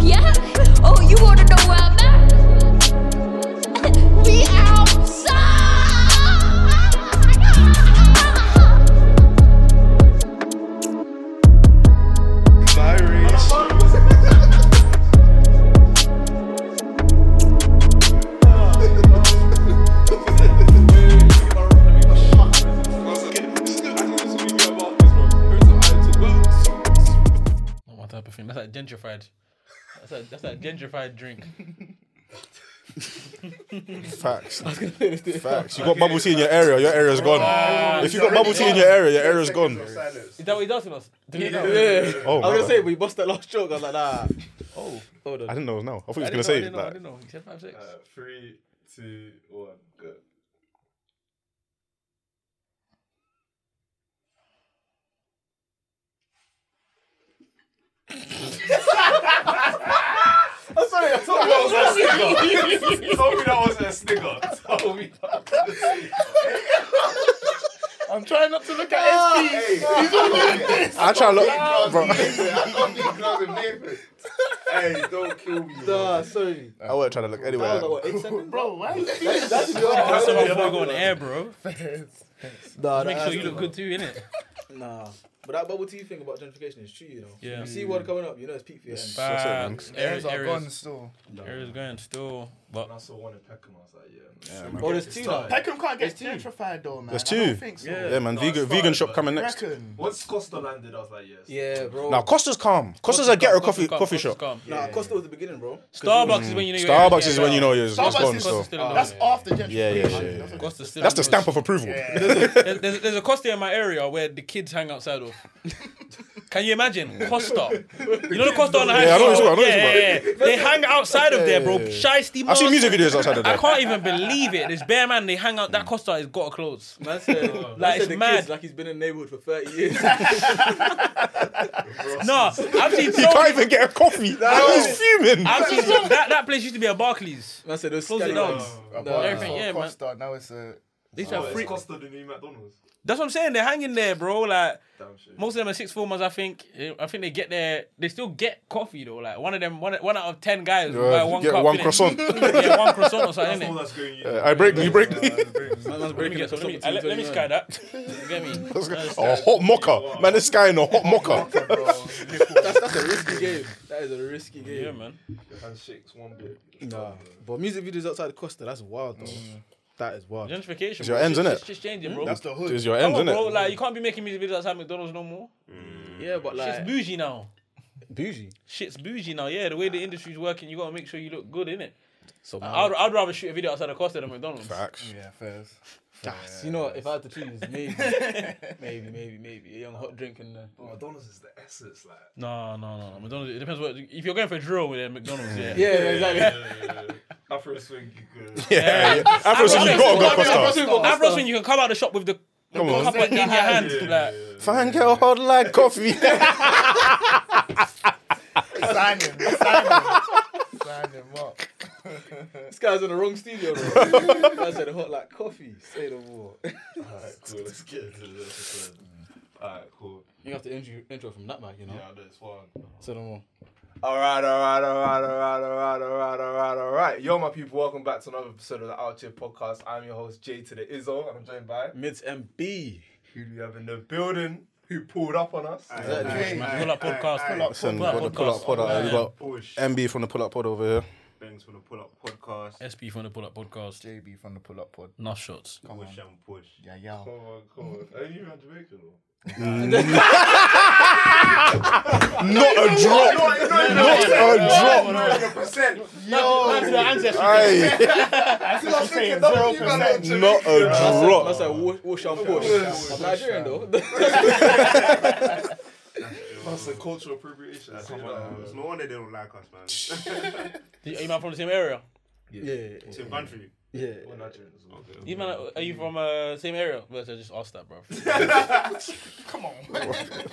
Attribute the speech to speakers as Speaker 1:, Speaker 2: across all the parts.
Speaker 1: yeah? Oh, you wanna know where I'm at? We outside!
Speaker 2: Virus.
Speaker 3: Not my type of thing. That's like gentrified. That's like, that's like gentrified drink.
Speaker 4: Facts. Facts. You got bubble tea in your area, your area's
Speaker 3: Ah.
Speaker 4: gone. If you got bubble tea in your area, your area's gone.
Speaker 3: Is that what he does to us?
Speaker 5: Yeah.
Speaker 4: Oh,
Speaker 5: I was
Speaker 4: my
Speaker 5: gonna
Speaker 4: bad.
Speaker 5: say, but you bust that last joke. I was like, nah. Oh, hold on.
Speaker 4: I didn't know it was now. I thought he
Speaker 3: I
Speaker 4: was
Speaker 3: didn't
Speaker 4: gonna
Speaker 3: know, I
Speaker 4: say
Speaker 3: didn't know, I
Speaker 4: that.
Speaker 3: didn't know. He said five six.
Speaker 4: Uh,
Speaker 2: Three, two, one, go.
Speaker 5: I'm sorry. I thought that was
Speaker 2: Told me that wasn't a snigger. Told me that.
Speaker 3: I'm trying not to look at his feet.
Speaker 4: I try to look, bro.
Speaker 2: Hey, don't kill me.
Speaker 5: Nah, sorry.
Speaker 4: I wasn't trying to look
Speaker 5: That was like,
Speaker 4: anywhere.
Speaker 5: what, eight seconds?
Speaker 2: Bro, why is
Speaker 5: That's your
Speaker 3: That's the one before we go on air, bro.
Speaker 5: Nah,
Speaker 3: Make
Speaker 5: that-
Speaker 3: sure you look good too, innit?
Speaker 5: Nah. But that bubble tea thing about gentrification is true, you know.
Speaker 3: Yeah.
Speaker 5: You see one coming up, you know it's peak for you.
Speaker 3: Facts.
Speaker 6: Areas
Speaker 3: Areas-
Speaker 6: are gone
Speaker 3: Areas
Speaker 6: still.
Speaker 3: areas going still.
Speaker 2: I
Speaker 3: But
Speaker 2: saw one in Peckham, I was like, yeah. man.
Speaker 5: Oh, there's two now.
Speaker 6: Peckham can't get
Speaker 5: There's two.
Speaker 6: gentrified though, man.
Speaker 4: There's
Speaker 6: I
Speaker 4: two.
Speaker 6: don't think so.
Speaker 4: Yeah, man. Vegan vegan shop coming next.
Speaker 6: Reckon.
Speaker 2: Once Costa landed, I was like, yes.
Speaker 5: Yeah, bro.
Speaker 4: Now Costa's calm. Costa's a ghetto coffee
Speaker 3: Costa's calm,
Speaker 4: coffee
Speaker 3: Costa's
Speaker 4: shop.
Speaker 3: calm.
Speaker 5: Nah, Costa was the beginning, bro. 'Cause
Speaker 3: Starbucks is when you know. you're actually
Speaker 4: Starbucks is
Speaker 3: getting
Speaker 4: when you know
Speaker 3: out.
Speaker 4: it's it's
Speaker 6: Starbucks
Speaker 4: gone.
Speaker 6: is
Speaker 4: So
Speaker 3: Costa's still in
Speaker 6: That's
Speaker 3: there.
Speaker 6: after gentrification.
Speaker 4: yeah, yeah, yeah,
Speaker 6: man.
Speaker 4: yeah.
Speaker 6: That's-
Speaker 3: Costa's still
Speaker 4: that's the
Speaker 3: in
Speaker 4: stamp
Speaker 3: those.
Speaker 4: of approval.
Speaker 3: There's, there's, there's a Costa in my area where the kids hang outside of. Can you imagine Costa? You know the Costa on the high
Speaker 4: Yeah, I know what
Speaker 3: street?
Speaker 4: you're talking about, I know what you're
Speaker 3: yeah, yeah, yeah. They hang outside of there, bro. Shiesty
Speaker 4: I've seen
Speaker 3: Mars.
Speaker 4: music videos outside of
Speaker 3: I
Speaker 4: that.
Speaker 3: can't even believe it. This bare man, they hang out. That Costa has got to close.
Speaker 5: Man said,
Speaker 3: Like,
Speaker 5: man
Speaker 3: it's
Speaker 5: said the
Speaker 3: mad.
Speaker 5: kids like he's been in the neighborhood for 30 years.
Speaker 3: No, I've seen
Speaker 4: He
Speaker 3: so
Speaker 4: can't even get a coffee. He's fuming.
Speaker 3: I've seen so, that that place used to be a Barclays.
Speaker 5: man said, those
Speaker 3: Close it
Speaker 5: scallywags.
Speaker 6: But
Speaker 5: Nah.
Speaker 6: it's
Speaker 3: Everything,
Speaker 6: all
Speaker 3: yeah, man.
Speaker 6: Costa, Now it's a.
Speaker 3: They used to
Speaker 2: Oh,
Speaker 3: have
Speaker 2: it's
Speaker 3: free-
Speaker 2: Costa the new McDonald's.
Speaker 3: That's what I'm saying. They're hanging there, bro. Like
Speaker 2: Damn shit.
Speaker 3: most of them are six formers. I think. I think they get there. They still get coffee though. Like one of them, one, one out of ten guys will buy
Speaker 4: Uh,
Speaker 3: one
Speaker 4: Get
Speaker 3: cup.
Speaker 4: one
Speaker 3: innit?
Speaker 4: croissant.
Speaker 3: yeah, one croissant or
Speaker 2: That's
Speaker 3: something.
Speaker 2: all
Speaker 3: innit?
Speaker 2: that's going in.
Speaker 4: Uh, I break me, you break me.
Speaker 5: Man, that's
Speaker 3: Let me
Speaker 5: breaking
Speaker 3: get.
Speaker 5: up
Speaker 3: Let me.
Speaker 5: top
Speaker 3: I let, let me
Speaker 5: between 21.
Speaker 3: sky that. You get me?
Speaker 4: A hot mocha. Man, this guy in a hot mocha.
Speaker 5: That's, that's a risky game. That is a risky game.
Speaker 3: Yeah, man.
Speaker 2: Your hand shakes one bit.
Speaker 5: Nah. But music videos outside Costa, that's wild, though.
Speaker 3: Mm.
Speaker 5: That is wild.
Speaker 3: Gentrification. It's
Speaker 4: your ends, innit?
Speaker 3: It's just changing, bro.
Speaker 6: That's the hood.
Speaker 4: It's your
Speaker 3: Come
Speaker 4: ends,
Speaker 3: on, bro.
Speaker 4: innit?
Speaker 3: Like you can't be making music videos outside McDonald's no more.
Speaker 5: Yeah, but like.
Speaker 3: Shit's bougie now.
Speaker 5: bougie.
Speaker 3: Shit's bougie now. Yeah, the way the industry's working, you gotta make sure you look good, innit?
Speaker 5: So,
Speaker 3: I'd, I'd rather shoot a video outside of Costa than McDonald's.
Speaker 4: Facts.
Speaker 6: Yeah, fairs.
Speaker 5: you know what? If I had to choose, maybe, maybe, maybe, maybe a young hot drink in there.
Speaker 2: Bro, McDonald's is the essence, like.
Speaker 3: No, no, no. no. McDonald's. It depends what. If you're going for a drill with it, McDonald's, yeah.
Speaker 5: Yeah, yeah, exactly.
Speaker 2: Afro swing, you could.
Speaker 4: Yeah, yeah. Afro, so you gotta go Costa.
Speaker 3: That's when you can come out of the shop with the, the
Speaker 4: Come on.
Speaker 3: cup in your hand. Like,
Speaker 4: Fine girl, hot like coffee.
Speaker 6: Sign him. Sign him. Sign him up.
Speaker 5: This guy's in the wrong studio, bro. I said hot like coffee. Say no more. You
Speaker 2: Alright, cool. Let's get into the episode. Alright, cool.
Speaker 5: have to intro, intro from that man, you know.
Speaker 2: Yeah, I know it's fun.
Speaker 5: Say no more.
Speaker 2: Alright, alright, alright, alright, alright, alright, alright, alright. Yo, my people, welcome back to another episode of the Out Here Podcast. I'm your host, Jay to the Izzo, and I'm joined by
Speaker 5: Mids MB.
Speaker 2: who do we have in the building who pulled up on us.
Speaker 5: Exactly.
Speaker 3: pull up podcast. Pull up.
Speaker 4: Listen, we got the pull up pod. out here. We got
Speaker 2: Bush.
Speaker 4: MB from the pull up pod over here.
Speaker 2: Thanks for the pull up podcast.
Speaker 3: SP from the pull up podcast.
Speaker 6: JB from the pull up pod.
Speaker 3: Nuff shots.
Speaker 2: Push and push.
Speaker 6: Yeah, yeah.
Speaker 2: Come on, come on. Are you even Jamaican or?
Speaker 4: Not a drop. Not a drop.
Speaker 3: Back to the ancestry.
Speaker 4: Aye. Not a
Speaker 5: That's
Speaker 4: drop.
Speaker 5: like wash, wash and push. I'm Nigerian though.
Speaker 2: That's a cultural appropriation.
Speaker 7: It's no wonder they don't like us, man. Same
Speaker 3: Are you man from the same area?
Speaker 5: yeah,
Speaker 7: country.
Speaker 5: yeah.
Speaker 3: You man, are you from uh, same area? Well, I just asked that, bro.
Speaker 6: Come on.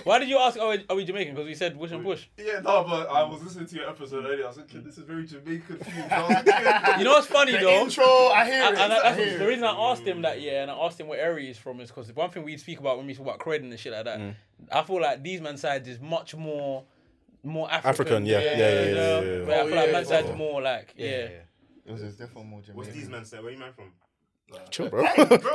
Speaker 3: Why did you ask? Are we, are we Jamaican? Because we said Bush and Bush.
Speaker 2: Yeah, no, but I was listening to your episode earlier. I was thinking this is very Jamaican food. I
Speaker 3: You know what's funny though?
Speaker 6: Intro. I hear
Speaker 3: And,
Speaker 6: it.
Speaker 3: and I,
Speaker 6: I
Speaker 3: that's
Speaker 6: hear
Speaker 3: the
Speaker 6: it.
Speaker 3: reason I asked him that, yeah, and I asked him what area he's from is because
Speaker 4: Mm.
Speaker 3: one thing we speak about when we talk about Croydon and shit like that, I feel like these man sides is much more more African.
Speaker 4: African, yeah, yeah, yeah, yeah, yeah, yeah, yeah.
Speaker 3: Where I feel like
Speaker 5: yeah,
Speaker 3: my side's
Speaker 5: yeah.
Speaker 3: more like, yeah.
Speaker 6: It's it's definitely more Jamaican.
Speaker 7: What's these men say? Where you man from?
Speaker 4: Chill, bro.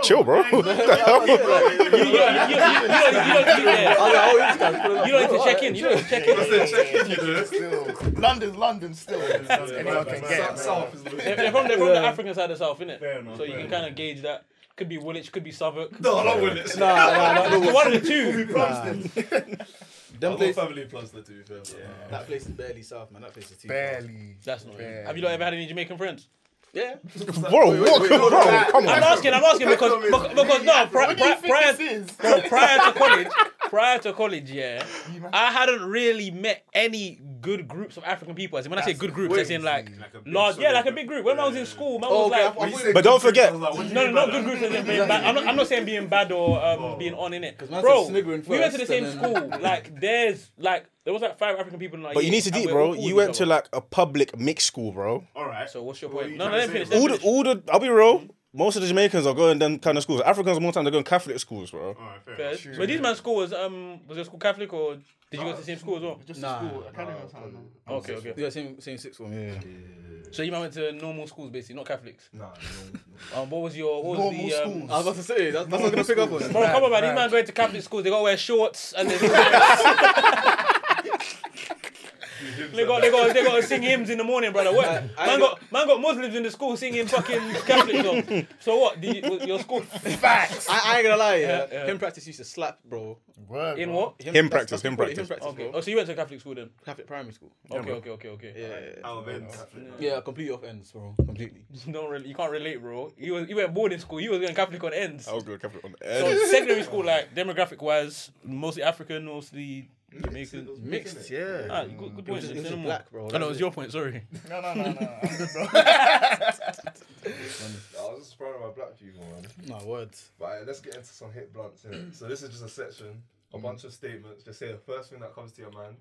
Speaker 4: Chill, bro.
Speaker 7: Hey,
Speaker 3: You, you, you, you, you, don't- you, don't- you, don't-
Speaker 5: I was
Speaker 3: yeah.
Speaker 5: like, oh, this guy's pulling up.
Speaker 3: you don't need to check in. You don't need to check in.
Speaker 2: Just to check in, you know.
Speaker 6: Still, London, London, still. Anyone can get
Speaker 2: South-
Speaker 6: it, man.
Speaker 2: South is
Speaker 3: They're,
Speaker 2: looking.
Speaker 3: they're from, they're from the African side of South, innit?
Speaker 7: Fair enough,
Speaker 3: so you
Speaker 7: fair
Speaker 3: can
Speaker 7: enough.
Speaker 3: kind of gauge that. Could be Woolwich, could be Southwark.
Speaker 2: No, I love Willis.
Speaker 5: Nah, nah, nah, no,
Speaker 3: One of the two.
Speaker 5: Them
Speaker 2: I'm a
Speaker 5: place,
Speaker 2: family plaster to be fair. Yeah.
Speaker 5: that place is barely south, man. That place is too far.
Speaker 6: Barely.
Speaker 3: That's not it.
Speaker 6: Barely.
Speaker 3: Have you lot ever had any Jamaican friends?
Speaker 5: Yeah.
Speaker 4: Bro, what? Bro, come
Speaker 3: I'm
Speaker 4: on.
Speaker 3: asking, I'm asking because, because, because no, pri-
Speaker 6: What do you
Speaker 3: pri-
Speaker 6: think
Speaker 3: prior,
Speaker 6: this is?
Speaker 3: No, prior to college, prior to college, yeah, I hadn't really met any good groups of African people. As in, when I say good groups, as in like
Speaker 7: Like a big
Speaker 3: large, yeah,
Speaker 7: solid
Speaker 3: like a
Speaker 7: group.
Speaker 3: big group. When I was in school, man
Speaker 5: Oh,
Speaker 3: was
Speaker 5: okay, I
Speaker 3: like,
Speaker 5: thought-
Speaker 4: But don't forget,
Speaker 3: no, no, not good groups. As in being bad. I'm not, I'm not saying being bad or um, being on in it,
Speaker 5: man's
Speaker 3: bro.
Speaker 5: a sniggering
Speaker 3: We went to the
Speaker 5: first
Speaker 3: same
Speaker 5: and then-
Speaker 3: school. Like there's like there was like five African people in like.
Speaker 4: But you need to deep, bro. You went to like a public mixed school, bro.
Speaker 7: All right.
Speaker 3: So what's your
Speaker 7: What are
Speaker 3: point?
Speaker 7: you
Speaker 3: No, no,
Speaker 7: trying
Speaker 3: let
Speaker 7: to
Speaker 3: me
Speaker 7: say,
Speaker 3: finish,
Speaker 4: All the, all the. I'll be real. Most of the Jamaicans are going them kind of schools. Africans more time they're going Catholic schools, bro.
Speaker 7: All right, fair
Speaker 3: Fair.
Speaker 7: enough.
Speaker 3: But these man's school was um was your school Catholic or did you go to the same school as well?
Speaker 6: Just
Speaker 5: Nah,
Speaker 6: a school. Academy or something.
Speaker 3: Okay, okay.
Speaker 5: Yeah, same, same sixth form. Yeah.
Speaker 3: So you man went to normal schools basically, not Catholics.
Speaker 2: Nah,
Speaker 3: Um, what was your what was
Speaker 6: Normal
Speaker 3: the um,
Speaker 6: schools.
Speaker 5: I was about to say that's, that's what I was gonna pick up on.
Speaker 3: Bro, come on, man. These
Speaker 6: Right.
Speaker 3: man going to Catholic schools. They gotta wear shorts and they. they got they got they got to sing hymns in the morning, brother. What? Man
Speaker 5: I
Speaker 3: got man got Muslims in the school singing fucking Catholic songs. So what? Did you, was your school
Speaker 6: Facts.
Speaker 5: I, I ain't gonna lie, yeah.
Speaker 3: Yeah, yeah.
Speaker 5: Him practice used to slap, bro.
Speaker 6: Word,
Speaker 3: in
Speaker 6: bro.
Speaker 3: what?
Speaker 4: Him
Speaker 5: that's-
Speaker 4: practice,
Speaker 5: that's
Speaker 4: him
Speaker 5: what we call it,
Speaker 4: practice.
Speaker 5: Him
Speaker 3: Okay.
Speaker 5: practice,
Speaker 3: Oh,
Speaker 5: bro.
Speaker 3: so you went to Catholic school then?
Speaker 5: Catholic primary school.
Speaker 3: Okay, okay, okay, okay.
Speaker 5: Yeah.
Speaker 7: Out of ends.
Speaker 5: Yeah, completely off ends, bro. Completely.
Speaker 3: No, really, you can't relate, bro. You was you went boarding school. You was going Catholic on ends.
Speaker 5: Oh,
Speaker 4: I'll go Catholic on the
Speaker 3: So
Speaker 4: end.
Speaker 3: secondary school, like demographic wise, mostly African, mostly Jamaican.
Speaker 5: Mixed, yeah.
Speaker 3: Ah, good,
Speaker 5: It
Speaker 3: good
Speaker 5: was
Speaker 3: point.
Speaker 5: just- it was
Speaker 3: Say
Speaker 5: just
Speaker 3: no more.
Speaker 5: black, bro.
Speaker 3: Oh, no, it was your point. Sorry.
Speaker 6: No, no, no, no. I'm good, bro.
Speaker 2: I was just proud of my black people, man.
Speaker 5: No words.
Speaker 2: But uh, let's get into some hit blunts. Innit? So this is just a section, a bunch of statements. Just say the first thing that comes to your mind.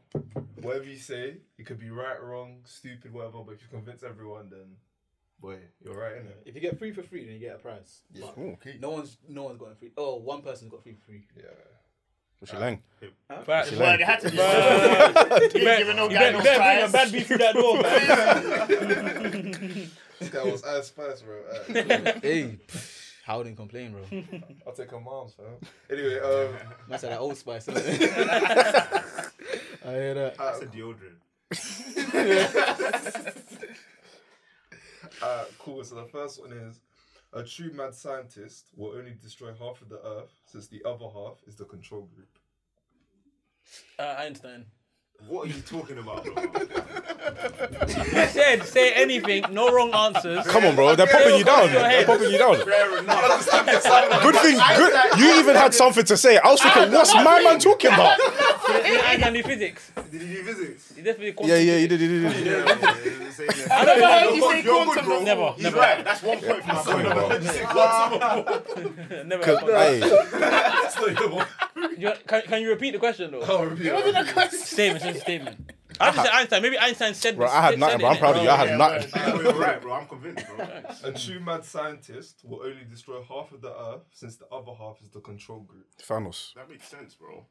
Speaker 2: Whatever you say, it could be right, wrong, stupid, whatever. But if you convince everyone, then boy, you're right, innit?
Speaker 5: If you get three for free, then you get a prize. But
Speaker 4: Ooh, okay.
Speaker 5: No one's, no one's gotten free. Oh, one person's got three for free.
Speaker 2: Yeah.
Speaker 4: What's your lang?
Speaker 3: Facts.
Speaker 4: What's
Speaker 3: You
Speaker 4: your lang?
Speaker 6: Word, it had to be.
Speaker 3: better-
Speaker 6: giving
Speaker 3: you
Speaker 6: no guy
Speaker 3: better-
Speaker 6: no
Speaker 3: you better bring
Speaker 6: prize.
Speaker 3: a bad beat through that door, man.
Speaker 2: This guy was ass first, bro. Aight.
Speaker 5: hey, how didn't complain, bro.
Speaker 2: I'll take her mom's, fam. Anyway, um,
Speaker 5: Man said that old spice. innit? I hear that.
Speaker 2: uh,
Speaker 7: That's a deodorant.
Speaker 2: Uh, cool. So the first one is a true mad scientist will only destroy half of the earth, since the other half is the control group.
Speaker 3: Uh, Einstein.
Speaker 7: What are you talking about, bro?
Speaker 3: I said, say anything, no wrong answers.
Speaker 4: Come on, bro. They're popping you down. They're popping you down.
Speaker 7: Fair enough.
Speaker 4: Good thing. Good. You even had something to say. I was thinking, what's my man talking about?
Speaker 3: Einstein did physics.
Speaker 7: Did you do physics?
Speaker 3: He definitely
Speaker 4: Yeah, yeah, he did, he did, he did.
Speaker 7: Yeah, yeah, yeah, you're saying that.
Speaker 3: I don't know.
Speaker 6: You say
Speaker 7: You're good,
Speaker 6: quantum
Speaker 7: bro.
Speaker 3: Never,
Speaker 7: He's
Speaker 3: never.
Speaker 7: right. That's one point for my brother. You said quantum.
Speaker 3: Never.
Speaker 4: Hey,
Speaker 3: You- can, can you repeat the question though?
Speaker 2: Oh, repeat.
Speaker 3: Statement, statement, statement. I just said Einstein. Maybe Einstein said.
Speaker 4: bro, I had
Speaker 3: said
Speaker 4: nothing,
Speaker 3: it,
Speaker 4: bro. I'm
Speaker 3: innit?
Speaker 4: proud of you. I had
Speaker 6: Yeah,
Speaker 4: nothing.
Speaker 7: Yeah, You're right, bro. I'm convinced, bro.
Speaker 2: A true mad scientist will only destroy half of the earth, since the other half is the control group.
Speaker 4: Thanos.
Speaker 7: That makes sense, bro.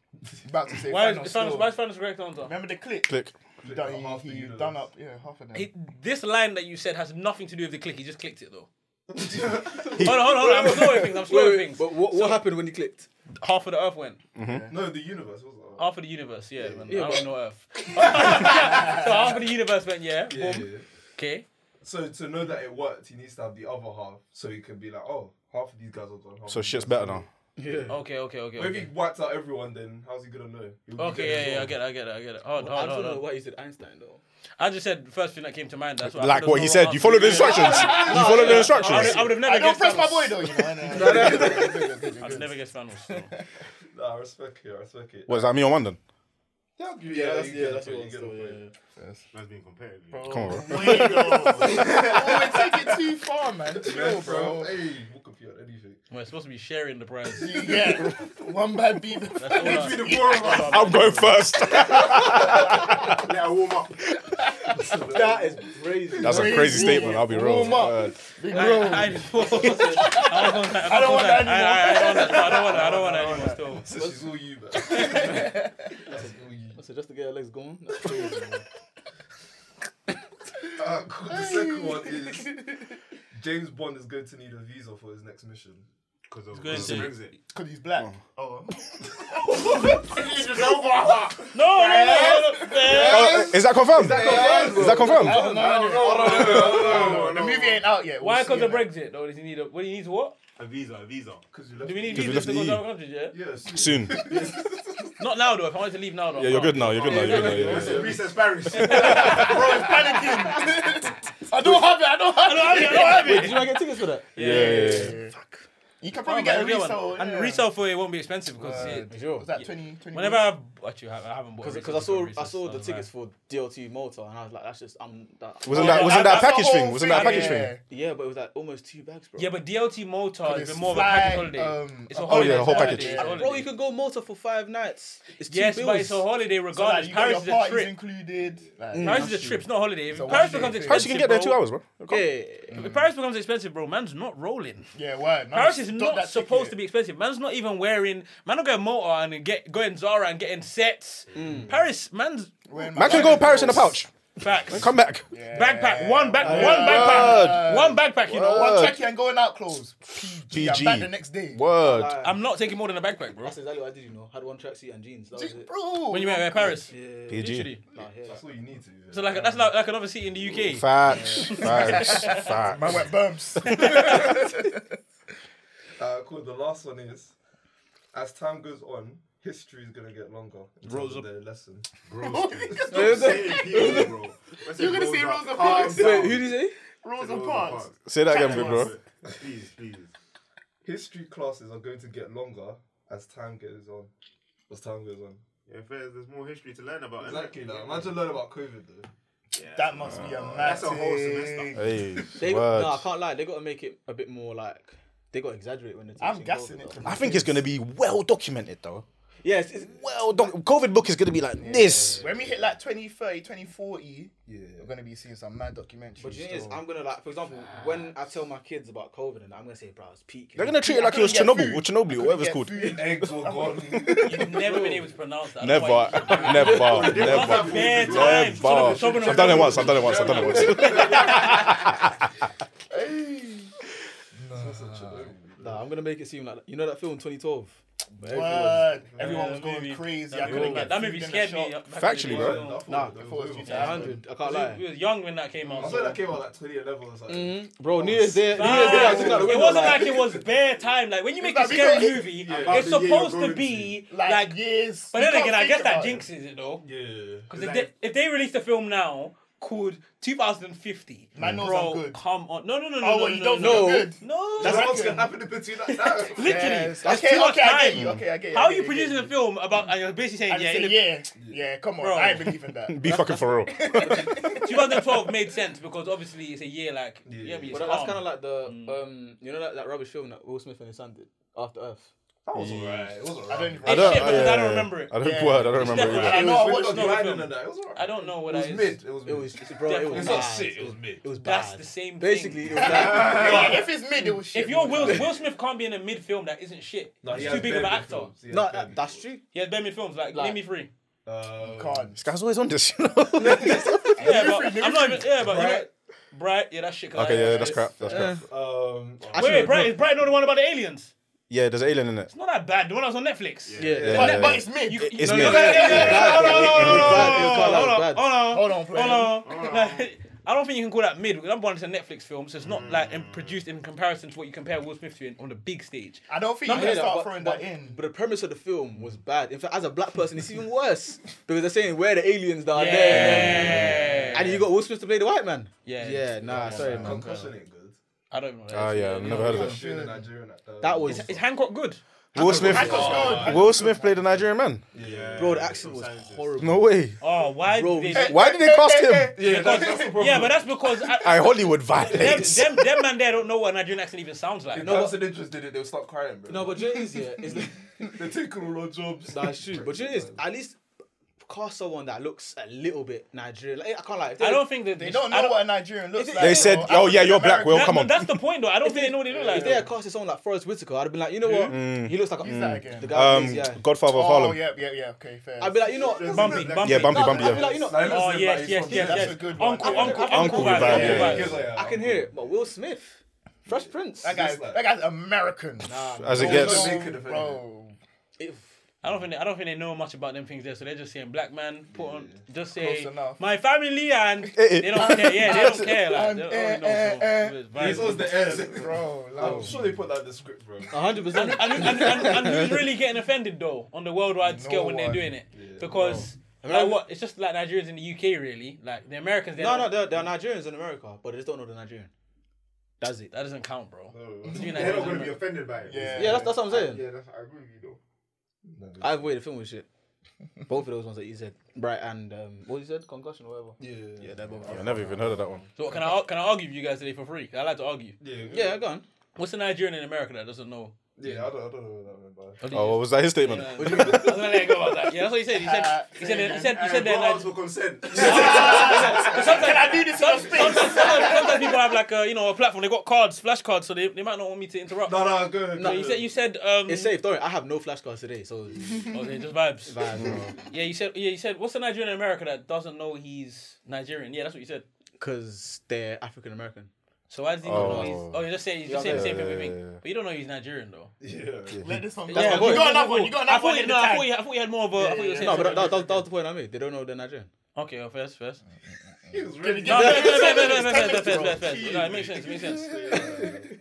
Speaker 6: About to say.
Speaker 3: Why is
Speaker 6: Thanos
Speaker 3: Thanos?
Speaker 6: still.
Speaker 3: Why is Thanos the correct answer?
Speaker 6: Remember the click?
Speaker 4: Click.
Speaker 6: You done, you,
Speaker 2: Half the
Speaker 6: you
Speaker 2: universe.
Speaker 6: done up, yeah, half of them.
Speaker 3: He, this line that you said has nothing to do with the click. He just clicked it though. hold on, hold on, hold on. I'm slowing things. I'm slowing
Speaker 5: Wait, wait,
Speaker 3: things.
Speaker 5: but what, what happened when you clicked?
Speaker 3: Half of the Earth went.
Speaker 2: No, the universe was.
Speaker 5: Oh.
Speaker 2: it?
Speaker 3: Half of the universe, yeah. man. I don't know Earth. so half of the universe went, yeah.
Speaker 2: Yeah,
Speaker 3: Boom.
Speaker 2: yeah.
Speaker 3: Okay.
Speaker 2: So to know that it worked, he needs to have the other half, so he can be like, oh, half of these guys are done. Half
Speaker 4: So
Speaker 2: of these
Speaker 4: shit's
Speaker 2: guys
Speaker 4: better
Speaker 2: are
Speaker 4: now.
Speaker 2: done.
Speaker 5: Yeah.
Speaker 3: Okay, okay, okay.
Speaker 2: But if
Speaker 3: Okay,
Speaker 2: he wiped out everyone, then how's he gonna know? He'll be dead
Speaker 3: okay yeah,
Speaker 2: as
Speaker 3: yeah, I
Speaker 2: well.
Speaker 3: get it, I get it, I get it. Hold
Speaker 5: I
Speaker 3: on, hold
Speaker 5: just
Speaker 3: on,
Speaker 5: don't know
Speaker 3: hold on.
Speaker 5: why you said Einstein though.
Speaker 3: I just said the first thing that came to mind. That's what I
Speaker 4: Like
Speaker 3: there's
Speaker 4: what
Speaker 3: no
Speaker 4: he
Speaker 3: wrong
Speaker 4: said. You
Speaker 3: answer.
Speaker 4: followed the
Speaker 3: Yeah, yeah.
Speaker 4: instructions.
Speaker 3: I would,
Speaker 4: You followed the instructions.
Speaker 3: I would have never
Speaker 6: I don't
Speaker 3: guessed
Speaker 6: press my
Speaker 3: Thanos.
Speaker 6: boy though, you know. and, uh, good, good, good, good, good,
Speaker 3: I would
Speaker 6: good.
Speaker 3: never guess Thanos. so.
Speaker 2: Nah, I respect it. I respect it.
Speaker 4: What is that? Me on one then?
Speaker 2: Yeah, I'll give you-
Speaker 5: Yeah, that's,
Speaker 2: you
Speaker 5: yeah,
Speaker 2: get
Speaker 5: that's
Speaker 2: the
Speaker 5: what
Speaker 2: point, you
Speaker 5: I'm
Speaker 2: get the
Speaker 5: still, yeah,
Speaker 2: point.
Speaker 5: yeah.
Speaker 7: Man's being competitive.
Speaker 4: Come on, bro.
Speaker 6: Way, bro. Oh, we take it too far, man.
Speaker 2: Yeah,
Speaker 6: Chill,
Speaker 2: bro.
Speaker 6: bro.
Speaker 2: Hey, we'll compete on anything.
Speaker 3: We're supposed to be sharing the prize.
Speaker 6: Yeah, one bad beat.
Speaker 3: That's all I-
Speaker 7: the four of us.
Speaker 4: I'm going first.
Speaker 7: Let her warm up.
Speaker 5: That is crazy.
Speaker 4: That's a crazy statement. I'll be real.
Speaker 6: Warm up.
Speaker 4: Uh,
Speaker 6: Big
Speaker 3: I,
Speaker 6: bro.
Speaker 3: I, I, don't want that. I don't want that. I don't want that. I, I, I don't want that. I don't want that anymore. Still.
Speaker 2: This is all you, man. That's all you.
Speaker 5: So just to get her legs gone. That's crazy, man.
Speaker 2: Uh, the second one is James Bond is going to need a visa for his next mission.
Speaker 7: Because of
Speaker 3: going to-
Speaker 7: Brexit.
Speaker 6: Because he's black.
Speaker 7: Oh. Idris Elba.
Speaker 3: No, no, no, no, no.
Speaker 4: Oh, is that confirmed? Is that confirmed?
Speaker 6: No, no, no, no,
Speaker 7: No, no,
Speaker 6: The
Speaker 7: no.
Speaker 6: movie ain't out yet. We'll
Speaker 3: Why?
Speaker 6: see
Speaker 3: Because
Speaker 6: it
Speaker 3: of Brexit? Though, does he need a? What do you need to what?
Speaker 7: A visa, a visa.
Speaker 2: Because you left.
Speaker 3: Do we need
Speaker 4: Because we
Speaker 3: visas to go
Speaker 4: left the
Speaker 3: to other countries? Yeah.
Speaker 2: Yes.
Speaker 4: Soon.
Speaker 3: Not now though. If I wanted to leave now though. I
Speaker 4: Yeah, you're
Speaker 3: can't.
Speaker 4: good now. You're good now. You're good now. yeah, yeah, yeah.
Speaker 7: Recess Paris.
Speaker 6: later. I don't have it. I don't have
Speaker 3: I
Speaker 6: it.
Speaker 3: don't have it. I don't have
Speaker 5: Wait,
Speaker 3: it.
Speaker 5: did you not get tickets for that?
Speaker 4: Yeah, yeah, yeah.
Speaker 6: You can
Speaker 3: Can't
Speaker 6: probably get a
Speaker 3: buy Oh, one.
Speaker 6: resale.
Speaker 3: And
Speaker 6: yeah.
Speaker 3: resale for it won't be expensive because
Speaker 6: Word.
Speaker 3: it-
Speaker 5: Sure.
Speaker 6: Was that 20, 20
Speaker 3: whenever I actually I haven't bought. a
Speaker 5: Because I saw
Speaker 3: resale for
Speaker 5: I
Speaker 3: Reese's,
Speaker 5: saw
Speaker 3: so
Speaker 5: the
Speaker 3: I'm
Speaker 5: tickets for DLT Malta and I was like, that's just um that.
Speaker 4: Wasn't
Speaker 3: yeah,
Speaker 4: that wasn't
Speaker 3: that-
Speaker 4: that a
Speaker 3: that's
Speaker 4: package thing?
Speaker 6: Oh,
Speaker 4: Wasn't that a package thing?
Speaker 5: Yeah, but it was like almost two bags, bro.
Speaker 3: Yeah, but DLT Malta is Oh, a
Speaker 6: it's
Speaker 3: bit more of a package
Speaker 6: flight,
Speaker 3: holiday.
Speaker 6: um,
Speaker 3: it's a
Speaker 6: oh,
Speaker 3: holiday.
Speaker 4: yeah,
Speaker 3: it's
Speaker 4: the whole
Speaker 3: a
Speaker 4: package.
Speaker 3: holiday, it's a
Speaker 6: Yeah.
Speaker 5: bro,
Speaker 3: holiday.
Speaker 5: you could go Malta for five nights. It's two
Speaker 3: yes,
Speaker 5: bills.
Speaker 3: but it's a holiday
Speaker 6: So, like,
Speaker 3: regardless.
Speaker 6: you got
Speaker 3: Paris
Speaker 6: your
Speaker 3: is a
Speaker 6: parties
Speaker 3: trip.
Speaker 6: included. Like,
Speaker 3: Paris is a trip. It's not a holiday. If
Speaker 6: a
Speaker 3: Paris
Speaker 6: one-day
Speaker 3: becomes
Speaker 6: thing.
Speaker 3: expensive,
Speaker 4: Paris, you can get there in two
Speaker 3: bro-
Speaker 4: hours, bro.
Speaker 5: Yeah.
Speaker 3: If Paris becomes expensive, bro, man's not rolling.
Speaker 6: Yeah, word. man,
Speaker 3: Paris is
Speaker 6: stop
Speaker 3: not
Speaker 6: that
Speaker 3: supposed
Speaker 6: ticket.
Speaker 3: to be expensive. Man's not even wearing. Man, not going Malta and get going Zara and getting sets. Paris, man's
Speaker 6: Wearing my
Speaker 4: Man can go
Speaker 6: backpack.
Speaker 4: Paris in a pouch.
Speaker 3: facts.
Speaker 4: Come back.
Speaker 3: Backpack, one back, one backpack, one backpack. You know, one
Speaker 6: One
Speaker 4: Word.
Speaker 6: tracky and going out clothes. PG. I'm
Speaker 4: PG.
Speaker 6: back the next day.
Speaker 4: Word.
Speaker 3: I'm not taking more than a backpack, bro.
Speaker 5: That's exactly what I did, you know. Had one tracksuit and jeans. That was it.
Speaker 6: Bro.
Speaker 3: When you went to Paris,
Speaker 5: Yeah.
Speaker 4: PG.
Speaker 3: literally.
Speaker 5: Nah, yeah.
Speaker 2: That's all you need to. do, Yeah.
Speaker 3: So like that's like, like another city in the UK.
Speaker 4: Facts. Facts. Facts.
Speaker 6: Man went bumps.
Speaker 2: Uh, cool. The last one is, as time goes on, history is gonna get longer. in terms
Speaker 3: Rose
Speaker 2: of
Speaker 3: up.
Speaker 2: their lesson.
Speaker 7: You're
Speaker 6: gonna say Rosa Parks.
Speaker 5: Wait, who did you say?
Speaker 6: Rosa Parks.
Speaker 4: Say that again, big bro.
Speaker 7: Please, please.
Speaker 2: History classes are going to get longer as time goes on. As time goes on.
Speaker 7: Yeah, fair, there's more history to learn about. innit?
Speaker 2: Exactly. Like, imagine learning about COVID though.
Speaker 6: That must be a mad
Speaker 7: That's a whole
Speaker 6: thing.
Speaker 7: semester.
Speaker 4: Hey.
Speaker 5: They got,
Speaker 4: Word.
Speaker 5: nah, I can't lie. They got to make it a bit more like they got to exaggerate when they're
Speaker 6: I'm
Speaker 5: teaching
Speaker 6: gassing
Speaker 5: COVID,
Speaker 6: it.
Speaker 5: though.
Speaker 4: I think it's gonna be well documented though.
Speaker 5: Yeah, it's, it's,
Speaker 4: Well, doc- COVID book is gonna be like this.
Speaker 6: When we hit like 2030, 2040,
Speaker 2: Yeah.
Speaker 6: we're going to be seeing some mad documentaries.
Speaker 5: But you know,
Speaker 6: so-
Speaker 5: is I'm gonna like, for example, when I tell my kids about COVID, and I'm gonna say, bro, it's peak.
Speaker 4: They're gonna treat it like it was Chernobyl or Chernobyl or whatever it's called.
Speaker 2: Eggs were gone.
Speaker 3: You've never been able to pronounce that.
Speaker 4: Never,
Speaker 3: That's why-
Speaker 4: never,
Speaker 3: That's a
Speaker 4: never.
Speaker 3: fair
Speaker 4: Never.
Speaker 3: time. Stop- stop and-
Speaker 4: I've done it once. I've done it once. I've done it once.
Speaker 2: Ah.
Speaker 5: Nah, I'm gonna make it seem like you know that film 2012. Where everyone's-
Speaker 6: Word. Everyone was
Speaker 3: That
Speaker 6: going
Speaker 3: movie-
Speaker 6: crazy. I
Speaker 3: That
Speaker 6: couldn't
Speaker 3: movie,
Speaker 6: get
Speaker 3: that movie
Speaker 6: food in the
Speaker 3: scared me.
Speaker 6: shop.
Speaker 3: back in the day.
Speaker 4: Factually, bro.
Speaker 5: Nah,
Speaker 6: Before it was
Speaker 5: yeah,
Speaker 6: 2000.
Speaker 5: 100. I can't
Speaker 3: We
Speaker 5: lie,
Speaker 3: was young when that came out.
Speaker 2: I
Speaker 3: so-
Speaker 2: said that came out like 2011 or something.
Speaker 5: bro. New Year's Day, New Year's Day, I was looking out the
Speaker 3: It
Speaker 5: window.
Speaker 3: wasn't like it was bare time. Like when you make a
Speaker 6: like we
Speaker 3: scary
Speaker 6: got hit-
Speaker 3: movie,
Speaker 7: Yeah.
Speaker 3: it's
Speaker 7: About the year
Speaker 3: supposed
Speaker 7: you're
Speaker 3: to be
Speaker 6: Like,
Speaker 3: like.
Speaker 6: years.
Speaker 3: But
Speaker 6: You
Speaker 3: then
Speaker 6: can't
Speaker 3: again, I
Speaker 6: think
Speaker 3: guess that
Speaker 6: about it.
Speaker 3: jinxes it though.
Speaker 2: Yeah.
Speaker 3: Because if, they, if they released a film now called 2050,
Speaker 6: Man knows
Speaker 3: bro,
Speaker 6: I'm good.
Speaker 3: come on, no, no, no, no,
Speaker 6: Oh,
Speaker 3: no,
Speaker 6: well, you
Speaker 3: no,
Speaker 6: don't
Speaker 3: no,
Speaker 6: know.
Speaker 5: no.
Speaker 6: Good.
Speaker 3: no.
Speaker 2: That's
Speaker 6: reckon?
Speaker 2: what's gonna happen in between that time.
Speaker 3: literally,
Speaker 6: Yes.
Speaker 3: there's
Speaker 6: Okay,
Speaker 3: too much
Speaker 6: okay, I get
Speaker 3: time.
Speaker 6: you. Okay, I get you.
Speaker 3: How
Speaker 6: I
Speaker 3: are you
Speaker 6: get you.
Speaker 3: producing a film about? And you're basically saying,
Speaker 6: And
Speaker 3: yeah,
Speaker 6: yeah,
Speaker 3: in the-
Speaker 6: yeah, yeah, come on.
Speaker 3: Bro.
Speaker 6: I believe in that.
Speaker 4: Be fucking for real.
Speaker 3: 2012 made sense because obviously it's a year like. Mm. Yeah, you
Speaker 2: Yeah.
Speaker 3: know what I mean?
Speaker 5: But
Speaker 3: It's
Speaker 5: that's
Speaker 3: calm.
Speaker 5: kind of like the um, you know that, that rubbish film that Will Smith and his son did, After Earth.
Speaker 2: That was alright. It was
Speaker 6: I
Speaker 2: alright.
Speaker 6: don't even
Speaker 4: I don't.
Speaker 3: shit, because I don't
Speaker 4: yeah, yeah,
Speaker 3: remember it.
Speaker 4: I
Speaker 6: Yeah.
Speaker 4: don't. Word. I don't remember
Speaker 3: definitely-
Speaker 4: either.
Speaker 6: I know I watched
Speaker 2: It
Speaker 6: it.
Speaker 3: no,
Speaker 2: was
Speaker 3: film.
Speaker 2: and that. It was alright.
Speaker 3: I don't know what
Speaker 2: It
Speaker 3: that
Speaker 2: was
Speaker 3: is.
Speaker 2: mid. It was
Speaker 5: It
Speaker 2: mid.
Speaker 5: was, it's, bro, it was
Speaker 3: It's
Speaker 5: bad.
Speaker 3: not
Speaker 2: shit, it was mid.
Speaker 5: It was bad.
Speaker 3: That's the same
Speaker 5: Basically, it
Speaker 3: thing.
Speaker 5: was bad.
Speaker 6: Yeah, if it's mid, it was shit.
Speaker 3: If you're Will, Will Smith can't be in a mid film that isn't shit.
Speaker 2: No, he
Speaker 3: He's
Speaker 2: has
Speaker 3: too big of an
Speaker 2: bare
Speaker 3: actor.
Speaker 2: films. He has
Speaker 5: no,
Speaker 2: bare
Speaker 5: that, that's true.
Speaker 3: He has bare mid films. Like,
Speaker 5: Like-
Speaker 3: name me three.
Speaker 2: Uh,
Speaker 6: Can't.
Speaker 4: This guy's always on this. You know?
Speaker 3: Yeah, but I'm not even. Yeah, but you know, Bright. Yeah, that's shit. 'cause I-
Speaker 4: Okay. Yeah. That's crap. That's crap.
Speaker 2: Um,
Speaker 3: Wait, Bright is Bright not the one about the aliens?
Speaker 4: Yeah. There's an alien in it.
Speaker 3: Not that bad. The one that was on Netflix.
Speaker 5: Yeah,
Speaker 4: Yeah,
Speaker 6: But,
Speaker 4: yeah,
Speaker 6: but
Speaker 4: yeah.
Speaker 6: it's mid.
Speaker 3: You-
Speaker 4: It's
Speaker 3: no,
Speaker 4: me.
Speaker 3: no, no, no, no, no, no,
Speaker 5: It was
Speaker 3: no, no, no,
Speaker 5: bad.
Speaker 3: no, no,
Speaker 5: It was bad. It was
Speaker 3: no,
Speaker 5: bad.
Speaker 3: no, no,
Speaker 6: Hold on, player.
Speaker 3: Hold on. Like, I don't think you can call that mid. Number one, it's a Netflix film, so it's not like in, produced in comparison to what you compare Will Smith to in, on the big stage.
Speaker 6: I don't think
Speaker 5: No, I
Speaker 6: you
Speaker 5: hear
Speaker 6: can
Speaker 5: that,
Speaker 6: start
Speaker 5: but-
Speaker 6: throwing
Speaker 5: but-
Speaker 6: that in.
Speaker 5: But the premise of the film was bad. In fact, as a black person, it's even worse because they're saying we're the aliens that are there,
Speaker 3: Yeah.
Speaker 5: and you got Will Smith to play the white man.
Speaker 3: Yeah.
Speaker 5: yeah, nah, sorry, man.
Speaker 2: concussion ain't good.
Speaker 3: I don't know.
Speaker 4: Ah. yeah. I've never heard of it.
Speaker 2: Nigerian and Nigerian. uh,
Speaker 5: That was
Speaker 3: Is, is Hancock good?
Speaker 4: Will Smith. Will Smith played a Nigerian man.
Speaker 2: Yeah.
Speaker 5: bro. The accent was horrible.
Speaker 4: No way.
Speaker 3: Oh, why
Speaker 5: Bro,
Speaker 3: did
Speaker 5: eh,
Speaker 3: they?
Speaker 4: Why did they cast him?
Speaker 2: Yeah, that's, that's the problem.
Speaker 3: Yeah, but that's because I,
Speaker 4: I Hollywood
Speaker 3: them,
Speaker 4: violence.
Speaker 3: them, them man there don't know what a Nigerian accent even sounds like.
Speaker 2: If
Speaker 5: No, but-
Speaker 2: Thompson Idris did it, they'll stop crying, bro.
Speaker 5: No, but you know what it is yeah, is that
Speaker 2: they're taking all our jobs.
Speaker 5: that's true. But you know what it is at least cast someone that looks a little bit Nigerian. Like, I can't lie. If they-
Speaker 3: I don't think that
Speaker 6: They don't
Speaker 3: I
Speaker 6: know what a Nigerian looks
Speaker 5: If it-
Speaker 6: like.
Speaker 4: They said,
Speaker 6: though.
Speaker 4: "Oh yeah, you're black." Well,
Speaker 3: That-
Speaker 4: come on.
Speaker 3: That's the point, though. I don't think they know what they look like.
Speaker 5: If they had cast someone like Forrest Whitaker, I'd have been like, you know what?
Speaker 7: Mm.
Speaker 5: He looks like a, Mm.
Speaker 6: that again.
Speaker 5: the guy. who
Speaker 4: Um,
Speaker 5: plays, yeah.
Speaker 4: Godfather of
Speaker 6: Oh
Speaker 4: Harlem.
Speaker 6: yeah, yeah, yeah. Okay, fair.
Speaker 5: I'd be like, you know, what?
Speaker 7: That's-
Speaker 3: Bumpy,
Speaker 7: that's-
Speaker 3: bumpy.
Speaker 4: Yeah, bumpy,
Speaker 5: No,
Speaker 4: bumpy.
Speaker 5: I'd be
Speaker 4: Yeah.
Speaker 5: like, you know,
Speaker 2: Like,
Speaker 3: Oh
Speaker 2: listen,
Speaker 3: yes,
Speaker 2: like,
Speaker 3: yes,
Speaker 2: from-
Speaker 3: yes,
Speaker 6: That's
Speaker 3: yes.
Speaker 6: a good one.
Speaker 3: Uncle,
Speaker 6: Yeah.
Speaker 3: uncle,
Speaker 4: Uncle
Speaker 3: uncle
Speaker 4: vibe,
Speaker 3: vibe.
Speaker 4: yeah,
Speaker 3: uncle
Speaker 4: yeah,
Speaker 3: vibe.
Speaker 2: Because, yeah,
Speaker 5: I can hear it, but Will Smith, Fresh Prince.
Speaker 6: that guy's
Speaker 2: like-
Speaker 6: that guy's American. Nah,
Speaker 4: As it
Speaker 6: no,
Speaker 4: gets.
Speaker 6: no,
Speaker 2: Naked, if
Speaker 6: bro.
Speaker 5: If-
Speaker 3: I don't think they, I don't think they know much about them things there, so they're just saying black man put on just say
Speaker 6: Close enough.
Speaker 3: my family and they don't care. Yeah, they don't care. Like,
Speaker 6: And,
Speaker 3: they don't
Speaker 6: eh,
Speaker 3: know,
Speaker 6: eh,
Speaker 3: so
Speaker 6: eh.
Speaker 3: it's
Speaker 2: It's
Speaker 3: vibe.
Speaker 2: always the air.
Speaker 6: Bro,
Speaker 2: I'm
Speaker 6: love.
Speaker 2: sure they put that in the script, bro.
Speaker 5: A hundred percent.
Speaker 3: and, and, and, and who's really getting offended though on the worldwide scale when they're
Speaker 6: one.
Speaker 3: doing it? because like what? It's just like Nigerians in the UK really. Like the Americans. they're
Speaker 5: No, no,
Speaker 3: not-
Speaker 5: they're, they're Nigerians in America, but they just don't know the Nigerian.
Speaker 3: That's it. That doesn't count, bro. Between
Speaker 7: They're not going to
Speaker 3: Nigerians
Speaker 7: be offended by it.
Speaker 6: Yeah.
Speaker 5: Yeah, that's, that's what I'm saying.
Speaker 7: Yeah, that's, I agree with you though.
Speaker 5: I've waited film with shit. Both of those ones that you said, Bright and um, what you said, concussion or whatever.
Speaker 2: Yeah.
Speaker 5: Yeah, they're both.
Speaker 4: I never even heard of that one.
Speaker 3: so what, can I can I argue with you guys today for free? I like to argue.
Speaker 2: Yeah.
Speaker 5: Yeah, go on.
Speaker 3: What's a Nigerian in America that doesn't know?
Speaker 2: Yeah, I don't, I don't know what that meant
Speaker 4: Oh, was that his statement?
Speaker 3: I was gonna let it go about that. Yeah, that's what he said. He said he said he said he said they're Nigerian.
Speaker 7: Aaron, what for consent?
Speaker 3: Can I do this in space? Sometimes, sometimes, sometimes people have like a you know a platform. They got cards, flashcards, so they, they might not want me to interrupt.
Speaker 2: by. No, no, go ahead.
Speaker 3: So you said you said um.
Speaker 5: It's safe, don't worry. I have no flashcards today, so.
Speaker 3: Okay, just vibes.
Speaker 5: Bad, bro.
Speaker 3: Yeah, you said yeah you said what's a Nigerian in America that doesn't know he's Nigerian? Yeah, that's what you said.
Speaker 5: Because they're African American.
Speaker 3: So why does he not know he's?
Speaker 4: Oh.
Speaker 3: Oh, you're just saying he's just saying the same thing we
Speaker 4: Yeah.
Speaker 3: think, but you don't know he's Nigerian though.
Speaker 2: Yeah.
Speaker 6: Let this one go.
Speaker 5: That's my
Speaker 6: You
Speaker 5: point.
Speaker 6: got another one. You got
Speaker 3: I
Speaker 6: another
Speaker 3: thought
Speaker 6: one.
Speaker 3: you,
Speaker 6: in
Speaker 3: no,
Speaker 6: the
Speaker 3: I
Speaker 6: tank.
Speaker 3: thought you, I thought you had more of a. I thought you were saying
Speaker 5: No, but that,
Speaker 3: something
Speaker 5: that, that,
Speaker 3: different.
Speaker 5: that was the point I made. They don't know they're Nigerian.
Speaker 3: okay, well, first, first.
Speaker 2: He was ready.
Speaker 3: No, no, no, no, no, no, no, no, no,
Speaker 6: minutes,
Speaker 3: first,
Speaker 6: bro.
Speaker 3: first, first. No, it makes sense. It makes sense.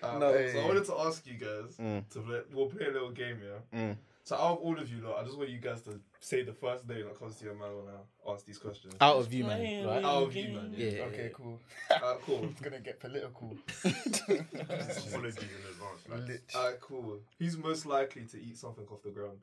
Speaker 2: Um,
Speaker 5: No.
Speaker 2: So I wanted to ask you guys to play, we'll play a little game, yeah. So out of all of you, lot, I just want you guys to say the first name that comes to your mind when I ask these questions.
Speaker 5: Out of you, man. Right?
Speaker 2: Out of you, man.
Speaker 5: Yeah.
Speaker 6: Okay, cool.
Speaker 2: Alright, cool.
Speaker 6: It's gonna get political.
Speaker 7: Apologies in advance. Like,
Speaker 6: Lit.
Speaker 2: Alright, cool. Who's most likely to eat something off the ground?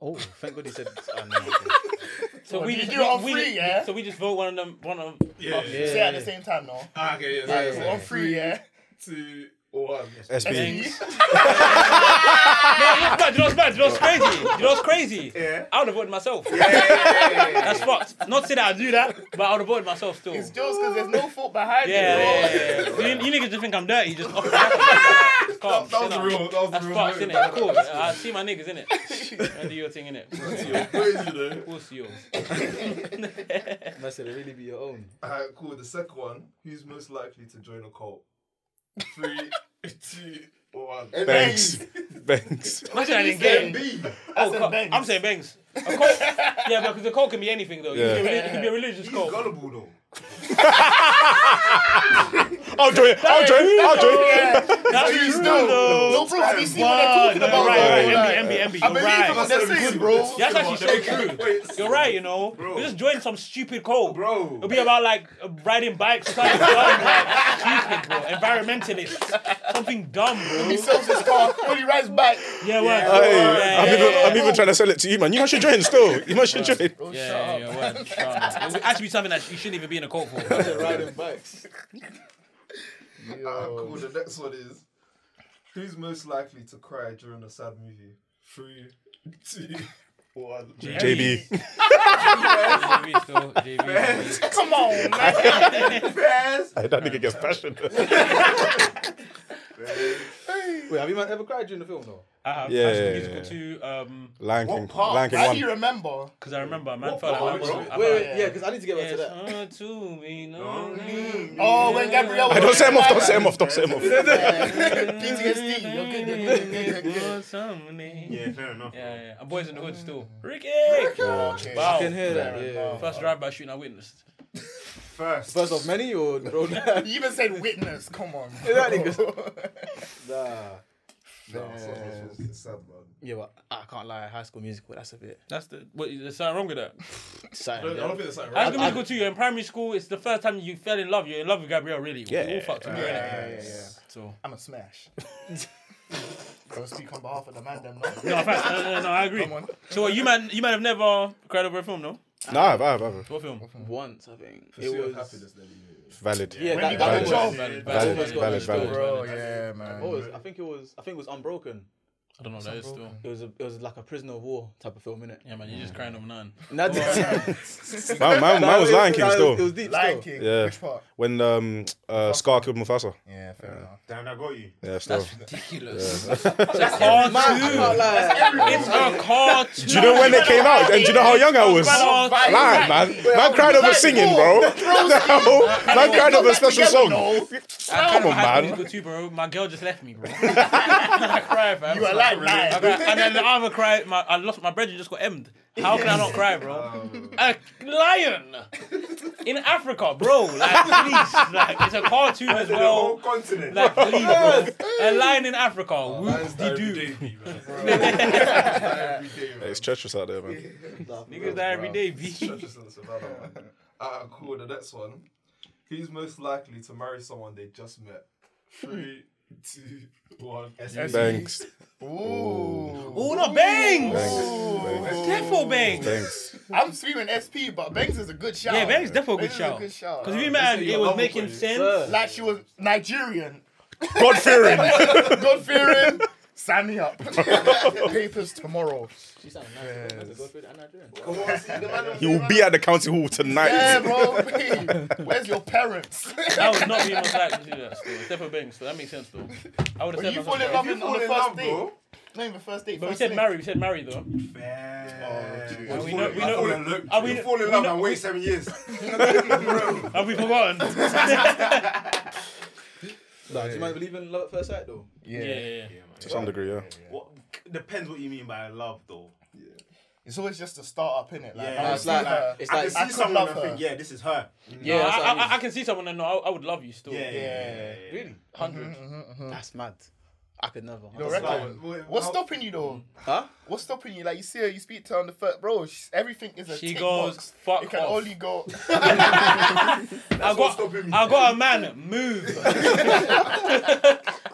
Speaker 5: Oh, thank God he said. Oh, no, okay.
Speaker 3: So we
Speaker 6: you
Speaker 3: just
Speaker 6: do it on
Speaker 3: we- we
Speaker 6: free,
Speaker 3: just-
Speaker 6: yeah?
Speaker 3: So we just vote one of them. One of
Speaker 2: Yeah.
Speaker 5: Yeah,
Speaker 6: Say at the
Speaker 5: yeah.
Speaker 6: same time, no.
Speaker 2: Ah, okay, yeah.
Speaker 6: Yeah,
Speaker 2: so-
Speaker 6: On three, yeah.
Speaker 2: Two, one.
Speaker 4: SB.
Speaker 6: Yes.
Speaker 3: No, but you know what's bad? You know what's crazy? You know what's crazy? Yeah. I would have voted myself. That's fucked. Not to say that I do that, but I would have voted myself still.
Speaker 6: It's just because there's no foot behind
Speaker 3: yeah,
Speaker 6: you.
Speaker 3: yeah, yeah, yeah. You, you niggas just think I'm dirty. Just off the back of that. Calm,
Speaker 2: That, that
Speaker 3: chill
Speaker 2: was
Speaker 3: out.
Speaker 2: real. That was
Speaker 3: That's
Speaker 2: real.
Speaker 3: fucked,
Speaker 2: moment.
Speaker 3: innit? Cool. I see my niggas, innit? And do your thing, innit?
Speaker 2: You're crazy, though.
Speaker 3: What's yours?
Speaker 5: Must it really be your own?
Speaker 2: Alright, cool. The second one, who's most likely to join a cult? Three, two, one.
Speaker 4: Banks. Banks.
Speaker 3: Imagine I didn't get it. Oh, co- I'm saying bangs. A cult, yeah, because the cult can be anything though.
Speaker 4: Yeah.
Speaker 3: It, could be a relig- it could be a religious
Speaker 7: He's
Speaker 3: cult.
Speaker 7: gullible though.
Speaker 4: I'll join it. I'll join it. I'll join it.
Speaker 3: That's true though.
Speaker 6: No, bro, have you seen what they're talking
Speaker 3: No,
Speaker 6: about?
Speaker 3: right, right.
Speaker 6: bro? Like,
Speaker 3: MB, MB, MB.
Speaker 6: I
Speaker 3: You're right.
Speaker 6: believe what they're saying, bro.
Speaker 3: That's actually so true.
Speaker 2: Wait,
Speaker 3: You're right, you know.
Speaker 7: Bro.
Speaker 3: We just join some stupid cult.
Speaker 7: Bro.
Speaker 3: It'll be about like uh, riding bikes or something dumb, like stupid, bro. Environmentalist. Something dumb, bro.
Speaker 6: He sells his car when he rides back.
Speaker 3: Yeah, word. Yeah,
Speaker 4: Hey,
Speaker 3: yeah,
Speaker 4: I'm,
Speaker 3: yeah,
Speaker 4: even,
Speaker 3: yeah,
Speaker 4: I'm even trying to sell it to you, man. You must join still. You must join.
Speaker 6: Bro,
Speaker 3: yeah, yeah,
Speaker 6: shut up.
Speaker 3: yeah, word. Shut up. It would actually be something that you shouldn't even be in a cult for.
Speaker 5: Riding bikes.
Speaker 2: Alright, cool. The next one is who's most likely to cry during a sad movie? Three, two, one.
Speaker 4: JB.
Speaker 3: JV still, JV.
Speaker 6: Come on, man.
Speaker 4: That nigga gets passionate.
Speaker 5: Wait, have you man ever cried during the film though?
Speaker 3: I have
Speaker 4: Yeah,
Speaker 3: High School
Speaker 4: yeah,
Speaker 3: musical
Speaker 4: yeah.
Speaker 3: too, um,
Speaker 4: Lion
Speaker 6: What
Speaker 4: King.
Speaker 6: part?
Speaker 4: Lion
Speaker 6: How do
Speaker 4: King
Speaker 6: you
Speaker 4: 1.
Speaker 6: remember?
Speaker 3: because I remember a man felt like
Speaker 2: part
Speaker 3: man
Speaker 2: was
Speaker 3: wasn't.
Speaker 2: it?
Speaker 3: I
Speaker 5: Wait,
Speaker 3: felt-
Speaker 5: wait, yeah, because I need to get back to
Speaker 3: It's
Speaker 5: that.
Speaker 3: hard to be lonely.
Speaker 6: Oh, when Gabrielle was
Speaker 4: Hey, don't say him off. Don't say him off. Don't say him off.
Speaker 6: PTSD. Okay, okay, okay, okay, Oh, okay.
Speaker 3: For something.
Speaker 7: Yeah, fair enough.
Speaker 3: Yeah, yeah. And boys in the hood still. Ricky!
Speaker 6: Okay.
Speaker 3: Wow.
Speaker 5: I can hear that. Yeah.
Speaker 3: First drive by shooting I witnessed.
Speaker 7: First.
Speaker 5: First of many or the road?
Speaker 6: You even said witness. Come on.
Speaker 5: that nigga. nah.
Speaker 2: No, it's not- it's just- it's sad, man.
Speaker 5: Yeah, but I can't lie. High School Musical. That's a bit.
Speaker 3: That's the what there's something wrong with that.
Speaker 2: I don't, I
Speaker 5: Exciting,
Speaker 2: don't think that's like
Speaker 3: High
Speaker 2: right.
Speaker 3: school musical too, you're in primary school, it's the first time you fell in love. You're in love with Gabrielle really. Yeah. all fucked together, innit?
Speaker 6: Yeah, yeah, yeah.
Speaker 3: So
Speaker 6: I'm a smash. Don't speak on behalf of the man, them. man.
Speaker 3: no, in fact, no, no, no, I agree.
Speaker 6: Come on.
Speaker 3: So what, you man, you might have never cried over a film, no?
Speaker 4: Nah, I've, I've, I've.
Speaker 3: What film?
Speaker 5: Once I think
Speaker 2: Pursuit
Speaker 5: it
Speaker 2: of
Speaker 5: was.
Speaker 2: happiness, then. yeah.
Speaker 4: Valid.
Speaker 5: Yeah,
Speaker 6: When
Speaker 5: that, that
Speaker 6: you got
Speaker 5: was.
Speaker 6: the job.
Speaker 5: That
Speaker 3: Valid,
Speaker 5: almost
Speaker 4: Valid,
Speaker 5: got
Speaker 4: valid,
Speaker 5: me
Speaker 4: valid.
Speaker 5: still.
Speaker 6: Bro, yeah, man.
Speaker 5: What was- I think it was. I think it was Unbroken.
Speaker 3: I don't know what that is still.
Speaker 5: It was a, it was like a prisoner of war type of film, innit?
Speaker 3: Yeah, man, you're just crying over nine.
Speaker 5: Nah,
Speaker 4: Mine, mine, mine was Lion King
Speaker 5: nah, It was, it
Speaker 4: still.
Speaker 5: was deep
Speaker 6: Lion
Speaker 5: still.
Speaker 6: King.
Speaker 4: Yeah.
Speaker 6: Which part?
Speaker 4: When um uh, Scar killed Mufasa.
Speaker 6: Yeah, fair enough.
Speaker 7: Damn, I got you.
Speaker 4: Yeah, still.
Speaker 3: Ridiculous. It's a cartoon. It's a cartoon.
Speaker 4: Do you know when it came out? And do you know how young I was?
Speaker 3: Brother,
Speaker 4: Lion, man. Man cried over singing, bro. No, Man cried over a special song. Ah, Come on,
Speaker 3: I had to
Speaker 4: man.
Speaker 3: Google too, bro. My girl just left me, bro. I cried, fam.
Speaker 6: You are like
Speaker 3: I
Speaker 6: lying.
Speaker 3: cried. and then the other cried. My, I lost my brethren just got emmed. How can I not cry, bro? A lion in Africa, bro. Like, please, like it's a cartoon as
Speaker 7: The
Speaker 3: well.
Speaker 7: whole continent.
Speaker 3: Like, please, bro. A lion in Africa.
Speaker 2: Oh,
Speaker 3: Whoop de
Speaker 2: Every
Speaker 3: doo.
Speaker 2: day, B, man. Every day, man.
Speaker 4: It's treacherous out there, man.
Speaker 3: Niggas die every day, B.
Speaker 2: Stretch us in the savannah, man. Alright, cool. The next one. Who's most likely to marry someone they just met? Three, two, one.
Speaker 4: Thanks.
Speaker 3: Oh no, bangs.
Speaker 4: Thanks.
Speaker 3: Defo bangs.
Speaker 4: Thanks.
Speaker 6: I'm screaming SP, but Bangs is a good shout.
Speaker 3: Yeah, Bangs definitely a good
Speaker 6: Bangs is
Speaker 3: shout.
Speaker 6: good shout.
Speaker 3: Because if you man,
Speaker 2: Listen,
Speaker 3: it
Speaker 2: your
Speaker 3: was
Speaker 2: lover
Speaker 3: making
Speaker 2: for you.
Speaker 3: sense.
Speaker 6: like she was Nigerian,
Speaker 4: God fearing.
Speaker 6: God fearing. Sign me up. Papers tomorrow.
Speaker 5: She sounded nice. bro. That's a Godfrey and Nigerian.
Speaker 4: He will be at the county hall tonight.
Speaker 6: Yeah, bro. Where's your parents?
Speaker 3: I would not be most likely to do that. Still, it's definitely bangs. So that makes sense, though. I would have
Speaker 6: Well,
Speaker 3: said
Speaker 6: you
Speaker 3: myself
Speaker 6: fall in
Speaker 3: first.
Speaker 6: love on
Speaker 7: You fall
Speaker 6: the
Speaker 7: in
Speaker 6: first
Speaker 7: love,
Speaker 6: date.
Speaker 7: bro.
Speaker 6: Not even first date.
Speaker 3: But we
Speaker 6: first
Speaker 3: said
Speaker 6: link.
Speaker 3: marry. We said marry though.
Speaker 7: Man.
Speaker 3: we know- we
Speaker 7: I
Speaker 3: know-
Speaker 7: fall in love-
Speaker 3: are we-
Speaker 7: you fall in
Speaker 3: we
Speaker 7: love
Speaker 3: know-
Speaker 7: and wait seven years.
Speaker 3: Have we forgotten?
Speaker 5: Nah, do you mind believing in love at first sight though?
Speaker 6: Yeah.
Speaker 3: yeah, yeah, yeah.
Speaker 4: To some degree, yeah.
Speaker 7: What depends what you mean by love though.
Speaker 6: It's always just a start up, innit? Like,
Speaker 7: Yeah,
Speaker 6: I
Speaker 7: no,
Speaker 5: it's
Speaker 6: see
Speaker 5: like-
Speaker 6: her.
Speaker 5: it's
Speaker 7: I
Speaker 5: like-
Speaker 7: can see
Speaker 6: I could
Speaker 7: someone
Speaker 6: love
Speaker 7: and I think,
Speaker 6: her.
Speaker 7: yeah, this is her.
Speaker 5: Yeah,
Speaker 3: I,
Speaker 5: that's what I
Speaker 3: I,
Speaker 5: mean.
Speaker 3: I, can see someone and know I, I would love you still.
Speaker 7: Yeah, yeah, yeah. yeah.
Speaker 5: Really?
Speaker 3: 100
Speaker 6: Mm-hmm,
Speaker 5: That's mad. I could never.
Speaker 6: You
Speaker 5: That's-
Speaker 6: reckon? What's stopping you though?
Speaker 5: Huh?
Speaker 6: What's stopping you? Like you see her, you speak to her on the first, bro. She's, everything is a
Speaker 3: She
Speaker 6: tick
Speaker 3: goes,
Speaker 6: box.
Speaker 3: "Fuck
Speaker 6: It can
Speaker 3: off."
Speaker 6: only go.
Speaker 3: I got, I got a man. Move.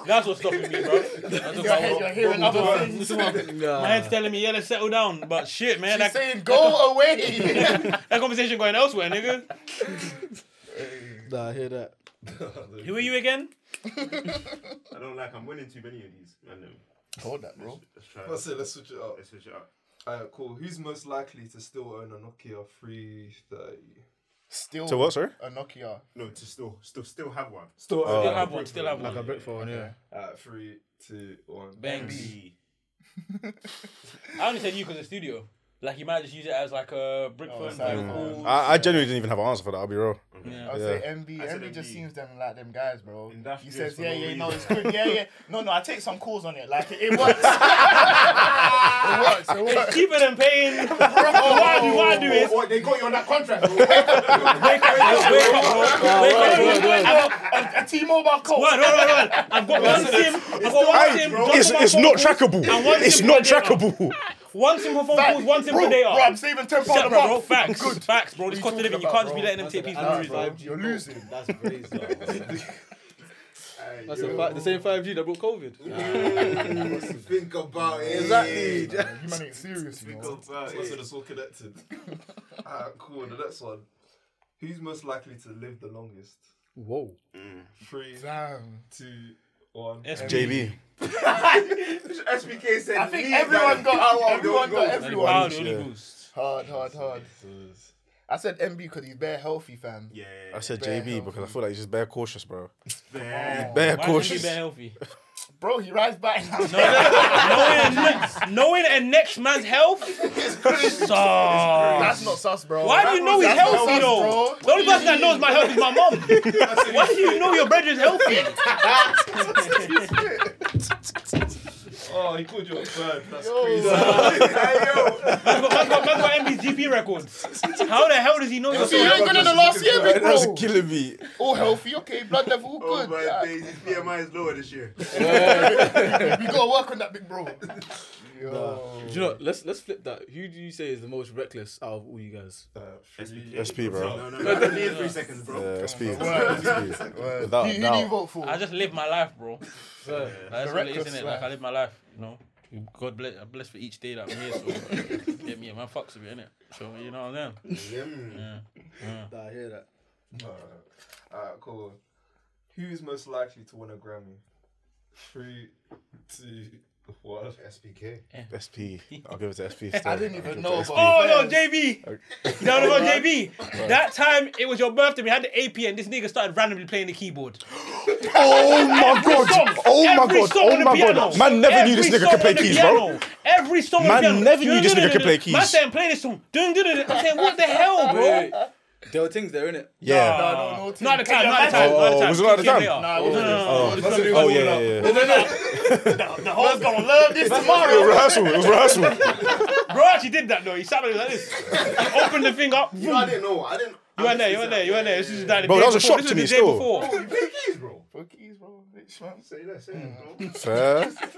Speaker 3: That's what's stopping me, bro. That's
Speaker 6: Your head, you're hearing other things.
Speaker 3: My head's telling me, yeah, let's settle down. But shit, man, that,
Speaker 6: She's saying, "Go away."
Speaker 3: that conversation going elsewhere, nigga.
Speaker 5: Nah, I hear that.
Speaker 3: Who are you again?
Speaker 7: I don't like. I'm winning too many of these. I know.
Speaker 6: Hold that, bro.
Speaker 7: Let's try.
Speaker 2: That's it, let's switch it up.
Speaker 7: Let's switch it up.
Speaker 2: Alright, cool. Who's most likely to still own a Nokia 330?
Speaker 6: Still.
Speaker 4: To what, sir?
Speaker 6: A Nokia.
Speaker 7: No, to still, still, still have one.
Speaker 2: Still own
Speaker 3: Still Uh, have one. Still have one.
Speaker 6: brick phone, yeah.
Speaker 2: Alright, Uh, three, two, one.
Speaker 3: Bangs.
Speaker 7: B.
Speaker 3: I only said you because the studio. Like you might just use it as like a brick phone.
Speaker 6: sorry.
Speaker 3: like, cool.
Speaker 4: Mm. I, I genuinely didn't even have an answer for that, I'll be real.
Speaker 6: I would
Speaker 4: Yeah.
Speaker 6: say MB.
Speaker 7: I said
Speaker 6: MB just
Speaker 7: MB.
Speaker 6: seems them like them guys, bro. He
Speaker 7: Industrious
Speaker 6: says,
Speaker 7: for
Speaker 6: yeah,
Speaker 7: no
Speaker 6: yeah, no,
Speaker 7: reason.
Speaker 6: it's good. Yeah, yeah. No, no, I take some calls on it. Like, it, it works. it works. It works.
Speaker 3: Cheaper than paying. why do why do it?
Speaker 7: Oh, they got you on that contract.
Speaker 3: Wake up, wake up, bro. Wake up, bro.
Speaker 6: A T-Mobile call.
Speaker 3: Word, word, word, word. I've got one SIM. I've got one SIM. just
Speaker 4: It's,
Speaker 3: for my
Speaker 4: it's
Speaker 3: phone
Speaker 4: not
Speaker 3: calls.
Speaker 4: trackable.
Speaker 3: And one
Speaker 4: It's
Speaker 3: SIM
Speaker 4: not
Speaker 3: for data.
Speaker 4: trackable.
Speaker 3: One SIM for phone calls, one SIM
Speaker 6: bro,
Speaker 3: for data.
Speaker 6: bro, I'm saving ten
Speaker 3: Shut
Speaker 6: pounds
Speaker 3: up,
Speaker 6: a
Speaker 3: bro.
Speaker 6: month.
Speaker 3: Facts, facts, bro. This
Speaker 6: you
Speaker 3: cost of living. You
Speaker 6: talking
Speaker 3: can't
Speaker 6: about,
Speaker 3: just be
Speaker 6: bro? Uh,
Speaker 3: letting them take people
Speaker 5: That's
Speaker 3: through.
Speaker 5: five G.
Speaker 6: You're losing.
Speaker 5: That's crazy.
Speaker 7: Aye,
Speaker 5: That's
Speaker 7: yo.
Speaker 5: a fi- the same 5G that brought COVID.
Speaker 7: Think about it.
Speaker 6: Exactly. You man ain't serious, you know.
Speaker 7: Think about
Speaker 2: So
Speaker 7: it.
Speaker 2: it's all connected. Alright, Uh, cool. The next one. Who's most likely to live the longest?
Speaker 5: Whoa.
Speaker 2: Three,
Speaker 6: Damn.
Speaker 2: two, one.
Speaker 4: JB.
Speaker 7: SBK said.
Speaker 6: I think
Speaker 7: leave
Speaker 6: everyone
Speaker 7: that.
Speaker 6: got out.
Speaker 7: Everyone
Speaker 6: Everyone got
Speaker 7: goes.
Speaker 3: Wow,
Speaker 6: everyone.
Speaker 3: the only boost.
Speaker 6: Hard, hard, hard. I said MB because he's bare healthy, fam.
Speaker 7: Yeah.
Speaker 4: I said
Speaker 6: Bare
Speaker 4: JB because I feel like he's just bare cautious, bro.
Speaker 7: Bad.
Speaker 4: Bare
Speaker 3: Why can't you
Speaker 4: cautious.
Speaker 3: be healthy?
Speaker 6: Bro, he rides back.
Speaker 3: Knowing a ne- knowing a next man's health. Sus.
Speaker 6: That's not sus, bro.
Speaker 3: Why do you know he's
Speaker 6: That's not
Speaker 3: healthy
Speaker 6: sus,
Speaker 3: though?
Speaker 6: bro.
Speaker 3: The only person that knows my health is my mom. Why do you know your brethren's healthy?
Speaker 2: Oh, he called you a bird. That's crazy.
Speaker 3: Man's got, man's got, man's got MB's GP records. How the hell does he know your
Speaker 6: So you ain't good in the last year, big
Speaker 4: That's
Speaker 6: bro.
Speaker 4: killing me.
Speaker 6: All healthy, okay. Blood level, all
Speaker 7: Oh
Speaker 6: good.
Speaker 7: my
Speaker 6: Yeah.
Speaker 7: days, his BMI is lower this year.
Speaker 6: we gotta work on that, big bro. Yo.
Speaker 5: Do you know? Let's let's flip that. Who do you say is the most reckless out of all you guys?
Speaker 2: Uh,
Speaker 4: SP, bro.
Speaker 7: No, no, no. I need three seconds, bro.
Speaker 4: Yeah, SP.
Speaker 6: Word.
Speaker 4: SP.
Speaker 6: Word.
Speaker 4: Without a
Speaker 6: who, who do you
Speaker 4: doubt.
Speaker 6: vote for?
Speaker 3: I just live my life, bro. That's what it is,
Speaker 6: reckless
Speaker 3: innit?
Speaker 6: life.
Speaker 3: Like I live my life, you know. God bless, I'm blessed for each day that I'm here. So get me, man, fucks with it, innit? So you know what I'm saying?
Speaker 5: Nah, I hear that.
Speaker 2: Alright, Uh, cool. Who is most likely to win a Grammy? Three, two, What?
Speaker 8: SPK.
Speaker 4: SP. I'll give it to SP.
Speaker 6: I
Speaker 4: still.
Speaker 6: didn't
Speaker 4: I'll give
Speaker 6: even
Speaker 4: it
Speaker 6: know
Speaker 4: to SP.
Speaker 6: about
Speaker 3: Oh
Speaker 6: Fair.
Speaker 3: no, JB! You know what about JB? That time it was your birthday, we had the AP, and this nigga started randomly playing the keyboard.
Speaker 4: Oh my god! Oh my
Speaker 3: Every
Speaker 4: god!
Speaker 3: song on
Speaker 4: Oh
Speaker 3: the
Speaker 4: my
Speaker 3: piano.
Speaker 4: god! Man never
Speaker 3: Every
Speaker 4: knew this nigga
Speaker 3: song
Speaker 4: could play
Speaker 3: on the
Speaker 4: keys, bro.
Speaker 3: piano. Every song on the
Speaker 4: Man
Speaker 3: piano.
Speaker 4: never knew this nigga could play keys.
Speaker 3: Man saying play this song. Dun, dun, dun, dun. I'm saying what the hell, bro?
Speaker 5: Wait, wait. There were things there, innit?
Speaker 4: Yeah.
Speaker 6: No, no, no.
Speaker 3: Not at the time.
Speaker 6: Can you
Speaker 3: Not at the time.
Speaker 6: imagine?
Speaker 3: Not at the time.
Speaker 4: Oh, was it not at the
Speaker 3: Came
Speaker 4: time?
Speaker 3: later.
Speaker 6: No, it wasn't.
Speaker 4: Oh,
Speaker 6: It was gonna be
Speaker 4: oh
Speaker 6: one
Speaker 4: yeah,
Speaker 6: without-
Speaker 4: yeah, yeah.
Speaker 6: The, the hoes gonna love this tomorrow.
Speaker 4: Rehearsal. It was rehearsal.
Speaker 3: Bro actually did that though. He sat like this. He opened the thing up.
Speaker 8: You know, I didn't know. I didn't.
Speaker 3: You weren't there, you weren't there, you weren't there. This is like the
Speaker 4: Bro,
Speaker 3: day
Speaker 4: that was a
Speaker 3: before.
Speaker 4: shock
Speaker 3: This
Speaker 4: to
Speaker 3: was
Speaker 4: me
Speaker 3: the day
Speaker 4: still.
Speaker 3: before.
Speaker 6: Keys, bro. Bitch, man.
Speaker 8: Say that, say that, bro.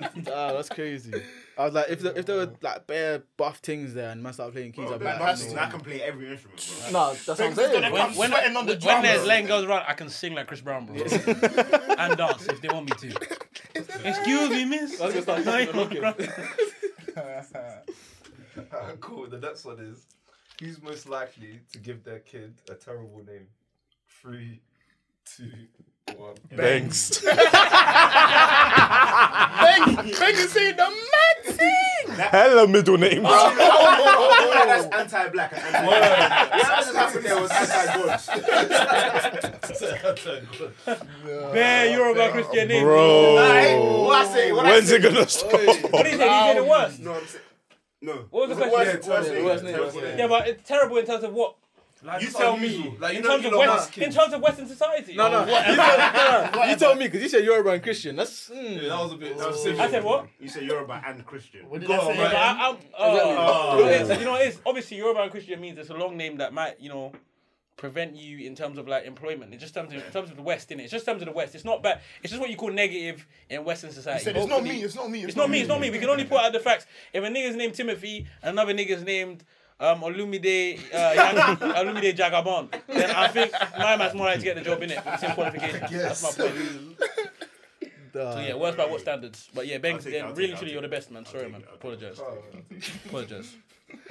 Speaker 4: Fair.
Speaker 5: Ah, that's crazy. I was like, if there, if there were like bare buff things there and Oh, man started playing keys, I'd be like,
Speaker 7: That's-
Speaker 5: no.
Speaker 7: I can play every instrument, bro.
Speaker 9: No, that's what I'm saying.
Speaker 6: I'm
Speaker 3: When,
Speaker 6: sweating on the
Speaker 3: when
Speaker 6: drum.
Speaker 3: there's letting girls around, I can sing like Chris Brown, bro, and dance if they want me to. Excuse me, miss.
Speaker 5: I was gonna start knocking, knocking.
Speaker 2: cool. The next one is who's most likely to give their kid a terrible name? Three, two, one.
Speaker 4: Thanks. Hello, middle name.
Speaker 7: Yeah, that's anti-black and anti-black. yeah, that's happened there was anti-God.
Speaker 3: Man, you're about Christian name.
Speaker 4: Bro.
Speaker 7: What I say? What I
Speaker 4: When's
Speaker 7: say?
Speaker 4: it gonna stop?
Speaker 3: What did he say? Did he say the worst?
Speaker 7: No, I'm saying. No.
Speaker 3: What was the
Speaker 7: Yeah,
Speaker 3: question?
Speaker 7: worst name,
Speaker 5: Worst name,
Speaker 7: worst
Speaker 5: worst
Speaker 7: name.
Speaker 3: Yeah, but it's terrible in terms of what?
Speaker 2: Like,
Speaker 7: You
Speaker 2: it's
Speaker 7: tell
Speaker 2: unusual.
Speaker 7: me.
Speaker 2: Like, you
Speaker 3: In
Speaker 2: know,
Speaker 3: terms of
Speaker 2: Elon Musk
Speaker 3: West, in
Speaker 2: kids.
Speaker 3: terms of Western society.
Speaker 5: No, no. You told, no, no. you told me because you said you're a brand Christian. That's mm.
Speaker 2: Yeah, that was a bit. That was
Speaker 3: I said what?
Speaker 7: You say Yoruba and Christian.
Speaker 6: What did
Speaker 2: Go
Speaker 6: I
Speaker 2: on,
Speaker 6: say?
Speaker 2: man.
Speaker 3: But
Speaker 6: man?
Speaker 3: I, I'm, uh,
Speaker 2: Oh.
Speaker 3: you, know what it is, you know what it is? Obviously, Yoruba and Christian means it's a long name that might, you know, prevent you in terms of like employment. It's just terms of, in terms of the West, innit? It's just terms of the West. It's not bad. It's just what you call negative in Western society.
Speaker 6: Said, It's not me. It's not me.
Speaker 3: It's not me. It's not me. We can only put out the facts. If a nigga's named Timothy and another nigga's named um, Olumide uh, Yag- Olumide Jagabon, then I think my man's more likely to get the job in it. Same qualifications. That's my point. So yeah, worse by what standards? But yeah, Banks,
Speaker 7: take it,
Speaker 3: then
Speaker 7: I'll take
Speaker 3: really,
Speaker 7: it, I'll
Speaker 3: truly,
Speaker 7: take
Speaker 3: you're the
Speaker 7: it.
Speaker 3: best man. Sorry,
Speaker 7: take
Speaker 3: man.
Speaker 7: it, I'll take
Speaker 3: Apologize.
Speaker 2: Oh,
Speaker 3: Apologize.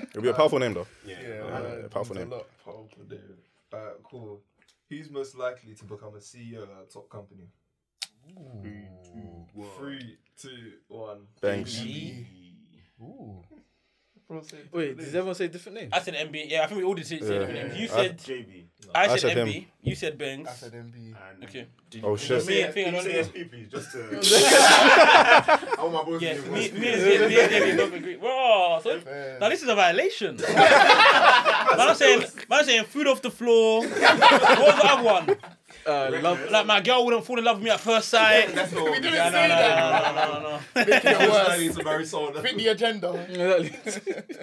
Speaker 4: It'll be a powerful name though.
Speaker 2: Yeah,
Speaker 4: yeah, powerful
Speaker 2: there's
Speaker 4: name.
Speaker 2: A
Speaker 4: Oh,
Speaker 2: lot of powerful name. Alright, cool. Who's most likely to become a CEO at a top company? Three, two, one.
Speaker 4: Thanks.
Speaker 5: Wait, does everyone say different names?
Speaker 3: I said MB. Yeah, I think we all did say say
Speaker 4: Yeah.
Speaker 3: different names. You
Speaker 4: I-
Speaker 3: said
Speaker 7: JB.
Speaker 3: I,
Speaker 4: I
Speaker 3: said,
Speaker 4: said
Speaker 3: MB.
Speaker 4: him.
Speaker 3: You said Banks.
Speaker 6: I said MB.
Speaker 7: And
Speaker 3: okay.
Speaker 4: Oh shit.
Speaker 3: Me and
Speaker 7: Can
Speaker 3: Finger
Speaker 7: you say
Speaker 3: don't.
Speaker 7: SP, please? Just
Speaker 8: uh,
Speaker 7: to. I want my boys
Speaker 3: Yes,
Speaker 7: to
Speaker 3: me,
Speaker 7: be
Speaker 3: me and Jay- me and Jamie don't agree. Bro, so now this is a violation. man, I'm saying, man, I'm saying food off the floor. what was the other one?
Speaker 5: Uh, love,
Speaker 3: Like my girl wouldn't fall in love with me at first sight. Yeah,
Speaker 7: That's all.
Speaker 3: no, no, no, no, no, no, no.
Speaker 2: Most likely to marry someone.
Speaker 6: Fit the agenda.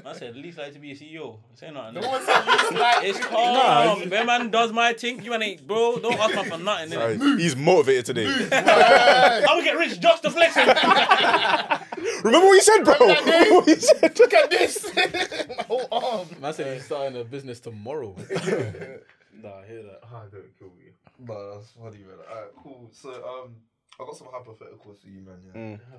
Speaker 3: I said least likely to be a CEO. Say nothing.
Speaker 6: No one said least like.
Speaker 3: It's calm. Nah, man does my thing. You ain't, bro. Don't ask me for nothing. innit?
Speaker 4: Alright, He's motivated today.
Speaker 3: I'm gonna get rich just to flex it.
Speaker 4: Remember what you said, bro. Remember what you said.
Speaker 6: Look at this. My whole arm.
Speaker 5: man said he's starting a business tomorrow. nah, I hear that.
Speaker 2: Ah, don't kill me. But that's funny, man. Alright, cool. So, um, I got some hypotheticals for you, man. Yeah.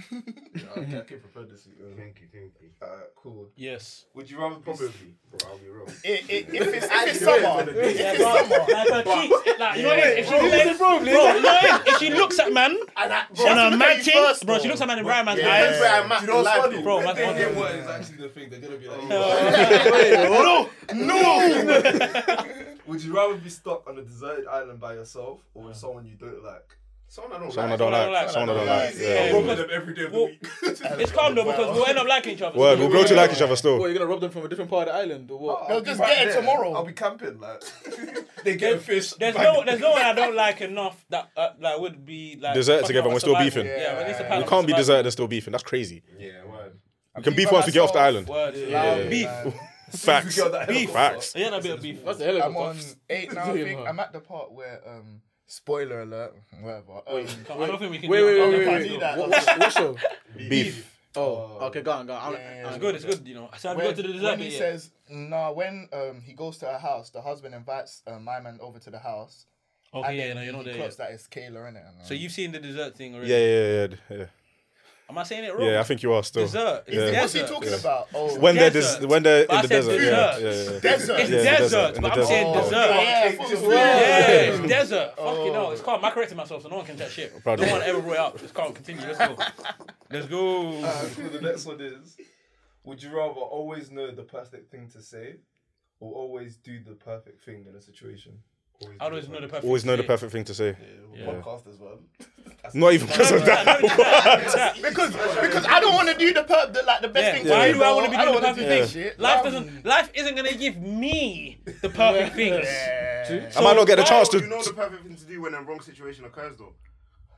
Speaker 2: yeah I, I can prepare this. week, uh,
Speaker 7: Thank you, thank you.
Speaker 2: Alright, cool.
Speaker 3: Yes.
Speaker 2: Would you rather be
Speaker 7: Probably, bro. I'll be real.
Speaker 6: I- I- If it's if it's summer,
Speaker 3: Yeah, bro. Like, her cheeks, like, you know what it is? If she looks, bro, you know what it is? If she looks at man,
Speaker 7: And I, bro,
Speaker 3: on a
Speaker 7: look at
Speaker 3: mad
Speaker 7: you
Speaker 3: thing,
Speaker 7: first,
Speaker 3: bro, she looks at man in Brian man's
Speaker 7: Yeah, that's
Speaker 3: eyes.
Speaker 7: where I'm at
Speaker 2: You know what's
Speaker 7: in life,
Speaker 2: funny?
Speaker 3: bro,
Speaker 2: If
Speaker 3: that's
Speaker 2: they
Speaker 3: funny.
Speaker 2: get what is actually the thing, they're gonna be like, no, no. Would you rather be stuck on a deserted island by yourself or with someone you don't like?
Speaker 7: Someone I don't
Speaker 4: Someone I
Speaker 7: like.
Speaker 4: don't
Speaker 3: Someone I
Speaker 4: like. Someone I don't like.
Speaker 3: Easy.
Speaker 4: Yeah.
Speaker 3: Yeah.
Speaker 2: I'm robbing them every day of the
Speaker 3: Well-
Speaker 2: week.
Speaker 3: It's calm though because we'll end up liking each other.
Speaker 4: Word, we'll grow to like each other still.
Speaker 5: What, you're gonna rob them from a different part of the island or what?
Speaker 6: they'll just get it
Speaker 2: I'll
Speaker 6: tomorrow.
Speaker 2: be camping, like. they get fish.
Speaker 3: There's no, there's no one I don't like enough that uh, like would be like
Speaker 4: Deserted
Speaker 3: fucking
Speaker 4: together
Speaker 3: up
Speaker 4: and we're
Speaker 3: for
Speaker 4: still
Speaker 3: survival.
Speaker 4: beefing.
Speaker 3: Yeah, but at least a
Speaker 4: We
Speaker 3: pattern
Speaker 4: can't be
Speaker 3: for
Speaker 4: deserted and still beefing. That's crazy.
Speaker 7: Yeah, word.
Speaker 4: We can beef once we get off the island.
Speaker 3: survival. Word.
Speaker 4: Yeah.
Speaker 3: Beef.
Speaker 4: Facts.
Speaker 2: Beef.
Speaker 4: Facts.
Speaker 3: Yeah, that'd be a beef.
Speaker 5: That's a
Speaker 6: I'm on
Speaker 5: helicopter.
Speaker 6: eight now. I
Speaker 5: Yeah,
Speaker 6: think
Speaker 5: man.
Speaker 6: I'm at the part where um. Spoiler alert, whatever. Um,
Speaker 3: I don't think we can
Speaker 5: Wait,
Speaker 3: do
Speaker 5: wait,
Speaker 3: that.
Speaker 5: wait,
Speaker 6: if
Speaker 5: wait,
Speaker 6: I
Speaker 5: wait.
Speaker 6: do that,
Speaker 5: What, what, what show?
Speaker 4: Beef.
Speaker 5: Oh, okay, go on, go on. I'm,
Speaker 6: Yeah,
Speaker 5: I'm
Speaker 3: It's good, it's good, you know. So I'd go
Speaker 6: um, when,
Speaker 3: to the
Speaker 6: when
Speaker 3: dessert
Speaker 6: he
Speaker 3: bit, yeah.
Speaker 6: says nah, when um he goes to her house, the husband invites uh, my man over to the house.
Speaker 3: Okay,
Speaker 6: and
Speaker 3: Oh, yeah,
Speaker 6: then
Speaker 3: no, you're not
Speaker 6: he
Speaker 3: there
Speaker 6: clocks
Speaker 3: yet.
Speaker 6: that it's Kayla um, in it.
Speaker 3: So you've seen the dessert thing already.
Speaker 4: Yeah, yeah, yeah, yeah.
Speaker 3: Am I saying it wrong?
Speaker 4: Yeah, I think you are still.
Speaker 3: Dessert. It's
Speaker 4: Yeah.
Speaker 6: What's he
Speaker 3: desert.
Speaker 6: talking
Speaker 4: Yeah.
Speaker 6: about? Oh,
Speaker 4: When they're
Speaker 3: Desert.
Speaker 4: des- when they're
Speaker 3: But I
Speaker 4: in the
Speaker 3: said
Speaker 4: desert. Yeah,
Speaker 3: dessert.
Speaker 4: yeah, yeah, yeah.
Speaker 6: desert.
Speaker 3: It's
Speaker 4: Yeah, the
Speaker 3: desert,
Speaker 4: desert, in
Speaker 3: but
Speaker 4: the
Speaker 3: I'm saying
Speaker 4: desert.
Speaker 3: dessert.
Speaker 6: Oh, yeah,
Speaker 3: Yeah,
Speaker 6: fuck
Speaker 3: it's desert. Fucking hell. It's calm. I corrected myself, so no one can chat shit.
Speaker 4: Proud of
Speaker 3: Don't
Speaker 4: you.
Speaker 3: want to ever roll it up. Just can't continue. Let's go. Let's go.
Speaker 2: the next one is Would you rather always know the perfect thing to say or always do the perfect thing in a situation?
Speaker 3: I always know the perfect.
Speaker 4: Always know the
Speaker 3: shape.
Speaker 4: perfect thing to say.
Speaker 2: Podcasters, man.
Speaker 4: Not even because of that.
Speaker 6: because because I don't want to do the per- the, like the best
Speaker 3: Yeah.
Speaker 6: thing.
Speaker 3: Why
Speaker 6: to
Speaker 3: do I
Speaker 6: bro.
Speaker 3: want to be doing the
Speaker 6: don't wanna
Speaker 3: perfect
Speaker 6: do
Speaker 3: thing?
Speaker 6: that shit. Um,
Speaker 3: Life
Speaker 6: Like,
Speaker 3: doesn't. Life isn't gonna give me the perfect things.
Speaker 4: I might not get the chance
Speaker 8: You know the
Speaker 4: to.
Speaker 8: perfect thing to do when a wrong situation occurs, though.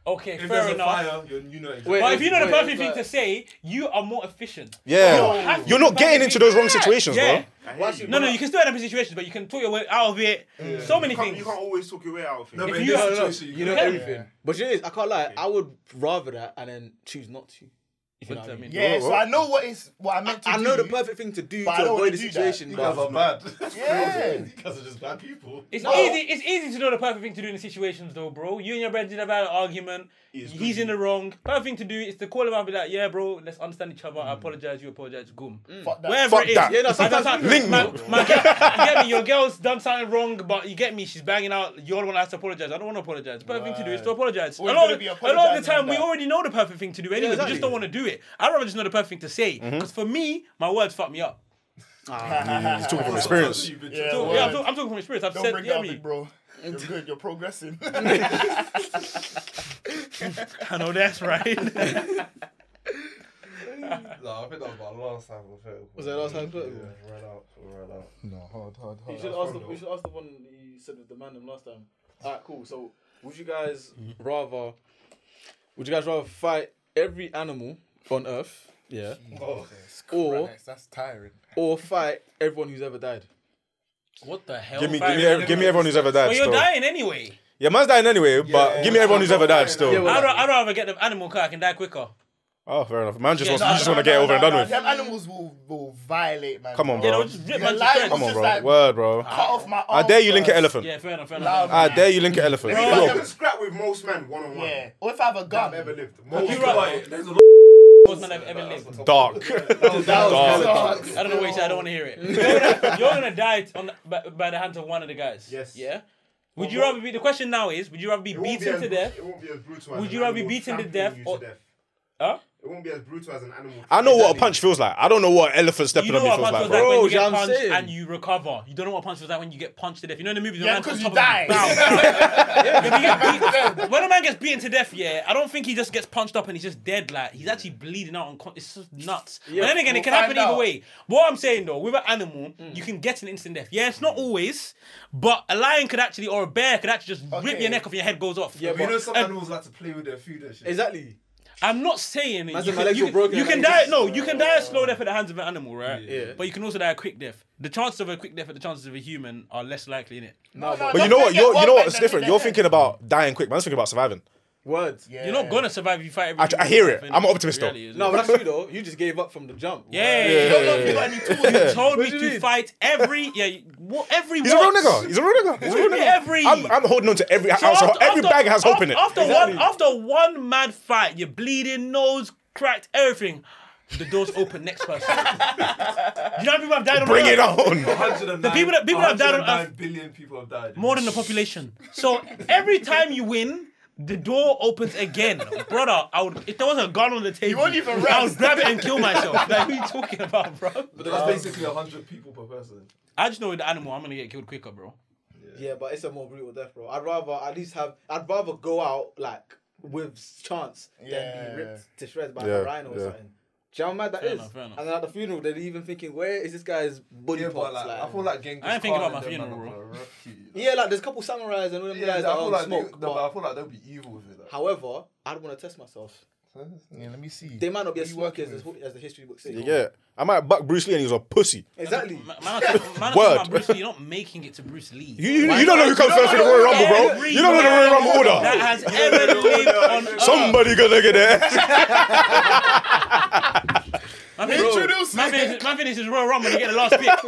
Speaker 3: Okay,
Speaker 2: If
Speaker 3: fair
Speaker 2: there's a
Speaker 3: enough.
Speaker 2: fire, you're, you know exactly.
Speaker 3: But if you know the perfect thing to say, you are more efficient.
Speaker 4: Yeah,
Speaker 3: Have
Speaker 4: you're
Speaker 3: to
Speaker 4: not getting
Speaker 3: perfect
Speaker 4: into those
Speaker 3: thing.
Speaker 4: wrong situations,
Speaker 3: Yeah.
Speaker 4: bro.
Speaker 8: I hear you.
Speaker 3: No, no, you can still end up in situations, but you can talk your way out of it. So many
Speaker 8: You can't,
Speaker 3: things.
Speaker 8: you can't always talk your way out of things.
Speaker 3: If
Speaker 2: but in
Speaker 3: you
Speaker 2: this
Speaker 3: are-
Speaker 2: situation,
Speaker 5: You know
Speaker 3: Yeah.
Speaker 5: everything. But you know, I can't lie. I would rather that and then choose not to. If you know
Speaker 3: What
Speaker 5: what
Speaker 3: does
Speaker 5: I
Speaker 3: that
Speaker 5: mean.
Speaker 3: mean?
Speaker 6: Yeah, so I know what is what I meant to
Speaker 5: I
Speaker 6: do.
Speaker 5: know the perfect thing to do
Speaker 6: But I
Speaker 5: to
Speaker 6: don't wanna
Speaker 5: avoid the
Speaker 6: do that.
Speaker 5: situation,
Speaker 6: You
Speaker 5: but
Speaker 2: are bad.
Speaker 6: Yeah.
Speaker 2: Because are just bad people.
Speaker 3: It's easy. It's easy to know the perfect thing to do in the situations, though, bro. You and your friend did have an argument. He's in the wrong. Perfect thing to do is to call him out and be like, "Yeah, bro, let's understand each other. I apologize. You apologize. Goom.
Speaker 6: Fuck that.
Speaker 3: Wherever
Speaker 4: Fuck
Speaker 3: it is.
Speaker 4: that.
Speaker 5: Yeah, no, sometimes
Speaker 3: Sometimes-
Speaker 5: people-
Speaker 3: my, my girl, you get me. Your girl's done something wrong, but you get me. She's banging out. You're the one that has to apologize. I don't want to apologize. The perfect thing to do is to apologize. A
Speaker 6: Always
Speaker 3: lot,
Speaker 6: gonna
Speaker 3: of,
Speaker 6: be
Speaker 3: a lot of the
Speaker 6: apologising
Speaker 3: time,
Speaker 6: and
Speaker 3: we
Speaker 6: that.
Speaker 3: already know the perfect thing to do anyway. We just don't want to do it. I'd rather just know the perfect thing to say. Because for me, my words fuck me up.
Speaker 5: Ah.
Speaker 4: He's talking from experience.
Speaker 2: You've been
Speaker 6: Yeah,
Speaker 2: trying-
Speaker 3: So,
Speaker 6: word.
Speaker 3: yeah, I'm, talk- I'm talking from experience. I've
Speaker 6: Don't
Speaker 3: said,
Speaker 6: bring
Speaker 3: yeah,
Speaker 6: that
Speaker 3: me.
Speaker 6: big bro. You're good. You're progressing.
Speaker 3: I know that's right.
Speaker 2: No, I think that was my last time on film.
Speaker 5: Was that last time political?
Speaker 2: Yeah, right out, right out.
Speaker 6: no, hard, hard,
Speaker 5: You should ask the you should ask the one you said with the man them last time. Alright, cool. So would you guys rather would you guys rather fight every animal on earth? Yeah. Or
Speaker 6: That's tiring.
Speaker 5: or fight everyone who's ever died.
Speaker 3: what the hell?
Speaker 4: Give me, give me, give me everyone who's ever died.
Speaker 3: But you're
Speaker 4: Still.
Speaker 3: dying anyway.
Speaker 4: Yeah, man's dying anyway, but give me everyone who's ever died. Still.
Speaker 5: Yeah, well-
Speaker 3: I'd, ra- I'd rather get the animal car. I can die quicker.
Speaker 4: Oh, fair enough. Man just wants,
Speaker 3: no,
Speaker 4: you just
Speaker 3: no,
Speaker 4: want to get it over and done with.
Speaker 6: Them animals will, will violate, man.
Speaker 4: Come on,
Speaker 3: Yeah,
Speaker 4: Bro.
Speaker 3: they'll just rip
Speaker 6: Your
Speaker 3: man to
Speaker 6: life
Speaker 3: shreds.
Speaker 6: was
Speaker 4: Come on,
Speaker 6: just
Speaker 4: bro.
Speaker 6: like-
Speaker 4: Word, bro.
Speaker 6: Cut off my arm.
Speaker 4: I dare you link an
Speaker 6: first.
Speaker 4: elephant.
Speaker 3: Yeah, fair enough, fair
Speaker 6: Love
Speaker 3: enough.
Speaker 4: I dare you link an elephant.
Speaker 6: Bro.
Speaker 4: Yo,
Speaker 8: I'm scrap with most men one on one.
Speaker 6: Yeah. Or if I have a gun.
Speaker 8: I've ever lived.
Speaker 2: Most
Speaker 3: you
Speaker 2: people
Speaker 3: right.
Speaker 2: are- There's a lot
Speaker 3: Most men have ever lived.
Speaker 4: dark. Dark.
Speaker 3: I don't know what you said. I don't want to hear it. You're gonna, you're gonna die on the, by, by the hands of one of the guys.
Speaker 8: Yes.
Speaker 3: Yeah. Would you rather be? The question now is: Would you rather be
Speaker 8: It won't be
Speaker 3: beaten
Speaker 8: as
Speaker 3: to
Speaker 8: bru-
Speaker 3: death?
Speaker 8: It won't be as brutal.
Speaker 3: Would
Speaker 8: as
Speaker 3: you
Speaker 8: an
Speaker 3: rather be
Speaker 8: animal
Speaker 3: beaten to
Speaker 8: trampling
Speaker 3: death
Speaker 8: you
Speaker 3: or-
Speaker 8: death.
Speaker 3: Huh?
Speaker 8: It won't be as brutal as an animal.
Speaker 4: I know what a punch feels like. I don't know what an elephant
Speaker 3: You
Speaker 4: stepping
Speaker 3: know
Speaker 4: on me
Speaker 3: what a
Speaker 4: feels
Speaker 3: punch
Speaker 4: like,
Speaker 3: was like
Speaker 4: bro.
Speaker 3: when
Speaker 5: Bro,
Speaker 3: you get
Speaker 5: yeah, I'm
Speaker 3: punched
Speaker 5: saying.
Speaker 3: and you recover. You don't know what a punch was like when you get punched to death. You know in the movies, the
Speaker 6: Yeah,
Speaker 3: man's
Speaker 6: because
Speaker 3: on
Speaker 6: you
Speaker 3: top of
Speaker 6: die.
Speaker 3: bow. Yeah, but you get beat- when a man gets beaten to death, yeah, I don't think he just gets punched up and he's just dead. Like he's actually bleeding out. On con- it's just nuts. but then again,
Speaker 6: we'll
Speaker 3: it can happen
Speaker 6: find
Speaker 3: either
Speaker 6: out.
Speaker 3: way. What I'm saying though, with an animal, you can get an instant death. Yeah, it's not always, but a lion could actually or a bear could actually just rip
Speaker 6: Okay.
Speaker 3: your neck off. and Your head goes off.
Speaker 5: Yeah,
Speaker 2: of- You
Speaker 5: but
Speaker 2: know some animals like to play with their food and shit.
Speaker 5: exactly.
Speaker 3: I'm not saying it.
Speaker 5: Man
Speaker 3: You
Speaker 5: said my
Speaker 3: can,
Speaker 5: legs
Speaker 3: you
Speaker 5: were
Speaker 3: can-
Speaker 5: broken
Speaker 3: you
Speaker 5: and
Speaker 3: can
Speaker 5: my
Speaker 3: die.
Speaker 5: legs-
Speaker 3: No, you can die a slow death at the hands of an animal, right?
Speaker 5: Yeah.
Speaker 3: But you can also die a quick death. The chances of a quick death and the chances of a human are less likely, innit?
Speaker 6: No, no,
Speaker 4: But you
Speaker 6: don't
Speaker 4: know what?
Speaker 6: forget
Speaker 4: You're, you
Speaker 6: one
Speaker 4: know
Speaker 6: man
Speaker 4: what? It's
Speaker 6: that
Speaker 4: different.
Speaker 6: did
Speaker 4: You're
Speaker 6: that.
Speaker 4: thinking about dying quick. Man's thinking about surviving.
Speaker 5: Words.
Speaker 6: Yeah.
Speaker 3: You're not gonna survive if you fight every
Speaker 4: I tr- I hear it. I'm an optimist, though.
Speaker 3: though.
Speaker 5: No, but that's true though. You just gave up from the jump.
Speaker 3: yeah,
Speaker 6: You don't know if you got any tools.
Speaker 3: You told me
Speaker 5: What do you
Speaker 3: to
Speaker 5: mean?
Speaker 3: fight every yeah, you- what every
Speaker 4: He's a real nigga. He's a real nigga. He's a real nigga.
Speaker 3: Every-
Speaker 4: I'm, I'm holding on to every
Speaker 3: So
Speaker 4: ounce of-
Speaker 3: after-
Speaker 4: every
Speaker 3: after-
Speaker 4: bag has hope in it.
Speaker 3: After one after one mad fight, you're bleeding, nose cracked, everything. The doors open next person. you know how people have died on
Speaker 4: Bring
Speaker 3: Earth?
Speaker 4: it on.
Speaker 2: 109
Speaker 3: The people that- people that have died on
Speaker 2: 109
Speaker 3: Earth-
Speaker 2: billion people have died.
Speaker 3: more than the population. So every time you win, the door opens again, brother. I would if there was a gun on the table,
Speaker 6: won't even
Speaker 3: I would
Speaker 6: rest.
Speaker 3: grab it and kill myself. Like, what are you talking about, bro?
Speaker 2: But that's basically 100 people per person.
Speaker 3: I just know with the animal, I'm gonna get killed quicker, bro.
Speaker 5: Yeah, but it's a more brutal death, bro. I'd rather at least have. I'd rather go out like with chance than
Speaker 6: Yeah.
Speaker 5: be ripped to shreds by
Speaker 4: Yeah,
Speaker 5: a rhino or
Speaker 4: yeah.
Speaker 5: something. Do you know how mad that is?
Speaker 3: Fair enough, fair enough.
Speaker 5: And then at the funeral, they're even thinking, where is this guy's body
Speaker 2: Yeah, but
Speaker 5: parts?
Speaker 2: like,
Speaker 5: Like,
Speaker 2: I feel like Genghis
Speaker 3: I ain't thinking
Speaker 2: Khan
Speaker 3: about
Speaker 2: and them
Speaker 3: my
Speaker 2: man
Speaker 3: funeral,
Speaker 2: are gonna wreck you.
Speaker 5: yeah, like there's a couple samurais and all them
Speaker 2: Yeah, I
Speaker 5: guys that
Speaker 2: feel
Speaker 5: on
Speaker 2: like they-
Speaker 5: smoke.
Speaker 2: no,
Speaker 5: but
Speaker 2: but I feel like they'll be evil with it. Like.
Speaker 5: however, I'd want to test myself.
Speaker 6: Yeah, let me see.
Speaker 5: They might not be as
Speaker 6: you
Speaker 5: smart
Speaker 6: working
Speaker 5: as, the- as the history books say.
Speaker 4: Yeah, I might buck Bruce Lee and he was a pussy.
Speaker 5: exactly.
Speaker 3: Man, man, I'm talking- man, I'm talking
Speaker 4: Word.
Speaker 3: about Bruce Lee. You're not making it to Bruce Lee.
Speaker 4: You, you, you don't know who comes first in the Royal Rumble, bro. You don't know the Royal Rumble
Speaker 3: That
Speaker 4: order.
Speaker 3: has ever lived on Earth.
Speaker 4: Somebody gonna get there.
Speaker 3: My finish,
Speaker 6: Introduce
Speaker 3: my
Speaker 6: it.
Speaker 3: finish, my finish is Royal Rumble. You get the last pick.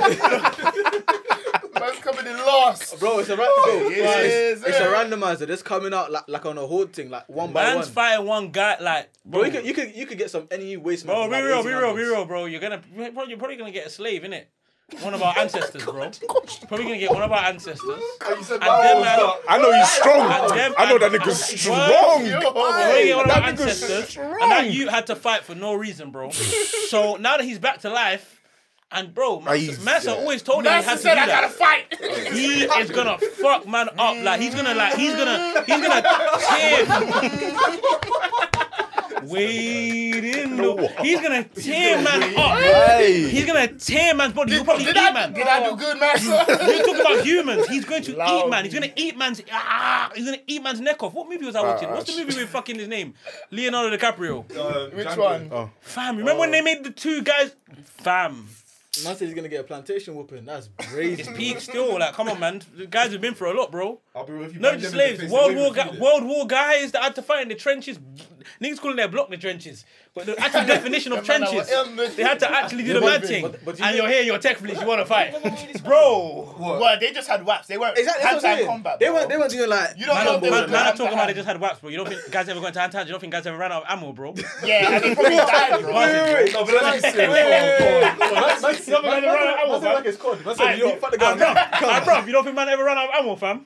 Speaker 6: man's coming in last.
Speaker 5: Bro, it's a random.
Speaker 6: Yeah,
Speaker 5: it's, it's a
Speaker 6: yeah.
Speaker 5: randomizer. It's coming out like, like on a horde thing, like one by
Speaker 3: Man's
Speaker 5: one.
Speaker 3: fighting one guy like
Speaker 5: Bro, you could you could you could get some any waste. man
Speaker 3: Bro, Oh, be
Speaker 5: from, like,
Speaker 3: real,
Speaker 5: easy
Speaker 3: be real, be
Speaker 5: randoms.
Speaker 3: real, bro. You're gonna you're probably, you're probably gonna get a slave, innit? One of our ancestors, bro. Probably gonna get one of our ancestors.
Speaker 6: And you said,
Speaker 3: And then,
Speaker 6: "Wow,
Speaker 3: man,
Speaker 6: what's
Speaker 4: I know he's strong.
Speaker 3: Them
Speaker 4: I know that
Speaker 3: and-
Speaker 4: nigga's
Speaker 3: Word.
Speaker 4: strong.
Speaker 6: Yo,
Speaker 3: We're gonna get
Speaker 4: Aye,
Speaker 3: one of our
Speaker 4: that nigga's
Speaker 3: ancestors,
Speaker 4: strong.
Speaker 3: and that you had to fight for no reason, bro. so now that he's back to life, and bro,
Speaker 4: he's-
Speaker 3: Massa
Speaker 4: yeah.
Speaker 3: always told him he
Speaker 6: Master
Speaker 3: had to do
Speaker 6: said I
Speaker 3: that.
Speaker 6: gotta fight.
Speaker 3: he is gonna fuck man up. Like he's gonna like he's gonna he's gonna tear. Wait in the. He's gonna tear man up.
Speaker 4: Aye.
Speaker 3: He's gonna tear man's body. He'll probably eat
Speaker 6: Did I,
Speaker 3: man.
Speaker 6: did I do good, Master?
Speaker 3: You talk about humans. He's going to
Speaker 6: Loud.
Speaker 3: eat man. He's gonna eat man's. Ah, he's gonna eat man's neck off. What movie was I watching? What's the movie with fucking his name? Leonardo DiCaprio.
Speaker 2: Um,
Speaker 6: Which
Speaker 2: Django.
Speaker 6: one?
Speaker 3: Fam, remember when they made the two guys? Fam,
Speaker 5: Man said he's gonna get a plantation whooping. That's crazy.
Speaker 3: it's peak still. Like, come on, man. The guys have been through a lot, bro.
Speaker 2: I'll be with you.
Speaker 3: No,
Speaker 2: man,
Speaker 3: just
Speaker 2: them in the
Speaker 3: slaves.
Speaker 2: face,
Speaker 3: World
Speaker 2: they
Speaker 3: War,
Speaker 2: refuse
Speaker 3: gu-
Speaker 2: it.
Speaker 3: World War guys that had to fight in the trenches. Niggas calling their block the trenches, but the actual definition of
Speaker 6: Them man are
Speaker 3: trenches,
Speaker 6: ill,
Speaker 3: they had to actually do the
Speaker 5: but-
Speaker 3: mad thing.
Speaker 5: but- but you
Speaker 3: and
Speaker 5: know-
Speaker 3: you're here, you're tech police, you want to fight, bro.
Speaker 6: Well, they just had whaps. They weren't
Speaker 5: Exactly. That's what I'm
Speaker 6: hand-to-hand
Speaker 5: saying.
Speaker 6: combat.
Speaker 5: They
Speaker 6: bro.
Speaker 5: were they were doing like.
Speaker 6: You don't
Speaker 3: Man,
Speaker 6: know
Speaker 3: man,
Speaker 6: if they were
Speaker 3: man, man are
Speaker 6: hand-to-hand.
Speaker 3: talking about they just had waps, bro. You don't think guys ever went to hand You don't think guys ever ran out of ammo, bro?
Speaker 6: Yeah, and they probably died, bro.
Speaker 3: Wait, wait, wait.
Speaker 2: No, but let's be serious.
Speaker 3: Aye, you- aye, bruv, aye, bruv, you don't think man ever ran out of ammo, fam?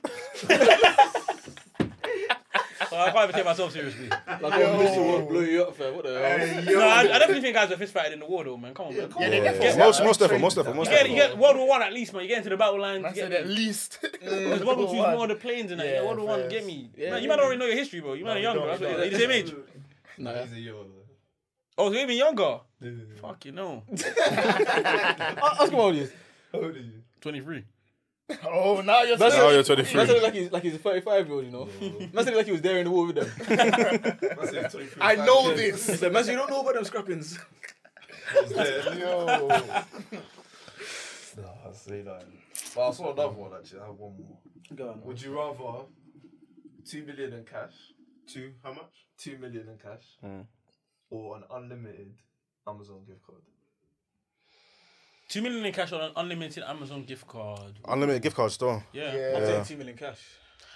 Speaker 3: so I can't even take myself seriously.
Speaker 5: Like, oh, Mr. World blew you up, fam. What the hell?
Speaker 3: No, I, I definitely think guys are fist fighting in the war, though, man. Come on, man.
Speaker 6: Yeah, they definitely-
Speaker 4: Most, most effort, most effort, most
Speaker 3: You get, you
Speaker 4: effort.
Speaker 3: get World War One at least, man. You get into the battle lines.
Speaker 6: I
Speaker 3: you
Speaker 6: said
Speaker 3: get
Speaker 6: at least.
Speaker 3: Because World War Two is more the planes and that. Yeah,
Speaker 6: Yeah,
Speaker 3: World War One,
Speaker 6: fair.
Speaker 3: get me.
Speaker 5: Yeah,
Speaker 3: man, you
Speaker 5: yeah,
Speaker 3: might
Speaker 5: yeah.
Speaker 3: already know your history, bro. You might
Speaker 6: we
Speaker 3: be younger.
Speaker 6: don't,
Speaker 3: That's
Speaker 6: we
Speaker 3: what
Speaker 6: don't.
Speaker 3: you're the same age.
Speaker 5: Nah,
Speaker 2: He's a yo, though.
Speaker 3: Oh, so you're even younger. Fuck you know.
Speaker 5: Ask him all this.
Speaker 2: How old are you?
Speaker 3: Twenty three.
Speaker 6: Oh, now you're
Speaker 5: That's
Speaker 4: Now
Speaker 6: saying.
Speaker 4: you're
Speaker 5: Man
Speaker 4: 23.
Speaker 5: said like he's like he's a 35 year old, you know. Man said like he was there in the war with them.
Speaker 2: That's it, 23,
Speaker 6: I
Speaker 2: five
Speaker 6: know
Speaker 2: years.
Speaker 5: He
Speaker 6: this.
Speaker 5: said, man, said, you don't know about them scrappings.
Speaker 2: was there.
Speaker 6: Yo.
Speaker 2: Nah, I say that. But I saw another one actually. I have one more.
Speaker 5: Go on.
Speaker 2: Would you rather two million in cash,
Speaker 8: Two, how much?
Speaker 2: two million in cash,
Speaker 4: Hmm.
Speaker 2: or an unlimited Amazon gift card?
Speaker 3: Two million in cash on an unlimited Amazon gift card.
Speaker 4: Unlimited gift card store.
Speaker 3: Yeah.
Speaker 5: I'm
Speaker 6: Yeah.
Speaker 5: saying 2 million cash.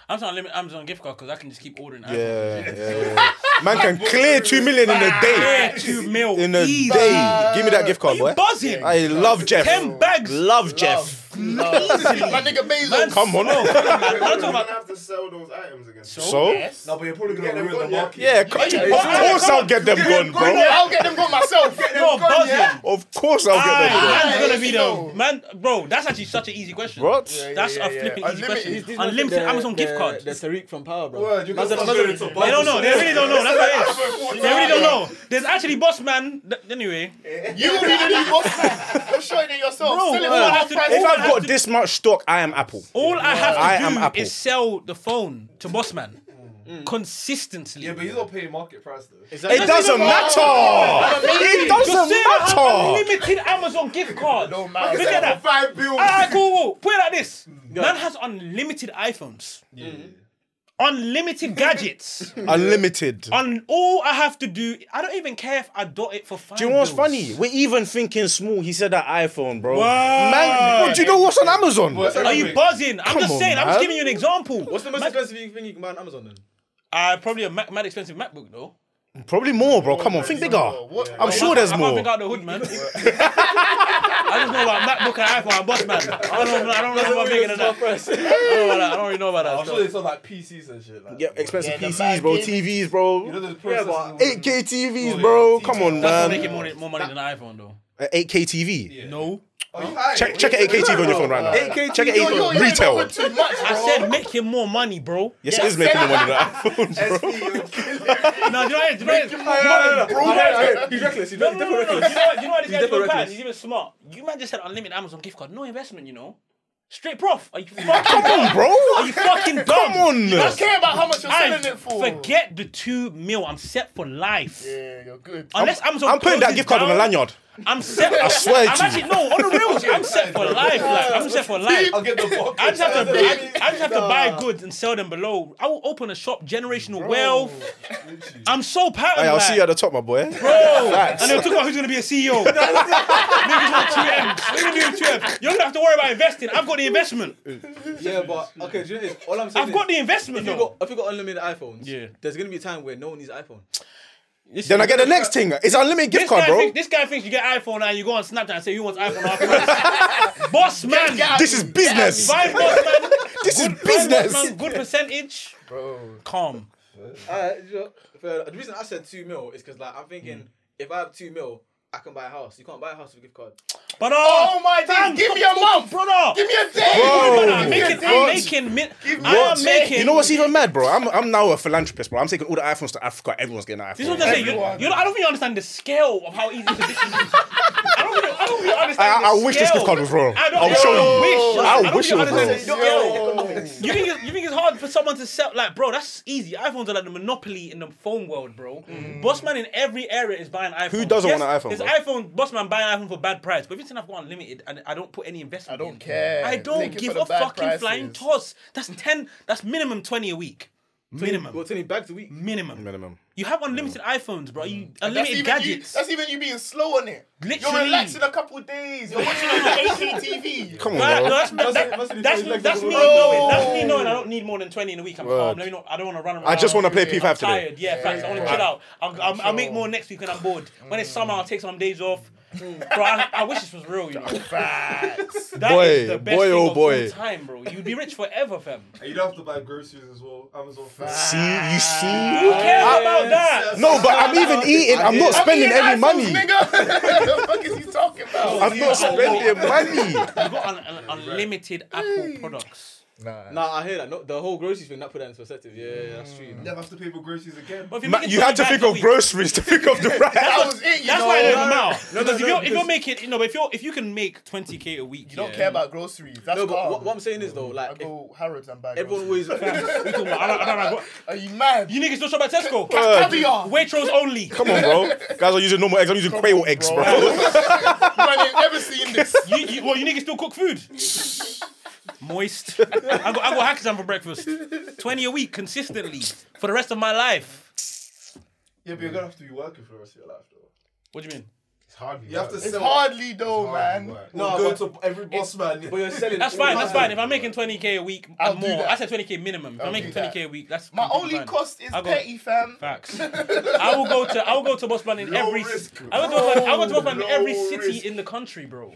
Speaker 3: I'm saying unlimited Amazon gift card because I can just keep ordering. Amazon.
Speaker 4: Yeah, yeah, yeah. Man can clear two million in a
Speaker 3: Yeah,
Speaker 4: day.
Speaker 3: two mil.
Speaker 4: In a
Speaker 3: easy.
Speaker 4: day. Give me that gift card, boy.
Speaker 3: You buzzing?
Speaker 4: I love Jeff.
Speaker 3: Ten bags.
Speaker 4: Love Jeff.
Speaker 6: My nigga Bezos.
Speaker 4: Come on.
Speaker 3: man, I'm
Speaker 8: You're
Speaker 3: talking
Speaker 8: gonna
Speaker 3: about.
Speaker 8: have to sell those items again.
Speaker 4: So?
Speaker 6: Yes.
Speaker 2: No, but you're probably gonna
Speaker 8: them
Speaker 2: ruin
Speaker 8: gone,
Speaker 2: the
Speaker 8: yeah?
Speaker 2: market.
Speaker 4: Yeah, c-
Speaker 6: Yeah,
Speaker 4: of
Speaker 6: yeah.
Speaker 4: course I'll get them gone,
Speaker 6: No,
Speaker 4: bro.
Speaker 6: I'll get them gone myself.
Speaker 3: You're buzzing.
Speaker 4: Of course I'll get them gone.
Speaker 3: Aye, man's gonna
Speaker 6: Aye,
Speaker 3: be
Speaker 6: yo.
Speaker 3: the man, bro. That's actually such an easy question.
Speaker 4: What?
Speaker 3: That's
Speaker 6: yeah,
Speaker 3: a
Speaker 6: yeah.
Speaker 3: flipping easy
Speaker 6: Unlimited. These-
Speaker 3: question. Unlimited Amazon gift card.
Speaker 5: The Tariq from Power, bro.
Speaker 2: Word, you
Speaker 5: Man
Speaker 2: got
Speaker 5: said-
Speaker 2: some
Speaker 5: man said-
Speaker 2: million to buy
Speaker 3: They don't know. They really don't know. That's what it is.
Speaker 2: They
Speaker 3: They really don't know. There's actually boss man. th- Anyway,
Speaker 6: You will be the new boss man. You're showing it yourself.
Speaker 3: Bro, bro,
Speaker 6: Selling for half
Speaker 3: if
Speaker 6: price.
Speaker 4: If
Speaker 3: I
Speaker 4: I've got this much stock, I am Apple.
Speaker 3: all I have to
Speaker 4: I
Speaker 3: do
Speaker 4: am Apple.
Speaker 3: is sell the phone to boss man consistently.
Speaker 2: Yeah, but he's not paying market price though.
Speaker 4: It doesn't matter. It
Speaker 3: Just
Speaker 4: doesn't
Speaker 3: say I have
Speaker 4: matter.
Speaker 3: unlimited Amazon gift card.
Speaker 6: No
Speaker 3: Look
Speaker 6: matter.
Speaker 3: at that.
Speaker 8: Five bills.
Speaker 3: Ah, cool, cool. Put it like this. Man has unlimited iPhones,
Speaker 2: Yeah.
Speaker 3: unlimited gadgets.
Speaker 4: Unlimited.
Speaker 3: On all I have to do, I don't even care if I dot it for five.
Speaker 4: Do you know what's
Speaker 3: bills.
Speaker 4: funny? We're even thinking small. He said that iPhone, bro.
Speaker 3: Wow.
Speaker 4: Man, bro, do you know what's on Amazon?
Speaker 3: Are you buzzing? I'm
Speaker 4: Come
Speaker 3: just
Speaker 4: on,
Speaker 3: saying. I'm just
Speaker 4: man.
Speaker 3: giving you an example.
Speaker 5: What's the most expensive thing you can buy on Amazon then?
Speaker 3: Uh, probably a Mac, mad expensive MacBook though.
Speaker 4: Probably more, bro. Come on, think bigger.
Speaker 6: What?
Speaker 4: I'm sure there's
Speaker 3: I can't
Speaker 4: more.
Speaker 3: pick out the hood, man. I just know about MacBook and iPhone and Boss Man. I don't know. I don't know about bigger than that. I don't know about that. I don't really know about that.
Speaker 2: I'm sure
Speaker 3: stuff.
Speaker 2: they sell like PCs and shit. Like,
Speaker 4: Yeah,
Speaker 2: that.
Speaker 4: expensive
Speaker 6: Yeah, the
Speaker 4: PCs, bro.
Speaker 6: back end.
Speaker 4: TVs,
Speaker 2: You know
Speaker 4: bro.
Speaker 2: those processors.
Speaker 4: 8K
Speaker 6: Oh,
Speaker 4: TVs, bro. Come on,
Speaker 3: That's making
Speaker 4: man. Uh,
Speaker 3: more, more money than an iPhone though.
Speaker 4: A 8K TV.
Speaker 2: Yeah.
Speaker 3: No,
Speaker 2: Are you high?
Speaker 4: Check check an 8K TV on your phone right now.
Speaker 5: 8K
Speaker 4: Check an
Speaker 6: Yo, yo,
Speaker 4: 8K
Speaker 6: you ain't
Speaker 4: retail.
Speaker 6: offered too much,
Speaker 3: I said make him more money, bro.
Speaker 4: Yes, it is making more money than iPhone, bro.
Speaker 3: No, do you know what? Do you know what? Do you know
Speaker 5: He's reckless. He's
Speaker 3: what? No, no, no, no. Do you know what? Do you know what?
Speaker 5: He's
Speaker 3: This guy's even
Speaker 5: different
Speaker 3: bad.
Speaker 5: reckless.
Speaker 3: He's even smart. You man just had unlimited Amazon gift card, no investment, you know. Straight prof. Are you fucking dumb?
Speaker 4: Bro,
Speaker 3: Are you fucking dumb?
Speaker 4: come on.
Speaker 6: I don't care about how much you're selling it for.
Speaker 3: Forget the two mil. I'm set for life.
Speaker 6: Yeah, you're good.
Speaker 3: Unless Amazon.
Speaker 4: I'm putting that
Speaker 3: closes
Speaker 4: gift card on
Speaker 3: down-
Speaker 4: a lanyard.
Speaker 3: I'm set. I
Speaker 4: swear
Speaker 3: I'm
Speaker 4: to you.
Speaker 3: actually no on the real. shit, I'm set for life. Like I'm set for life.
Speaker 2: I'll get the box.
Speaker 3: I just have to, I, I just have to buy goods and sell them below. I will open a shop, generational wealth. I'm so proud.
Speaker 4: Hey,
Speaker 3: of
Speaker 4: I'll
Speaker 3: that.
Speaker 4: see you at the top, my boy.
Speaker 3: Bro, and they'll talk about who's gonna be a CEO. Niggas want two M's. We're gonna do two M's. You don't have to worry about investing. I've got the investment.
Speaker 5: Yeah, but okay. Do you know what it is? all I'm saying
Speaker 3: I've
Speaker 5: is,
Speaker 3: got the investment.
Speaker 5: If you
Speaker 3: though.
Speaker 5: got, if you got unlimited iPhones,
Speaker 3: Yeah.
Speaker 5: there's gonna be a time where no one needs an iPhone.
Speaker 4: Then I get the next thing. It's unlimited gift
Speaker 3: This guy,
Speaker 4: card, bro.
Speaker 3: thinks, this guy thinks you get iPhone and you go on Snapchat and say who wants iPhone afterwards. boss man,
Speaker 4: This is business.
Speaker 3: buy boss man,
Speaker 4: This is
Speaker 3: buy boss
Speaker 4: business.
Speaker 3: man, good percentage. Bro, calm.
Speaker 5: Uh, you know, fair- the reason I said two mil is because like I'm thinking if I have two mil, I can buy a house. You can't buy a house with a gift card.
Speaker 3: But uh,
Speaker 6: Oh my days! Give me a month, bro.
Speaker 3: brother.
Speaker 6: Give me a day.
Speaker 4: Bro.
Speaker 3: I'm making, I'm
Speaker 4: What?
Speaker 3: making, min- I am making.
Speaker 4: You know what's even mad, bro? I'm, I'm now a philanthropist, bro. I'm taking all the iPhones to Africa. Everyone's getting an
Speaker 3: This is
Speaker 4: iPhone.
Speaker 3: what I'm saying. You, you know, I don't think you understand the scale of how easy this is. I don't think you, I don't think you
Speaker 4: I,
Speaker 3: understand.
Speaker 4: I
Speaker 3: the
Speaker 4: wish this
Speaker 3: scale.
Speaker 4: gift card was wrong.
Speaker 3: I don't,
Speaker 4: I'll show you.
Speaker 3: Wish,
Speaker 4: I
Speaker 3: I don't
Speaker 4: wish
Speaker 3: think
Speaker 4: it was
Speaker 3: you understand
Speaker 4: wrong.
Speaker 3: the scale. You think, it's- you think it's hard for someone to sell? Like, bro, that's easy. iPhones are like the monopoly in the phone world, bro. Bossman in every area is buying iPhones.
Speaker 4: Mm. Who doesn't
Speaker 3: yes,
Speaker 4: want an iPhone,
Speaker 3: There's
Speaker 4: bro?
Speaker 3: iPhone, Bossman buying iPhone for bad price. But if it's enough, got unlimited, and I don't put any investment.
Speaker 6: I don't
Speaker 3: in.
Speaker 6: care.
Speaker 3: I don't
Speaker 6: Thank you
Speaker 3: give
Speaker 6: for
Speaker 3: a
Speaker 6: the bad
Speaker 3: fucking flying
Speaker 6: prices.
Speaker 3: toss. That's ten. That's minimum twenty a week. Minimum.
Speaker 5: Well, twenty bags a week.
Speaker 3: Minimum.
Speaker 4: Minimum.
Speaker 3: You have unlimited iPhones, bro. You
Speaker 6: That's
Speaker 3: unlimited
Speaker 6: even,
Speaker 3: gadgets.
Speaker 6: You, that's even you being slow on it. You're
Speaker 3: Literally.
Speaker 6: relaxing a couple of days. You're watching it on HGTV.
Speaker 4: Come
Speaker 3: Right,
Speaker 4: on,
Speaker 3: no,
Speaker 4: bro.
Speaker 3: that's, that,
Speaker 5: it- must it be
Speaker 3: that's,
Speaker 5: five legs
Speaker 3: that's
Speaker 5: of
Speaker 3: me
Speaker 5: the
Speaker 3: knowing.
Speaker 6: road?
Speaker 3: That's me knowing I don't need more than twenty in a week. I'm calm.
Speaker 4: Word.
Speaker 3: Let me not. I don't want to run around.
Speaker 4: I just want to play
Speaker 3: I'm
Speaker 4: P5 today.
Speaker 3: Tired. Yeah, facts. I want to chill out. I'll, I'll, I'll make more next week when I'm bored. When it's summer, I'll take some days off. bro, I, I wish this was real. You know,
Speaker 6: Facts.
Speaker 3: That
Speaker 4: Boy,
Speaker 3: is the best
Speaker 4: boy,
Speaker 3: thing
Speaker 4: oh
Speaker 3: of
Speaker 4: boy.
Speaker 3: all time, bro. You'd be rich forever, fam.
Speaker 8: And you don't have to buy groceries as well. Amazon.
Speaker 4: See, you
Speaker 3: Who
Speaker 4: see?
Speaker 3: cares about that?
Speaker 4: No, but I'm even eating. I'm not spending
Speaker 6: Eating
Speaker 4: any
Speaker 6: iPhones,
Speaker 4: money.
Speaker 6: Nigga. the fuck is he talking about?
Speaker 4: I'm not spending money.
Speaker 3: You got un, un- unlimited Apple products.
Speaker 5: Nah, I hear that. No, the whole groceries thing that put that into perspective. Yeah, yeah, that's true. you know.
Speaker 8: Never have to pay for groceries again.
Speaker 3: But if you're
Speaker 4: Ma-
Speaker 3: making
Speaker 4: You had to
Speaker 3: 20
Speaker 4: think
Speaker 3: bags a
Speaker 4: of
Speaker 3: week-
Speaker 4: groceries to think of the price.
Speaker 6: That was it. You
Speaker 3: That's
Speaker 6: know?
Speaker 3: why it
Speaker 5: no,
Speaker 3: doesn't
Speaker 5: no,
Speaker 3: matter.
Speaker 5: no, no,
Speaker 3: Because if
Speaker 5: no,
Speaker 3: you're if you're
Speaker 5: because-
Speaker 3: making you know, but if you're if you can make twenty k a week,
Speaker 6: You don't
Speaker 3: yeah.
Speaker 6: care about groceries. That's
Speaker 5: No, but
Speaker 6: calm.
Speaker 5: what, what I'm saying is though,
Speaker 6: I
Speaker 5: like if
Speaker 6: go Harrods and buy
Speaker 5: everyone
Speaker 6: groceries.
Speaker 5: always facts,
Speaker 3: We talking about- I don't- I don't know what-
Speaker 6: Are you mad?
Speaker 3: You niggas still shop at Tesco.
Speaker 5: Uh.
Speaker 6: caviar.
Speaker 3: Waitrose only.
Speaker 4: Come on, bro. Guys are using normal eggs. I'm using quail eggs, bro.
Speaker 6: Man, they've never seen this.
Speaker 3: You, you, well, you niggas still cook food. Moist. I got, I got hackers for breakfast. 20 a week consistently for the rest of my life.
Speaker 8: Yeah, but you're gonna have to be working for the rest of your life though.
Speaker 3: What do you mean?
Speaker 7: It's hardly.
Speaker 8: You have to
Speaker 6: It's
Speaker 8: sell.
Speaker 6: hardly though, man.
Speaker 8: No, go to every boss man.
Speaker 5: but you're selling.
Speaker 3: That's
Speaker 5: all
Speaker 3: fine,
Speaker 5: the
Speaker 3: that's
Speaker 5: time.
Speaker 3: fine. If I'm making 20k a week and
Speaker 6: I'll do
Speaker 3: more,
Speaker 6: that.
Speaker 3: I said 20k minimum. If I'm making
Speaker 6: do that.
Speaker 3: 20k a week, that's
Speaker 6: My
Speaker 3: completely
Speaker 6: only
Speaker 3: fine.
Speaker 6: cost is
Speaker 3: I got-
Speaker 6: petty, fam.
Speaker 3: Facts. I will go to I will go to Bossman in
Speaker 8: Low
Speaker 3: every
Speaker 8: risk,
Speaker 3: I will go to Bossman, I will go to Bossman in
Speaker 8: low
Speaker 3: every city
Speaker 8: risk.
Speaker 3: in the country, bro.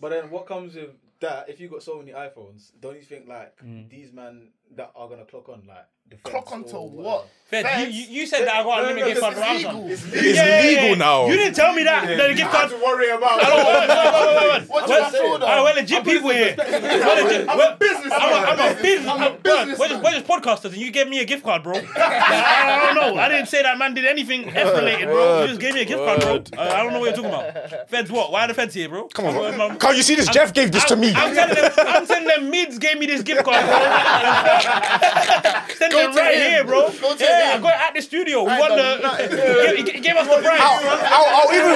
Speaker 5: But then what comes with that? If you got so many iPhones, don't you think like
Speaker 3: Hmm.
Speaker 5: these men that are gonna clock on like the
Speaker 6: Clock
Speaker 5: feds
Speaker 6: onto
Speaker 5: or
Speaker 3: uh,
Speaker 6: what?
Speaker 3: Fed, you,
Speaker 6: Feds?
Speaker 3: you, you said that I got
Speaker 5: no,
Speaker 3: unlimited gift card
Speaker 6: Because
Speaker 3: from
Speaker 6: it's
Speaker 3: Amazon.
Speaker 6: legal.
Speaker 4: It's legal now.
Speaker 3: You didn't tell me that. that the gift card.
Speaker 8: to worry about.
Speaker 3: Wait, wait, wait, wait.
Speaker 6: What you have told
Speaker 3: All right,
Speaker 6: them?
Speaker 3: we're legit people here. We're legit. I'm a business. I'm a, I'm a business. I'm a business. We're just, we're just podcasters, and you gave me a gift card, bro. I don't know. I didn't say that man did anything F related, bro. You just gave me a gift card, bro. Uh, I don't know what you're talking about. Feds, what? Why are the feds here, bro? Come
Speaker 4: on, Can't you see this? Jeff gave this to me.
Speaker 3: I'm telling them, I'm telling them, mids gave me this gift card, bro. Send them
Speaker 6: to
Speaker 3: right
Speaker 6: him.
Speaker 3: here, bro.
Speaker 6: Go to
Speaker 3: yeah,
Speaker 6: him.
Speaker 3: I got it at the studio. We won the. He gave- he gave us the prize.
Speaker 4: I'll, I'll even.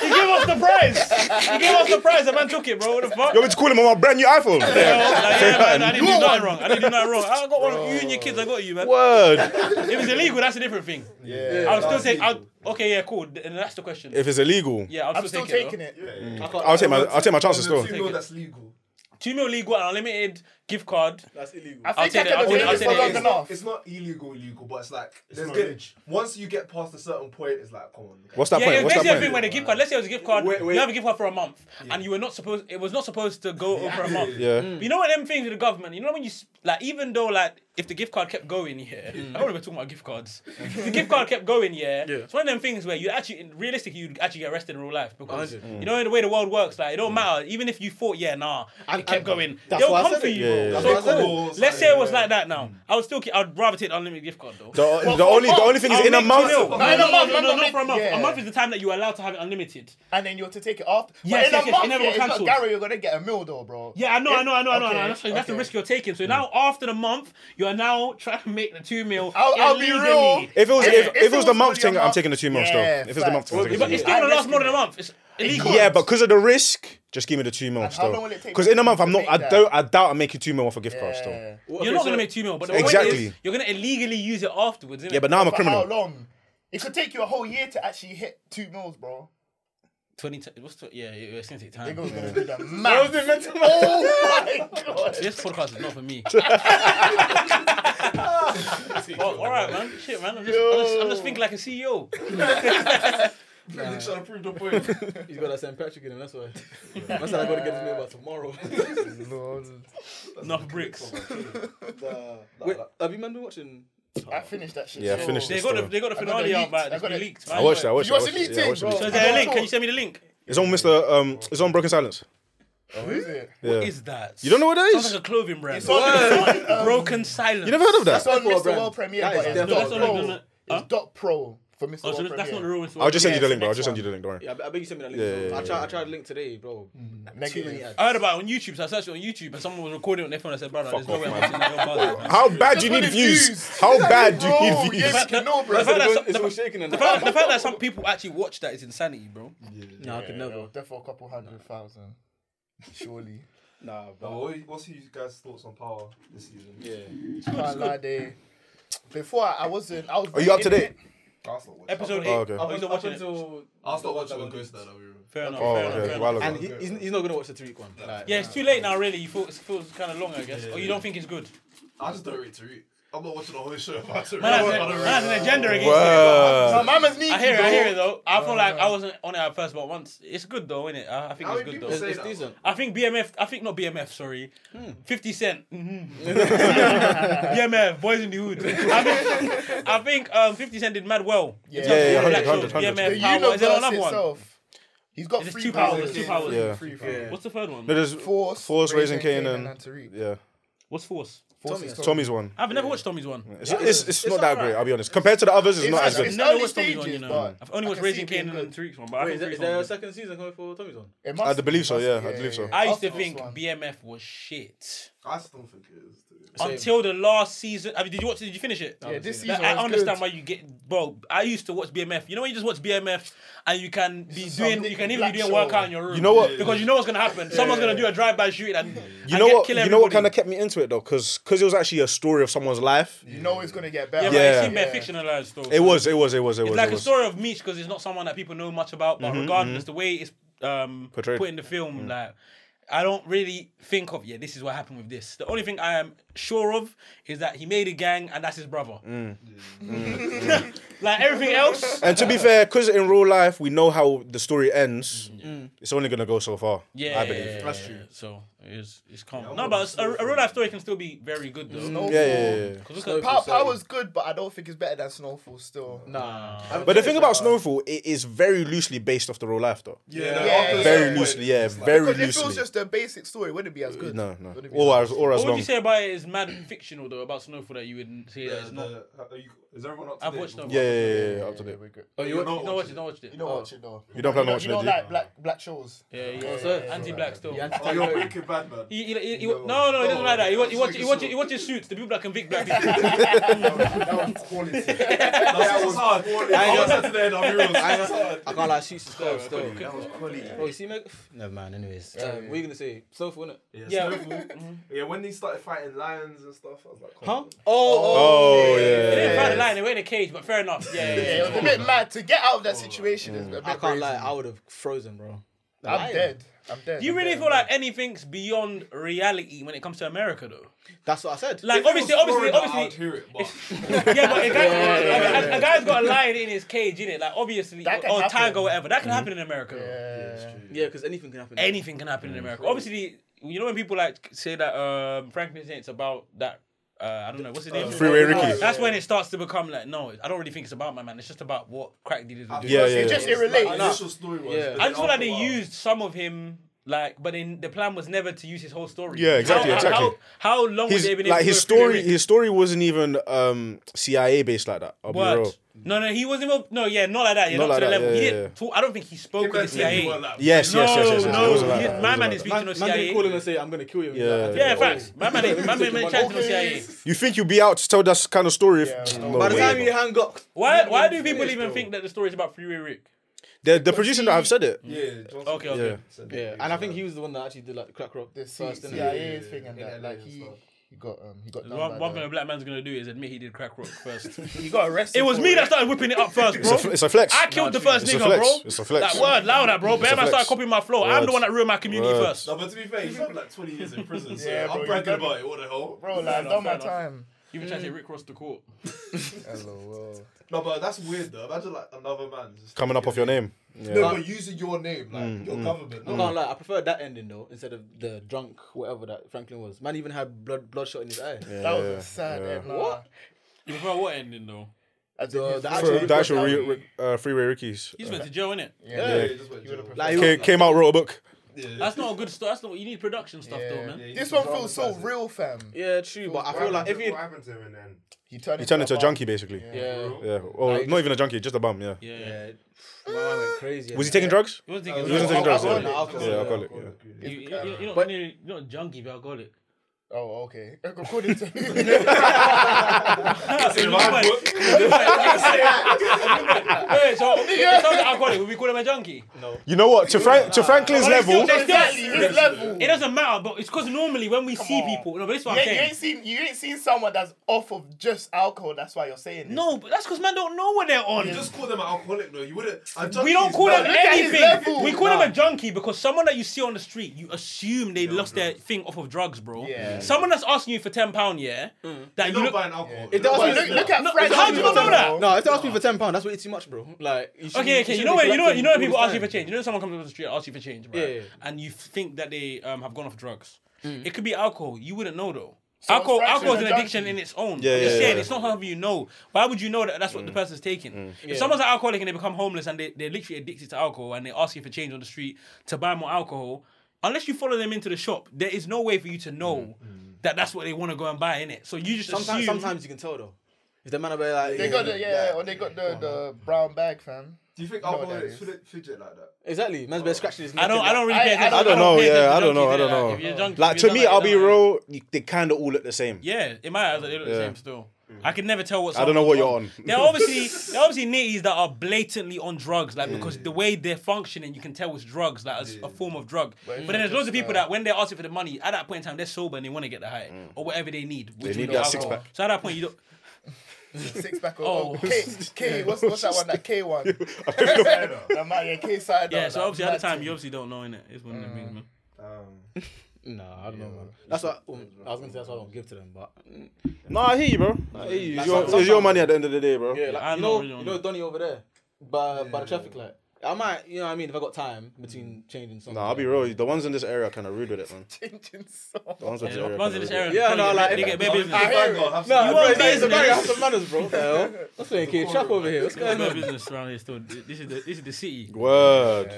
Speaker 3: He gave us the prize. He gave us the prize. The man took it, bro. What the fuck?
Speaker 4: You want me to call him on my brand new iPhone?
Speaker 3: Yo, like, yeah, man, I didn't do nothing wrong. I didn't do nothing wrong. I got one of you and your kids. I got you, man.
Speaker 4: Word.
Speaker 3: If it's illegal, that's a different thing.
Speaker 8: Yeah.
Speaker 3: I'll still say, I'll, okay, yeah, cool. And that's the question.
Speaker 4: If it's illegal,
Speaker 3: yeah, I'll
Speaker 6: I'm still taking
Speaker 3: it.
Speaker 6: it.
Speaker 4: I'll take my I'll take my chances still.
Speaker 8: You know that's legal.
Speaker 3: though. Two mil legal and unlimited gift card.
Speaker 5: That's illegal.
Speaker 6: I
Speaker 3: I'll
Speaker 6: think I
Speaker 3: take it.
Speaker 6: can
Speaker 3: I'll
Speaker 6: have
Speaker 3: take
Speaker 6: it
Speaker 3: it.
Speaker 6: for
Speaker 3: I'll
Speaker 6: long
Speaker 3: take
Speaker 8: It's not,
Speaker 6: enough.
Speaker 8: it's not illegal, illegal, but it's like there's
Speaker 7: not
Speaker 8: good-
Speaker 7: rich.
Speaker 8: once you get past a certain point, it's like, come on.
Speaker 4: What's that
Speaker 3: yeah,
Speaker 4: point?
Speaker 3: it was
Speaker 4: What's
Speaker 3: basically a
Speaker 4: that
Speaker 3: thing where
Speaker 4: point?
Speaker 3: the gift card. Let's say it was a gift card.
Speaker 5: Wait, wait.
Speaker 3: You have a gift card for a month, and you were not supposed. It was not supposed to go over a month.
Speaker 4: Yeah.
Speaker 3: But you know what them things with the government. You know when you s- like, even though like if the gift card kept going, yeah.
Speaker 4: Hmm.
Speaker 3: I don't know if we're talking about gift cards. if the gift card kept going, yeah. It's one of them things where you actually, in- realistically, you'd actually get arrested in real life because
Speaker 5: hundred.
Speaker 4: Hmm.
Speaker 3: you know the way the world works. Like it don't matter. Even if you thought, yeah, nah, it kept going.
Speaker 5: that's
Speaker 3: They'll
Speaker 5: why I
Speaker 3: come
Speaker 5: said
Speaker 3: for
Speaker 5: it.
Speaker 3: you. bro.
Speaker 4: Yeah, yeah,
Speaker 3: So
Speaker 5: that's why I said
Speaker 3: cool.
Speaker 8: it.
Speaker 3: Let's say it was like that. Now I would still. Keep, I'd rather take the unlimited gift card though.
Speaker 4: The, the only the only thing is
Speaker 3: I'll
Speaker 4: in a
Speaker 3: make
Speaker 4: month.
Speaker 3: two mil. No,
Speaker 6: in a
Speaker 3: no,
Speaker 6: month,
Speaker 3: no, no, not
Speaker 6: I'm not
Speaker 3: for a month.
Speaker 6: making-
Speaker 3: A month
Speaker 6: yeah.
Speaker 3: is the time that you are allowed to have it unlimited.
Speaker 6: And then you're to take it after.
Speaker 3: Yes,
Speaker 6: but
Speaker 3: yes,
Speaker 6: in a
Speaker 3: yes, it
Speaker 6: month,
Speaker 3: never
Speaker 6: yeah, it's
Speaker 3: cancelled.
Speaker 6: not Gary, you're gonna get a meal though, bro.
Speaker 3: Yeah, I know, I know, I know, I know. I know.
Speaker 6: Okay,
Speaker 3: That's, that's the
Speaker 6: okay. Mm.
Speaker 3: risk you're taking. So now after the month, you're now trying to make the two mil.
Speaker 6: I'll- I'll be
Speaker 3: illegally.
Speaker 6: real.
Speaker 4: If it was if,
Speaker 6: If-
Speaker 4: if,
Speaker 6: if
Speaker 4: it was the month
Speaker 6: somebody
Speaker 4: thing,
Speaker 6: a
Speaker 4: I'm
Speaker 6: month-
Speaker 4: taking the two mil still.
Speaker 6: Yeah,
Speaker 4: If it was the month thing, I'm
Speaker 3: Yeah, But
Speaker 4: taking the two
Speaker 3: it's
Speaker 4: mil.
Speaker 3: still gonna last more than a month. It's illegal.
Speaker 4: Yeah, but because of the risk, just give me the two mil
Speaker 6: And how long
Speaker 4: still.
Speaker 6: will it take
Speaker 4: Because in a
Speaker 6: to
Speaker 4: month, I'm not.
Speaker 6: make
Speaker 4: I
Speaker 6: that?
Speaker 4: don't. I doubt I'm making two mil off a gift card still.
Speaker 6: Yeah.
Speaker 3: You're not gonna make two mil, but the point
Speaker 4: Exactly.
Speaker 3: is, you're gonna illegally use it afterwards, innit?
Speaker 4: Yeah, but now I'm a
Speaker 6: For how
Speaker 4: criminal.
Speaker 6: long? It could take you a whole year to actually hit two mils, bro.
Speaker 3: twenty. T- what's tw- yeah, yeah, it's gonna take time.
Speaker 6: Nigga was gonna do the math. Oh my god.
Speaker 3: This podcast is not for me. Well, all right, man. Shit, man. I'm just, I'm just, I'm just thinking like a E CEO.
Speaker 2: He's trying to prove the point.
Speaker 5: He's got that St. Patrick in him, that's why. That's how I gotta get his mail by tomorrow.
Speaker 3: Enough bricks.
Speaker 5: Wait, have you man been watching?
Speaker 6: I finished that shit.
Speaker 4: Yeah, I
Speaker 6: so-
Speaker 4: finished
Speaker 3: They
Speaker 4: it.
Speaker 3: got the,
Speaker 4: still.
Speaker 3: they got the
Speaker 6: I got
Speaker 3: finale
Speaker 6: it
Speaker 3: out,
Speaker 6: leaked.
Speaker 3: but
Speaker 6: I
Speaker 3: it's
Speaker 6: got
Speaker 3: been
Speaker 6: it-
Speaker 3: leaked. Man.
Speaker 4: I watched it. I watched
Speaker 6: You
Speaker 4: it. I
Speaker 6: watched the
Speaker 4: watched it,
Speaker 6: league
Speaker 4: yeah, I
Speaker 6: team,
Speaker 4: watched it.
Speaker 6: bro?
Speaker 3: So is
Speaker 6: I
Speaker 3: there a
Speaker 6: got
Speaker 3: link? Can
Speaker 6: caught.
Speaker 3: you send me the link?
Speaker 4: It's on Mr. Um. It's on Broken Silence.
Speaker 6: Who Oh, is it?
Speaker 4: Yeah.
Speaker 3: What is that?
Speaker 4: You don't know what that
Speaker 3: Sounds
Speaker 4: is?
Speaker 3: like a clothing brand.
Speaker 6: It's on,
Speaker 3: Broken silence.
Speaker 4: You never heard of
Speaker 6: that's
Speaker 4: that?
Speaker 6: on
Speaker 5: Football
Speaker 6: Mr.
Speaker 5: brand.
Speaker 6: World Premiere,
Speaker 5: That
Speaker 6: but
Speaker 5: is
Speaker 6: it's
Speaker 5: definitely-
Speaker 6: dot
Speaker 3: That's not
Speaker 6: pro.
Speaker 3: even- huh?
Speaker 6: It's dot pro for Mr.
Speaker 3: Oh, so
Speaker 6: World
Speaker 3: that's that's not the
Speaker 6: Premiere.
Speaker 3: real one.
Speaker 4: I'll just send you the
Speaker 6: Yeah, it's
Speaker 4: link,
Speaker 6: the
Speaker 4: bro. I'll
Speaker 6: next
Speaker 4: just send you
Speaker 6: one.
Speaker 4: the link. Don't worry.
Speaker 5: Yeah, I bet you sent me that link.
Speaker 4: Yeah, yeah,
Speaker 5: I
Speaker 4: yeah,
Speaker 5: tried. I tried link today, bro.
Speaker 3: Mm-hmm.
Speaker 5: Too many
Speaker 6: Negative.
Speaker 5: ads.
Speaker 3: I heard about it on YouTube, so I searched it on YouTube, and someone was recording it and they phone. I said, brother, there's no
Speaker 4: off,
Speaker 3: way I'm
Speaker 4: man.
Speaker 3: watching that. brother."
Speaker 4: How bad do you need views? How bad do you
Speaker 6: Bro,
Speaker 4: need views?
Speaker 6: yes, you know, bro.
Speaker 3: The fact that
Speaker 5: It's
Speaker 3: some-
Speaker 5: all- it's
Speaker 3: the-
Speaker 5: all shaking and
Speaker 3: The fact, the fact that some people actually watch that is insanity, bro.
Speaker 4: Oh,
Speaker 5: Nah, I could never.
Speaker 6: Therefore, a couple hundred thousand. Surely.
Speaker 5: Nah,
Speaker 2: But
Speaker 5: bro.
Speaker 2: Oh, what, what's you guys' thoughts on power this season?
Speaker 5: Yeah.
Speaker 6: Can't lie, they. Before I, I wasn't. I was.
Speaker 4: Are you up to
Speaker 6: reading
Speaker 4: date?
Speaker 6: it.
Speaker 2: That's not what.
Speaker 3: Episode 8.
Speaker 4: Oh, okay.
Speaker 3: Oh, he's not watching it.
Speaker 5: until
Speaker 2: I'll start watching when Ghost there.
Speaker 3: Fair enough.
Speaker 4: Oh,
Speaker 3: fair enough, fair
Speaker 4: okay.
Speaker 3: enough.
Speaker 4: While
Speaker 5: and
Speaker 4: ago.
Speaker 5: he, he's, he's not gonna watch the Tariq one. Like,
Speaker 3: Yeah, it's too late now, really. You thought it feels kind of long, I guess. Or you don't think it's good.
Speaker 2: I just don't rate Tariq. I'm not watching the whole show about Tariq.
Speaker 3: Man,
Speaker 2: I
Speaker 3: has,
Speaker 2: don't
Speaker 3: a,
Speaker 2: rate
Speaker 3: man has an agenda against
Speaker 6: My
Speaker 4: Wow.
Speaker 6: mama's knee.
Speaker 3: it. I hear it, I hear it, though. I feel like I wasn't on it at first, but once. It's good, though, innit? I, I think
Speaker 2: How many
Speaker 3: it's good,
Speaker 2: people
Speaker 3: though.
Speaker 5: it's,
Speaker 2: say
Speaker 5: it's
Speaker 2: that?
Speaker 5: decent.
Speaker 3: I think BMF, I think not BMF, sorry.
Speaker 6: Hmm.
Speaker 3: 50 Cent. mhm. BMF, Boys in the Hood. I think, I think um, 50 Cent did mad well.
Speaker 6: Yeah,
Speaker 4: Yeah, yeah,
Speaker 6: yeah,
Speaker 4: yeah,
Speaker 3: Black
Speaker 4: 100,
Speaker 3: Shows,
Speaker 4: 100, 100.
Speaker 6: The
Speaker 3: BMF, Power. Is
Speaker 6: universe
Speaker 3: there another one?
Speaker 6: itself. He's got
Speaker 3: It's
Speaker 6: three
Speaker 3: two
Speaker 6: powers.
Speaker 3: powers, two powers.
Speaker 4: Yeah.
Speaker 6: Three powers.
Speaker 5: Yeah.
Speaker 3: What's the third one?
Speaker 4: No, there's
Speaker 6: Force,
Speaker 4: Force, Raising Kane,
Speaker 6: Kanan
Speaker 4: and
Speaker 6: Tariq.
Speaker 4: yeah,
Speaker 3: What's Force?
Speaker 6: Force is
Speaker 4: Tommy's one.
Speaker 3: I've never watched Tommy's one.
Speaker 4: It's, it's, it's not that great. I'll be honest. Compared to the others, it's,
Speaker 6: It's
Speaker 4: not as
Speaker 6: actually-
Speaker 4: good.
Speaker 6: it's-
Speaker 3: never
Speaker 6: early
Speaker 3: watched Tommy's one, you
Speaker 6: stages,
Speaker 3: know.
Speaker 6: but
Speaker 3: I've only
Speaker 6: I
Speaker 3: watched
Speaker 6: can see
Speaker 3: Raising
Speaker 6: it being
Speaker 3: Kane and Tariq's one, but I
Speaker 5: Wait, is
Speaker 3: think
Speaker 5: there, is
Speaker 3: Tariq's one
Speaker 5: there a
Speaker 3: was good.
Speaker 5: second season coming for Tommy's one?
Speaker 6: It must
Speaker 4: I believe so,
Speaker 6: must
Speaker 4: yeah,
Speaker 6: be,
Speaker 4: I believe so.
Speaker 3: I used
Speaker 6: After
Speaker 3: to
Speaker 6: this
Speaker 3: think
Speaker 6: one.
Speaker 3: BMF was shit
Speaker 2: I just don't think it is. Tariq.
Speaker 5: Same.
Speaker 3: until the last season. I mean, did you watch? Did you finish it?
Speaker 6: Yeah, this
Speaker 3: Like,
Speaker 6: season.
Speaker 3: I
Speaker 6: was
Speaker 3: understand
Speaker 6: good.
Speaker 3: why you get bro. I used to watch BMF. You know when you just watch BMF and you can be
Speaker 6: is
Speaker 3: doing,
Speaker 6: some
Speaker 3: you can even be
Speaker 6: Nick Black
Speaker 3: doing
Speaker 6: show.
Speaker 3: workout in your room.
Speaker 4: You know what?
Speaker 3: Because you know what's gonna happen. Someone's gonna do a drive-by shooting and
Speaker 4: You know what? You know what kind of kept me into it though, because it was actually a story of someone's life.
Speaker 6: You know it's gonna get better.
Speaker 3: Yeah,
Speaker 4: Yeah.
Speaker 3: but it seemed more fictionalized though.
Speaker 4: It was. It was. It was. It was.
Speaker 3: It's like
Speaker 4: it
Speaker 3: a
Speaker 4: was. Mm-hmm,
Speaker 3: story of Meech because it's not someone that people know much about. But regardless, the way it's um,
Speaker 4: Portrayed.
Speaker 3: put in the film, like I don't really think of yeah, this is what happened with this. The only thing I am sure of is that he made a gang and that's his brother.
Speaker 4: Mm.
Speaker 3: like everything else,
Speaker 4: And to be fair, because in real life we know how the story ends, it's only gonna go so far.
Speaker 3: Mm. yeah,
Speaker 4: I believe.
Speaker 3: that's true. So it's it's calm. no, but it's- a, a real life story can still be very good though.
Speaker 6: Snowfall.
Speaker 4: Yeah, yeah, yeah, yeah.
Speaker 3: 'Cause look at-
Speaker 6: Power, Power's good, but I don't think it's better than Snowfall still.
Speaker 5: Nah.
Speaker 4: But the thing about Snowfall, it is very loosely based off the real life though.
Speaker 2: Yeah, no, after
Speaker 6: Yeah, yeah,
Speaker 2: a
Speaker 4: Very
Speaker 2: certain
Speaker 4: loosely,
Speaker 2: point,
Speaker 4: yeah,
Speaker 2: it's like-
Speaker 4: very
Speaker 6: Because if it
Speaker 4: loosely.
Speaker 6: was just a basic story, it wouldn't be as good.
Speaker 4: No, no,
Speaker 6: Wouldn't be
Speaker 4: or
Speaker 6: as
Speaker 4: as or as
Speaker 3: What would
Speaker 4: long.
Speaker 3: you say about it is mad fictional though about Snowfall that you would say that
Speaker 2: Yeah,
Speaker 3: it's not?
Speaker 2: the- are you- Is everyone up to
Speaker 3: I've
Speaker 2: date?
Speaker 3: watched them.
Speaker 4: Yeah, yeah, yeah, yeah, yeah, up to
Speaker 6: Yeah,
Speaker 4: date.
Speaker 6: we're good.
Speaker 5: Oh, you
Speaker 2: You're
Speaker 5: watch-
Speaker 2: not
Speaker 3: No, watch it,
Speaker 2: watching.
Speaker 3: don't watch it.
Speaker 6: You don't watch it though.
Speaker 4: You don't plan
Speaker 6: You
Speaker 4: on
Speaker 6: don't,
Speaker 4: watching
Speaker 6: you
Speaker 4: it,
Speaker 6: don't
Speaker 4: do you?
Speaker 6: like black black shows.
Speaker 3: Yeah, yeah,
Speaker 5: Oh,
Speaker 3: yeah,
Speaker 5: so-
Speaker 3: anti-black still.
Speaker 5: Yeah,
Speaker 2: Oh, you're Breaking Bad, man.
Speaker 3: He, he, he, he, no, no, he doesn't like that. He, watch, he, watch, he, watch, he watches suits, the people that convict black people.
Speaker 7: That was quality.
Speaker 2: That was hard. I was
Speaker 5: gonna-
Speaker 2: sat there and I'm real.
Speaker 5: I
Speaker 2: That was hard.
Speaker 5: can't I can't lie, she's still. still.
Speaker 7: That was quality.
Speaker 5: Oh, you see, Meg? Never mind, anyways. Um, What are you gonna say? Snowfall, innit?
Speaker 3: yeah, we-
Speaker 2: Snowfall. Yeah, when they started fighting lions and stuff, I was like,
Speaker 5: Huh?
Speaker 2: come
Speaker 5: Oh,
Speaker 2: on.
Speaker 5: oh.
Speaker 4: Oh yeah.
Speaker 3: they didn't
Speaker 4: yeah,
Speaker 3: find the
Speaker 4: yeah.
Speaker 3: line, they were in a cage, but fair enough. Yeah, yeah,
Speaker 6: Yeah, it was a
Speaker 3: yeah.
Speaker 6: bit mad to get out of that situation. Is a bit
Speaker 5: I can't
Speaker 6: crazy.
Speaker 5: lie, I would have frozen, bro.
Speaker 6: I'm dead. I'm dead.
Speaker 3: Do you
Speaker 6: I'm
Speaker 3: really
Speaker 6: dead.
Speaker 3: feel like anything's beyond reality when it comes to America, though?
Speaker 5: That's what I said.
Speaker 3: Like,
Speaker 2: If
Speaker 3: obviously,
Speaker 2: it was
Speaker 3: obviously,
Speaker 2: Florida, I would
Speaker 3: obviously.
Speaker 2: hear it, but
Speaker 3: Yeah, but a, guy, a- a, a guy's got a lion in his cage, innit? Like, obviously,
Speaker 6: That
Speaker 3: or,
Speaker 6: can
Speaker 3: or a
Speaker 6: happen. Mm-hmm.
Speaker 3: tiger, or whatever. That can happen in America, though.
Speaker 6: Yeah.
Speaker 5: yeah, because anything can happen.
Speaker 3: anything can happen in America. Obviously, you know when people like say that um, Franklin it's about that. Uh, I don't know what's his name.
Speaker 4: Freeway Ricky.
Speaker 3: That's when it starts to become like no, I don't really think it's about my man. It's just about what crack dealers would do.
Speaker 4: Yeah, yeah,
Speaker 6: It
Speaker 4: yeah.
Speaker 6: just it relates.
Speaker 2: Like, initial story was.
Speaker 5: Yeah.
Speaker 2: but
Speaker 3: I
Speaker 2: then
Speaker 3: just feel like
Speaker 2: after a
Speaker 3: they
Speaker 2: while-
Speaker 3: used some of him Like, but in the plan was never to use his whole story.
Speaker 4: Yeah, exactly,
Speaker 3: How,
Speaker 4: exactly.
Speaker 3: How, how long would
Speaker 4: His,
Speaker 3: they have been able
Speaker 4: like
Speaker 3: to
Speaker 4: his
Speaker 3: figure
Speaker 4: story,
Speaker 3: it?
Speaker 4: his story wasn't even um, CIA based like that. I'll be
Speaker 3: Word.
Speaker 4: real.
Speaker 3: No, no, he was involved. No, yeah, not like that. Yeah,
Speaker 4: Not
Speaker 3: not,
Speaker 4: like
Speaker 3: to the
Speaker 4: that,
Speaker 3: level.
Speaker 4: yeah,
Speaker 3: he
Speaker 4: yeah,
Speaker 3: didn't. talk- I don't think he spoke with the CIA. No,
Speaker 4: Yes, yes, yes, yes, yes.
Speaker 3: no, he
Speaker 4: it wasn't like
Speaker 3: didn't-
Speaker 4: that, it
Speaker 3: my
Speaker 4: wasn't
Speaker 3: man
Speaker 4: like
Speaker 3: is
Speaker 4: that.
Speaker 3: speaking to
Speaker 5: Man didn't call him
Speaker 3: CIA.
Speaker 5: and say, I'm going to kill you.
Speaker 4: Yeah.
Speaker 5: Like,
Speaker 3: Yeah, oh. facts. My man, my man mentioned the CIA.
Speaker 4: You think you'll be out to tell that kind of story? If, no
Speaker 5: By the
Speaker 4: way,
Speaker 5: time
Speaker 4: bro.
Speaker 5: you hang up,
Speaker 3: Why? Why do people even think that the story is about Freeway Rick?
Speaker 4: the, the producer that I've said it.
Speaker 2: Yeah, Johnson.
Speaker 3: Okay, okay.
Speaker 4: Yeah.
Speaker 2: Said
Speaker 5: yeah, and I think he was the one that actually did like the crack rock
Speaker 6: The
Speaker 5: first,
Speaker 6: C-
Speaker 5: didn't he?
Speaker 6: CIA thing and
Speaker 2: Yeah,
Speaker 6: that.
Speaker 2: yeah,
Speaker 6: Like
Speaker 2: yeah,
Speaker 6: he,
Speaker 2: stuff.
Speaker 6: he got um he got done by
Speaker 3: One, one thing a
Speaker 6: the-
Speaker 3: black man's gonna do is admit he did crack rock first.
Speaker 6: he got arrested.
Speaker 3: it was
Speaker 6: for
Speaker 3: me that started whipping it up first,
Speaker 4: It's
Speaker 3: bro.
Speaker 4: a, fl- it's a flex.
Speaker 3: I killed the first
Speaker 4: It's a
Speaker 3: nigga,
Speaker 4: flex.
Speaker 3: bro.
Speaker 4: It's a flex.
Speaker 3: That word louder, bro. Bear man
Speaker 4: flex.
Speaker 3: started copying my flow. I'm
Speaker 4: Word.
Speaker 3: the one that ruined my community
Speaker 4: Word.
Speaker 3: first.
Speaker 2: No, but to be fair, he's had like 20 years in prison, so
Speaker 6: Yeah, bro,
Speaker 2: I'm
Speaker 6: you
Speaker 2: bragging
Speaker 6: gotta-
Speaker 2: about it. What the hell?
Speaker 6: bro. Like I've done my
Speaker 3: enough.
Speaker 6: time.
Speaker 3: You even trying to say Rick Ross to court.
Speaker 6: Hello.
Speaker 2: No, but that's weird though. Imagine like another man just
Speaker 4: Coming up off your name.
Speaker 2: No, but using your name, like your government. No,
Speaker 5: I'm not gonna lie, I prefer that ending though, instead of the drunk whatever that Franklin was. Man even had blood bloodshot in his eye.
Speaker 6: That was a sad end. nah.
Speaker 5: What?
Speaker 3: You prefer what ending though?
Speaker 6: I think
Speaker 5: The-
Speaker 6: he's-
Speaker 5: the
Speaker 6: he
Speaker 5: actual-
Speaker 4: For the actual re- re- uh, freeway Rickies.
Speaker 3: He just went to jail, innit?
Speaker 2: yeah, yeah, just went to jail.
Speaker 5: Like, he
Speaker 4: Came,
Speaker 5: was-
Speaker 4: came out, wrote a book.
Speaker 3: That's not a good stuff. That's not. You need production stuff though, man.
Speaker 2: Yeah,
Speaker 6: This one feels so real, fam.
Speaker 5: yeah, true, but I
Speaker 7: What
Speaker 5: feel like if
Speaker 7: happened to-
Speaker 5: he
Speaker 7: what happened to him and then?
Speaker 6: He turned
Speaker 4: He turned into a
Speaker 6: bum.
Speaker 4: junkie, basically. Yeah.
Speaker 5: yeah,
Speaker 4: Or not even a junkie, just a bum, yeah.
Speaker 3: Yeah.
Speaker 5: yeah, my man went crazy.
Speaker 4: Was he taking drugs?
Speaker 3: He wasn't taking
Speaker 4: He wasn't
Speaker 3: drugs.
Speaker 4: taking
Speaker 5: Alcohol,
Speaker 4: drugs, yeah.
Speaker 5: alcohol,
Speaker 4: Yeah,
Speaker 5: yeah,
Speaker 4: alcoholic,
Speaker 3: You,
Speaker 4: yeah.
Speaker 3: you, you, you're, not, you're not junkie, but alcoholic.
Speaker 6: Oh, okay. According to
Speaker 3: Hey, so if it sounds alcoholic, would we call him a junkie?
Speaker 4: You know what? To, Frank, to Franklin's
Speaker 3: But it's still-
Speaker 4: level,
Speaker 3: they still-
Speaker 6: exactly his level.
Speaker 3: It doesn't matter, but it's because normally when we see
Speaker 6: on.
Speaker 3: people, no, but this is what
Speaker 6: Yeah,
Speaker 3: I'm
Speaker 6: you
Speaker 3: saying.
Speaker 6: ain't seen you ain't seen someone that's off of just alcohol. That's why you're saying this.
Speaker 3: No, but that's because man don't know what they're on.
Speaker 2: Just call them an alcoholic though. You wouldn't. I just-
Speaker 3: we don't call
Speaker 6: No,
Speaker 3: them
Speaker 6: look at his
Speaker 3: anything.
Speaker 6: level.
Speaker 3: We call them a junkie because someone that you see on the street, you assume they lost their thing off of drugs, bro.
Speaker 6: Yeah. Mm.
Speaker 3: Someone that's asking you for ten pound, yeah, that
Speaker 2: You
Speaker 3: you
Speaker 2: don't
Speaker 3: look.
Speaker 2: buy an alcohol.
Speaker 5: If they ask me,
Speaker 6: Look, look at
Speaker 3: No,
Speaker 6: Frank.
Speaker 3: how do you not know that?
Speaker 5: No, if they ask me for ten pounds, that's way too much, bro. Like, you should-
Speaker 3: Okay,
Speaker 5: should
Speaker 3: okay. You
Speaker 5: be
Speaker 3: know when you know you know
Speaker 5: collecting
Speaker 3: when people
Speaker 5: all
Speaker 3: ask
Speaker 5: this
Speaker 3: you for
Speaker 5: time.
Speaker 3: change. You know someone comes up the street and asks you for change, right?
Speaker 5: Yeah, yeah.
Speaker 3: And you think that they um have gone off drugs.
Speaker 4: Mm.
Speaker 3: It could be alcohol. You wouldn't know though. alcohol,
Speaker 6: it's
Speaker 3: alcohol is an
Speaker 6: actually a
Speaker 3: addiction in its own.
Speaker 4: Yeah,
Speaker 3: I'm just
Speaker 4: yeah,
Speaker 3: saying,
Speaker 4: yeah. Mm.
Speaker 3: it's not something you know. Why would you know that that's what the person's taking? If someone's an alcoholic and they become homeless and they, they're literally addicted to alcohol and they ask you for change on the street to buy more alcohol, unless you follow them into the shop, there is no way for you to know
Speaker 4: Mm.
Speaker 3: that that's what they want to go and buy, innit? So you just
Speaker 5: Sometimes,
Speaker 3: assume.
Speaker 5: sometimes you can tell though. If the man are like,
Speaker 6: They got the yeah, or they got the the brown bag, fam.
Speaker 2: Do you think
Speaker 6: know what
Speaker 2: alcoholics
Speaker 6: that is.
Speaker 2: should fidget like that?
Speaker 5: exactly. Man's been scratching his neck.
Speaker 3: I don't.
Speaker 5: and
Speaker 3: I don't really
Speaker 6: I-
Speaker 3: pay
Speaker 6: I
Speaker 3: attention.
Speaker 6: don't
Speaker 4: know,
Speaker 3: pay
Speaker 4: yeah,
Speaker 3: attention
Speaker 4: I
Speaker 3: to
Speaker 4: don't know, I
Speaker 3: junkies,
Speaker 4: don't
Speaker 3: innit?
Speaker 4: know.
Speaker 3: If you're a junkie,
Speaker 4: like,
Speaker 3: you're not
Speaker 4: to me, I'll be
Speaker 3: that.
Speaker 4: real, you- they kind of all look the same.
Speaker 3: Yeah, in my eyes, they look the same still. I could never tell what.
Speaker 4: I don't know what you're
Speaker 3: someone's
Speaker 4: on.
Speaker 3: They're obviously they're obviously nitties that are blatantly on drugs, like because the way they're functioning, you can tell it's drugs, like it's a form of drug. But, then there's loads of people that when they're asking for the money, at that point in time, they're sober and they want to get the high or whatever they need. Which
Speaker 4: Mm. They
Speaker 3: would
Speaker 4: need
Speaker 3: be
Speaker 4: that six
Speaker 3: alcohol.
Speaker 4: pack.
Speaker 3: So at that point, you don't.
Speaker 6: Six pack of
Speaker 3: Oh.
Speaker 6: oh, K, K what's, what's that one? That K one. the man, yeah, K side.
Speaker 3: Yeah, so obviously at the time you obviously don't know, innit? It's one of them things, man.
Speaker 2: Um,
Speaker 5: Nah, I don't know, man. That's what um, I was gonna say. That's why I don't give to them, but
Speaker 4: No, I hear you, bro. I hear you. It's your, it's your money at the end of the day, bro.
Speaker 5: yeah, like,
Speaker 3: I
Speaker 5: you
Speaker 3: know,
Speaker 5: know,
Speaker 3: really don't
Speaker 5: you know
Speaker 3: know.
Speaker 5: Donny over there, by by the traffic light. I might, you know, what I mean, if I got time between changing something.
Speaker 4: Mm. Nah, I'll be real. The ones in this area are kind of rude with it, man.
Speaker 6: Changing song.
Speaker 4: The ones in this
Speaker 3: Yeah,
Speaker 4: area.
Speaker 3: ones in this area,
Speaker 5: Yeah,
Speaker 3: yeah,
Speaker 5: no,
Speaker 3: no,
Speaker 5: like-
Speaker 3: like they get bare business.
Speaker 2: Thank God, have
Speaker 5: No,
Speaker 2: some-
Speaker 5: you bro,
Speaker 3: want
Speaker 5: it's a
Speaker 3: business.
Speaker 5: guy have some manners, bro. What the hell? What's playing kid trap over here? What's
Speaker 3: There's
Speaker 5: going
Speaker 3: no
Speaker 5: on?
Speaker 3: business around here still. This is the this is the city.
Speaker 4: Word.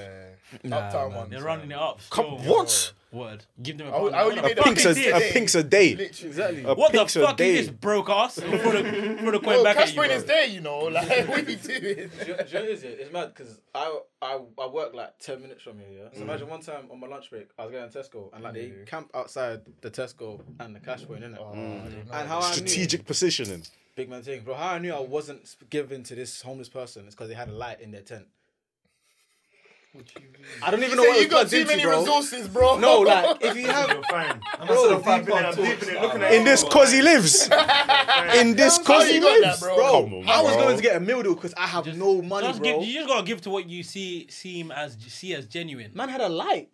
Speaker 6: Uptown one.
Speaker 3: They're running it up.
Speaker 4: Come,
Speaker 3: still.
Speaker 4: what? uh,
Speaker 3: Word. Give them a.
Speaker 6: I would- I
Speaker 3: pound.
Speaker 6: would
Speaker 3: What
Speaker 6: leave
Speaker 3: the fuck
Speaker 6: it at
Speaker 4: Pinks
Speaker 3: is
Speaker 4: a,
Speaker 3: this?
Speaker 4: a pink's a day.
Speaker 6: Literally.
Speaker 5: Exactly.
Speaker 4: A
Speaker 3: What the
Speaker 4: pink's a
Speaker 3: fuck
Speaker 4: day.
Speaker 3: is this broke ass? Before the, before the coin
Speaker 6: Yo,
Speaker 3: back
Speaker 6: cash
Speaker 3: at you,
Speaker 6: point
Speaker 3: bro.
Speaker 6: is there, you know. Like, what are you doing?
Speaker 5: Do you, do you know what it is? Yeah? It's mad because I, I I work like ten minutes from here. Yeah. So
Speaker 6: Mm.
Speaker 5: imagine one time on my lunch break, I was going to Tesco and like they camped outside the Tesco and the cash point,
Speaker 6: Oh,
Speaker 5: innit? And how I
Speaker 4: Strategic positioning.
Speaker 5: knew, big man thing, bro. How I knew I wasn't sp- giving to this homeless person is because they had a light in their tent. I don't even know what
Speaker 6: Say
Speaker 5: it was
Speaker 6: you got
Speaker 5: plugged
Speaker 6: too many
Speaker 5: into, bro.
Speaker 6: resources, bro.
Speaker 5: No, like if you have
Speaker 7: Fine. I'm
Speaker 5: bro,
Speaker 4: In this cause he lives. In this cause
Speaker 6: you
Speaker 4: he
Speaker 6: got
Speaker 4: lives.
Speaker 6: that, bro?
Speaker 5: bro,
Speaker 4: Come on,
Speaker 5: I was
Speaker 4: bro.
Speaker 5: going to get a meal deal because I have no money,
Speaker 3: Just
Speaker 5: bro.
Speaker 3: give, you just gotta give to what you see seem as see as genuine.
Speaker 5: Man had a light.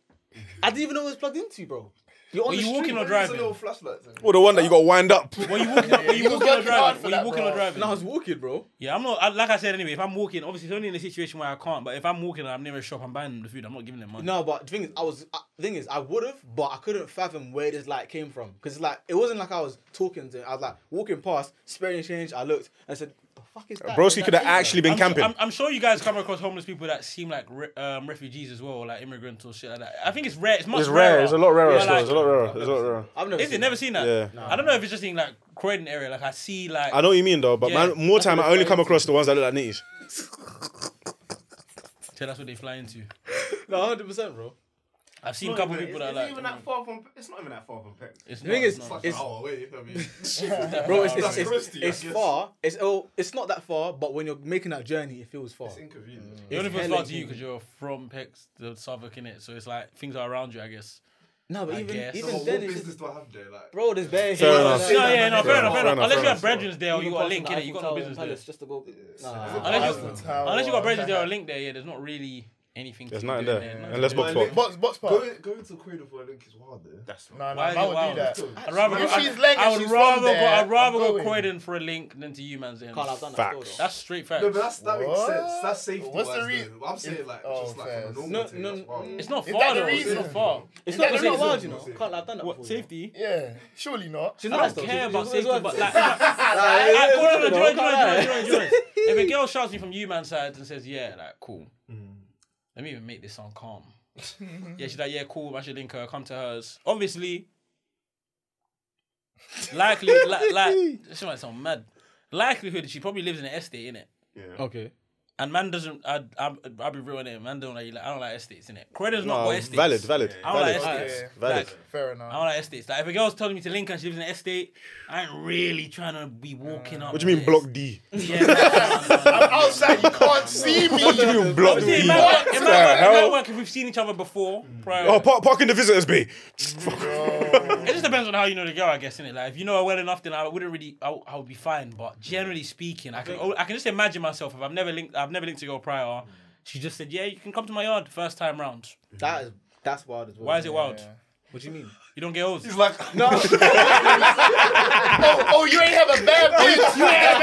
Speaker 5: I didn't even know it was plugged into, bro. You're on
Speaker 3: Were
Speaker 5: the
Speaker 3: you
Speaker 5: street.
Speaker 3: walking or
Speaker 2: It's a
Speaker 3: driving?
Speaker 2: little flashlight thing.
Speaker 4: Or the one that you got wind up.
Speaker 3: Were you walking? Were you walking or
Speaker 6: you was working hard
Speaker 3: driving?
Speaker 6: for
Speaker 3: Were you
Speaker 6: that,
Speaker 3: walking or
Speaker 6: bro.
Speaker 3: driving?
Speaker 5: No, I was walking, bro.
Speaker 3: Yeah, I'm not. I, like I said, anyway, if I'm walking, obviously it's only in a situation where I can't. But if I'm walking and I'm near a shop, I'm buying them the food. I'm not giving them money.
Speaker 5: No, but the thing is, I was. I, the thing is, I would have, but I couldn't fathom where this light came from. Cause it's like it wasn't like I was talking to. I was like walking past, sparing change. I looked and said, "The
Speaker 6: fuck is that?
Speaker 4: Broski could have actually been
Speaker 3: I'm,
Speaker 4: camping.
Speaker 3: I'm, I'm sure you guys come across homeless people that seem like re- um, refugees as well, or like immigrants or shit like that. I think it's rare. It's much
Speaker 4: it's rare.
Speaker 3: rarer.
Speaker 4: It's a lot rarer.
Speaker 3: Yeah,
Speaker 4: still.
Speaker 3: like-
Speaker 4: it's a lot rarer. It's a lot rarer.
Speaker 5: I've never
Speaker 3: Is it
Speaker 5: seen
Speaker 3: never seen that?
Speaker 4: Yeah.
Speaker 3: I don't know if it's just in like Croydon area. Like I see like
Speaker 4: I know what you mean though, but
Speaker 3: Yeah.
Speaker 4: man, more time I only come across the ones that look like nitties.
Speaker 3: so that's what they fly into.
Speaker 5: No, hundred percent, bro.
Speaker 3: I've seen a couple
Speaker 7: It's-
Speaker 3: people
Speaker 7: it's
Speaker 3: that are like.
Speaker 7: even that far from. It's not even that far from Peck.
Speaker 3: It's
Speaker 5: The thing is,
Speaker 3: not,
Speaker 5: it's
Speaker 8: Oh, wait, you feel me?
Speaker 5: bro, it's it's,
Speaker 8: That's
Speaker 5: it's,
Speaker 8: Christy, I
Speaker 5: it's
Speaker 8: guess.
Speaker 5: far. It's oh, it's not that far, but when you're making that journey, it feels far.
Speaker 8: It's inconvenient.
Speaker 3: it only
Speaker 5: it's
Speaker 3: feels
Speaker 5: hella
Speaker 3: hard to you
Speaker 5: inconvenient.
Speaker 3: because you're from Pex, the Southwark in it. So it's like things are around you, I guess.
Speaker 5: No, but
Speaker 3: I
Speaker 5: even
Speaker 3: guess.
Speaker 5: even
Speaker 8: But
Speaker 5: then,
Speaker 8: what
Speaker 5: it's
Speaker 8: business
Speaker 5: just,
Speaker 8: do I have there? Like,
Speaker 5: bro, there's bare
Speaker 4: Fair
Speaker 5: hills.
Speaker 4: enough.
Speaker 5: Like,
Speaker 3: No, yeah, no,
Speaker 4: fair
Speaker 3: fair enough,
Speaker 4: enough,
Speaker 3: fair
Speaker 4: fair
Speaker 3: enough.
Speaker 4: enough,
Speaker 3: Unless you
Speaker 4: fair
Speaker 3: have
Speaker 4: enough.
Speaker 3: brethren there, or
Speaker 5: even
Speaker 3: you got a
Speaker 5: past
Speaker 3: link
Speaker 5: the
Speaker 3: in it,
Speaker 5: Eiffel
Speaker 3: you got no
Speaker 5: Tower
Speaker 3: business
Speaker 5: and
Speaker 3: there.
Speaker 5: Palace just to go. Nah.
Speaker 3: Unless
Speaker 6: Eiffel
Speaker 3: you,
Speaker 6: Tower.
Speaker 3: unless you got brethren there or a link there, yeah, there's not really anything.
Speaker 4: There's
Speaker 3: to
Speaker 4: nothing
Speaker 3: do
Speaker 4: there.
Speaker 3: in Nothing.
Speaker 4: Unless box
Speaker 8: Well,
Speaker 4: pop.
Speaker 6: Box, box park.
Speaker 8: going, going to Croydon for a link is wild, there.
Speaker 7: That's not.
Speaker 6: No, no,
Speaker 3: Why is
Speaker 6: I
Speaker 3: it
Speaker 6: would
Speaker 3: wild?
Speaker 6: do that.
Speaker 3: I'd rather,
Speaker 6: If
Speaker 3: go-
Speaker 6: she's
Speaker 3: I,
Speaker 6: Leng and
Speaker 3: I would
Speaker 6: she's from
Speaker 3: rather go.
Speaker 6: there,
Speaker 3: I'd rather
Speaker 6: I'm
Speaker 3: go
Speaker 6: going.
Speaker 3: Croydon for a link than to you, man's end.
Speaker 5: Can't have done that still,
Speaker 4: Facts.
Speaker 5: though.
Speaker 3: That's straight facts.
Speaker 8: No, but that's, that makes
Speaker 6: What?
Speaker 8: sense. That's safety.
Speaker 6: What's the
Speaker 8: wise,
Speaker 6: rea-
Speaker 8: though. I'm saying, like,
Speaker 6: Oh,
Speaker 8: just like
Speaker 6: fair.
Speaker 8: on a normal
Speaker 5: No,
Speaker 8: thing,
Speaker 5: no,
Speaker 8: that's wild.
Speaker 3: it's not
Speaker 6: Is
Speaker 3: far
Speaker 6: that the
Speaker 3: though. It's not
Speaker 6: reason?
Speaker 3: far.
Speaker 5: It's not
Speaker 6: Is that
Speaker 5: it's
Speaker 6: the
Speaker 5: not
Speaker 6: reason?
Speaker 5: allowed, you know. Can't like, I've done that
Speaker 3: What
Speaker 5: before.
Speaker 3: safety?
Speaker 6: Yeah, surely not.
Speaker 5: She's
Speaker 3: I
Speaker 5: nice
Speaker 3: don't
Speaker 5: though.
Speaker 3: care
Speaker 5: She's-
Speaker 3: about
Speaker 5: she's
Speaker 3: safety,
Speaker 5: worth
Speaker 3: but
Speaker 5: it.
Speaker 3: like,
Speaker 5: Nah,
Speaker 3: Alright,
Speaker 5: it's
Speaker 3: cool, no,
Speaker 5: worth it, though.
Speaker 3: no,
Speaker 5: Can't
Speaker 3: join, join,
Speaker 5: lie.
Speaker 3: join, join, join. If a girl shouts me from you man's side and says, yeah, like, cool.
Speaker 4: Mm.
Speaker 3: Let me even make this sound calm. yeah, she's like, yeah, cool. I should link her. Come to hers. Obviously, likely, like, like, she might sound mad. Likelihood is she probably lives in an estate, innit?
Speaker 5: Okay.
Speaker 3: And man doesn't, I, I, I'll be real with it. Man don't like, I don't like estates, innit? Croydon's not
Speaker 4: Nah,
Speaker 3: got estates.
Speaker 4: valid, valid,
Speaker 3: I don't like
Speaker 4: valid.
Speaker 6: Oh, Yeah,
Speaker 3: estates.
Speaker 4: Valid.
Speaker 3: Like,
Speaker 6: fair
Speaker 3: I
Speaker 6: enough.
Speaker 3: don't like estates. Like, if a girl's telling me to link her and she lives in an estate, I ain't really trying to be
Speaker 6: Uh,
Speaker 3: walking up.
Speaker 4: What do you mean
Speaker 3: this.
Speaker 4: block D?
Speaker 3: Yeah, no, no, no, no.
Speaker 6: Outside, you can't see
Speaker 4: What do
Speaker 6: me.
Speaker 4: you mean block
Speaker 3: Obviously,
Speaker 4: D?
Speaker 3: it might work-
Speaker 4: What
Speaker 3: it might work- it
Speaker 4: the
Speaker 3: might
Speaker 4: hell?
Speaker 3: work if we've seen each other before. Prior.
Speaker 4: Oh, park, park in the visitors bay.
Speaker 3: it just depends on how you know the girl, I guess, innit? Like, if you know her well enough, then I wouldn't really, I, I would be fine. But generally speaking, I can, oh, I can just imagine myself if I've never linked, I've never linked to a girl prior. She just said, "Yeah, you can come to my yard first time round."
Speaker 5: That is that's wild as well.
Speaker 3: Why is it wild?
Speaker 5: What do you mean?
Speaker 3: You don't get old.
Speaker 8: He's like,
Speaker 6: Oh, oh, you ain't have a bad bitch. You ain't have a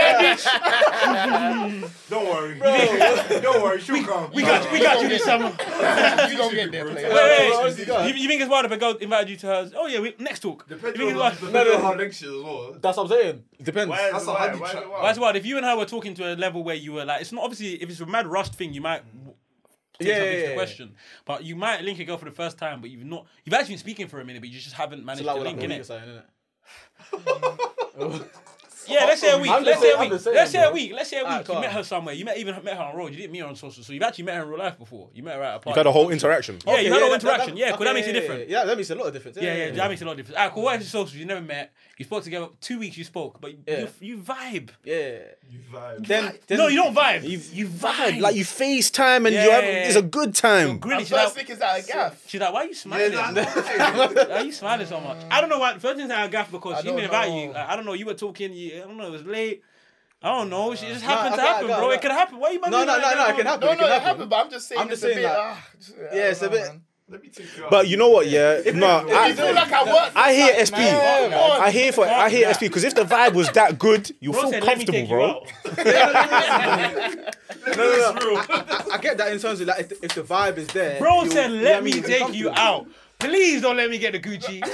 Speaker 6: bad bitch.
Speaker 7: Don't worry. Don't worry. She'll come.
Speaker 3: we got, you, we got you this summer.
Speaker 6: You gonna get there, player.
Speaker 3: Wait, wait,
Speaker 5: Honestly, God.
Speaker 3: wait. You, you think it's wild if a girl invited you to hers? Oh yeah, we, next talk. You
Speaker 8: depending
Speaker 3: think it's
Speaker 8: on-
Speaker 3: wild?
Speaker 8: depending on how linked she is as well.
Speaker 5: That's what I'm saying. It depends.
Speaker 7: Why is
Speaker 8: That's
Speaker 7: it
Speaker 8: a
Speaker 7: wild?
Speaker 8: handy
Speaker 7: Why is
Speaker 8: track.
Speaker 7: it
Speaker 3: But
Speaker 7: wild?
Speaker 3: it's wild. If you and her were talking to a level where you were like, it's not obviously if it's a mad rushed thing, you might take
Speaker 5: Yeah, yeah,
Speaker 3: something to the
Speaker 5: yeah.
Speaker 3: question. But you might link a girl for the first time, but you've not you've actually been speaking for a minute, but you just haven't managed
Speaker 5: Like,
Speaker 3: to
Speaker 5: like,
Speaker 3: link in
Speaker 5: like,
Speaker 3: it.
Speaker 5: something, innit?
Speaker 3: Yeah, let's say a week.
Speaker 5: I'm
Speaker 3: Let's
Speaker 5: just
Speaker 3: say a
Speaker 5: saying- I'm
Speaker 3: week.
Speaker 5: just saying,
Speaker 3: Let's say a
Speaker 5: bro.
Speaker 3: week. Let's say a
Speaker 5: Ah,
Speaker 3: week. You
Speaker 5: come
Speaker 3: met
Speaker 5: on.
Speaker 3: her somewhere. You met even met her on road. You didn't meet her on social. So you've actually met her in real life before. You met her at a
Speaker 4: You
Speaker 3: party.
Speaker 4: had a whole interaction.
Speaker 3: Yeah, you had a whole
Speaker 5: that- that-
Speaker 3: interaction. Yeah, 'cause that makes it
Speaker 5: okay,
Speaker 3: different.
Speaker 5: Yeah, that makes a lot of difference.
Speaker 3: Yeah, yeah, that makes a lot of difference. Ah, cool. What if it's social? You never met. You spoke together. Two weeks you spoke, but
Speaker 5: Yeah.
Speaker 3: you, you vibe.
Speaker 5: yeah.
Speaker 8: You vibe.
Speaker 5: Then, then
Speaker 3: No, you don't vibe. You,
Speaker 5: You-
Speaker 3: you vibe.
Speaker 4: Like you FaceTime and
Speaker 3: Yeah,
Speaker 4: you have
Speaker 3: yeah, yeah.
Speaker 4: it's a good time.
Speaker 3: really
Speaker 6: And
Speaker 3: she's like-
Speaker 6: first lick is at a gaff.
Speaker 3: She's like, why are you smiling? why are you smiling so much? I don't know why. First thing I got because
Speaker 6: I
Speaker 3: she didn't
Speaker 6: don't
Speaker 3: invite
Speaker 6: know.
Speaker 3: you. Like, I don't know. You were talking. You, I don't know. It was late. I don't know. It just
Speaker 5: Nah,
Speaker 3: happened to
Speaker 5: okay, I
Speaker 3: happen,
Speaker 5: got-
Speaker 3: bro.
Speaker 5: I
Speaker 3: It
Speaker 5: got-
Speaker 3: could happen. Why are you
Speaker 5: No, no, no, no. It can happen.
Speaker 6: No,
Speaker 5: it
Speaker 6: no,
Speaker 5: can
Speaker 6: it
Speaker 5: happen.
Speaker 6: happened, but I'm just saying.
Speaker 5: I'm just
Speaker 6: it's a
Speaker 5: saying
Speaker 6: bit,
Speaker 5: that-
Speaker 6: ah, just- I
Speaker 5: Yeah,
Speaker 6: don't
Speaker 5: it's a
Speaker 6: know,
Speaker 5: bit-
Speaker 6: man.
Speaker 8: Let me take you out.
Speaker 4: But you know what? Yeah, no,
Speaker 6: I feel
Speaker 4: I,
Speaker 6: like I work.
Speaker 4: I hear SP.
Speaker 6: man. Come on.
Speaker 4: I hear for I hear SP because if the vibe was that good, you
Speaker 3: Bro
Speaker 4: feel
Speaker 3: said, "Let me
Speaker 4: comfortable,
Speaker 3: take
Speaker 4: bro.
Speaker 3: you out."
Speaker 5: No, no, no. I, I get that in terms of like if the, if the vibe is there.
Speaker 3: Bro
Speaker 5: you-
Speaker 3: said,
Speaker 5: you know what I
Speaker 3: let me
Speaker 5: mean? It's
Speaker 3: take you
Speaker 5: comfortable.
Speaker 3: out. Please don't let me get the Gucci.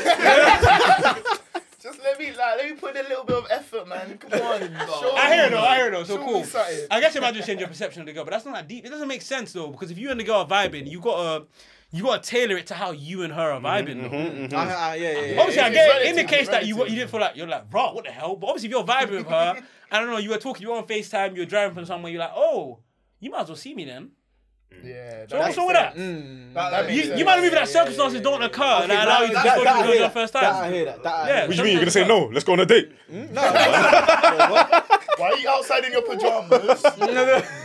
Speaker 6: Just let me like let me put in a little bit of effort, man. Come on.
Speaker 3: I hear it though. I hear it though. So
Speaker 6: Show me
Speaker 3: cool.
Speaker 6: something.
Speaker 3: I guess it might just change your perception of the girl, but that's not that deep. It doesn't make sense though because if you and the girl are vibing, you gotta you gotta tailor it to how you and her are
Speaker 6: Mm-hmm,
Speaker 3: vibing. though.
Speaker 4: Mm-hmm.
Speaker 5: I, I, yeah, yeah, yeah.
Speaker 3: Obviously,
Speaker 6: Yeah,
Speaker 3: I
Speaker 6: it's
Speaker 3: get it.
Speaker 6: relative,
Speaker 3: in the case
Speaker 6: it's
Speaker 3: that you
Speaker 6: relative.
Speaker 3: you didn't feel like you're like, bro, what the hell? But obviously, if you're vibing with her, I don't know, you were talking, you were on Facetime, you were driving from somewhere, you're like, oh, you might as well see me then.
Speaker 6: Yeah.
Speaker 3: So what's wrong with that?
Speaker 6: that
Speaker 3: You,
Speaker 6: makes sense.
Speaker 3: you might have even that circumstances don't occur and that allow you to
Speaker 5: That-
Speaker 3: go
Speaker 5: that I
Speaker 3: to the
Speaker 5: hear
Speaker 3: girl
Speaker 5: that.
Speaker 3: first
Speaker 5: That I
Speaker 3: time.
Speaker 5: hear that. That I
Speaker 3: Yeah.
Speaker 5: hear that.
Speaker 4: What do you mean? You're gonna say no? Let's go on a date.
Speaker 6: Why are you outside in your pajamas?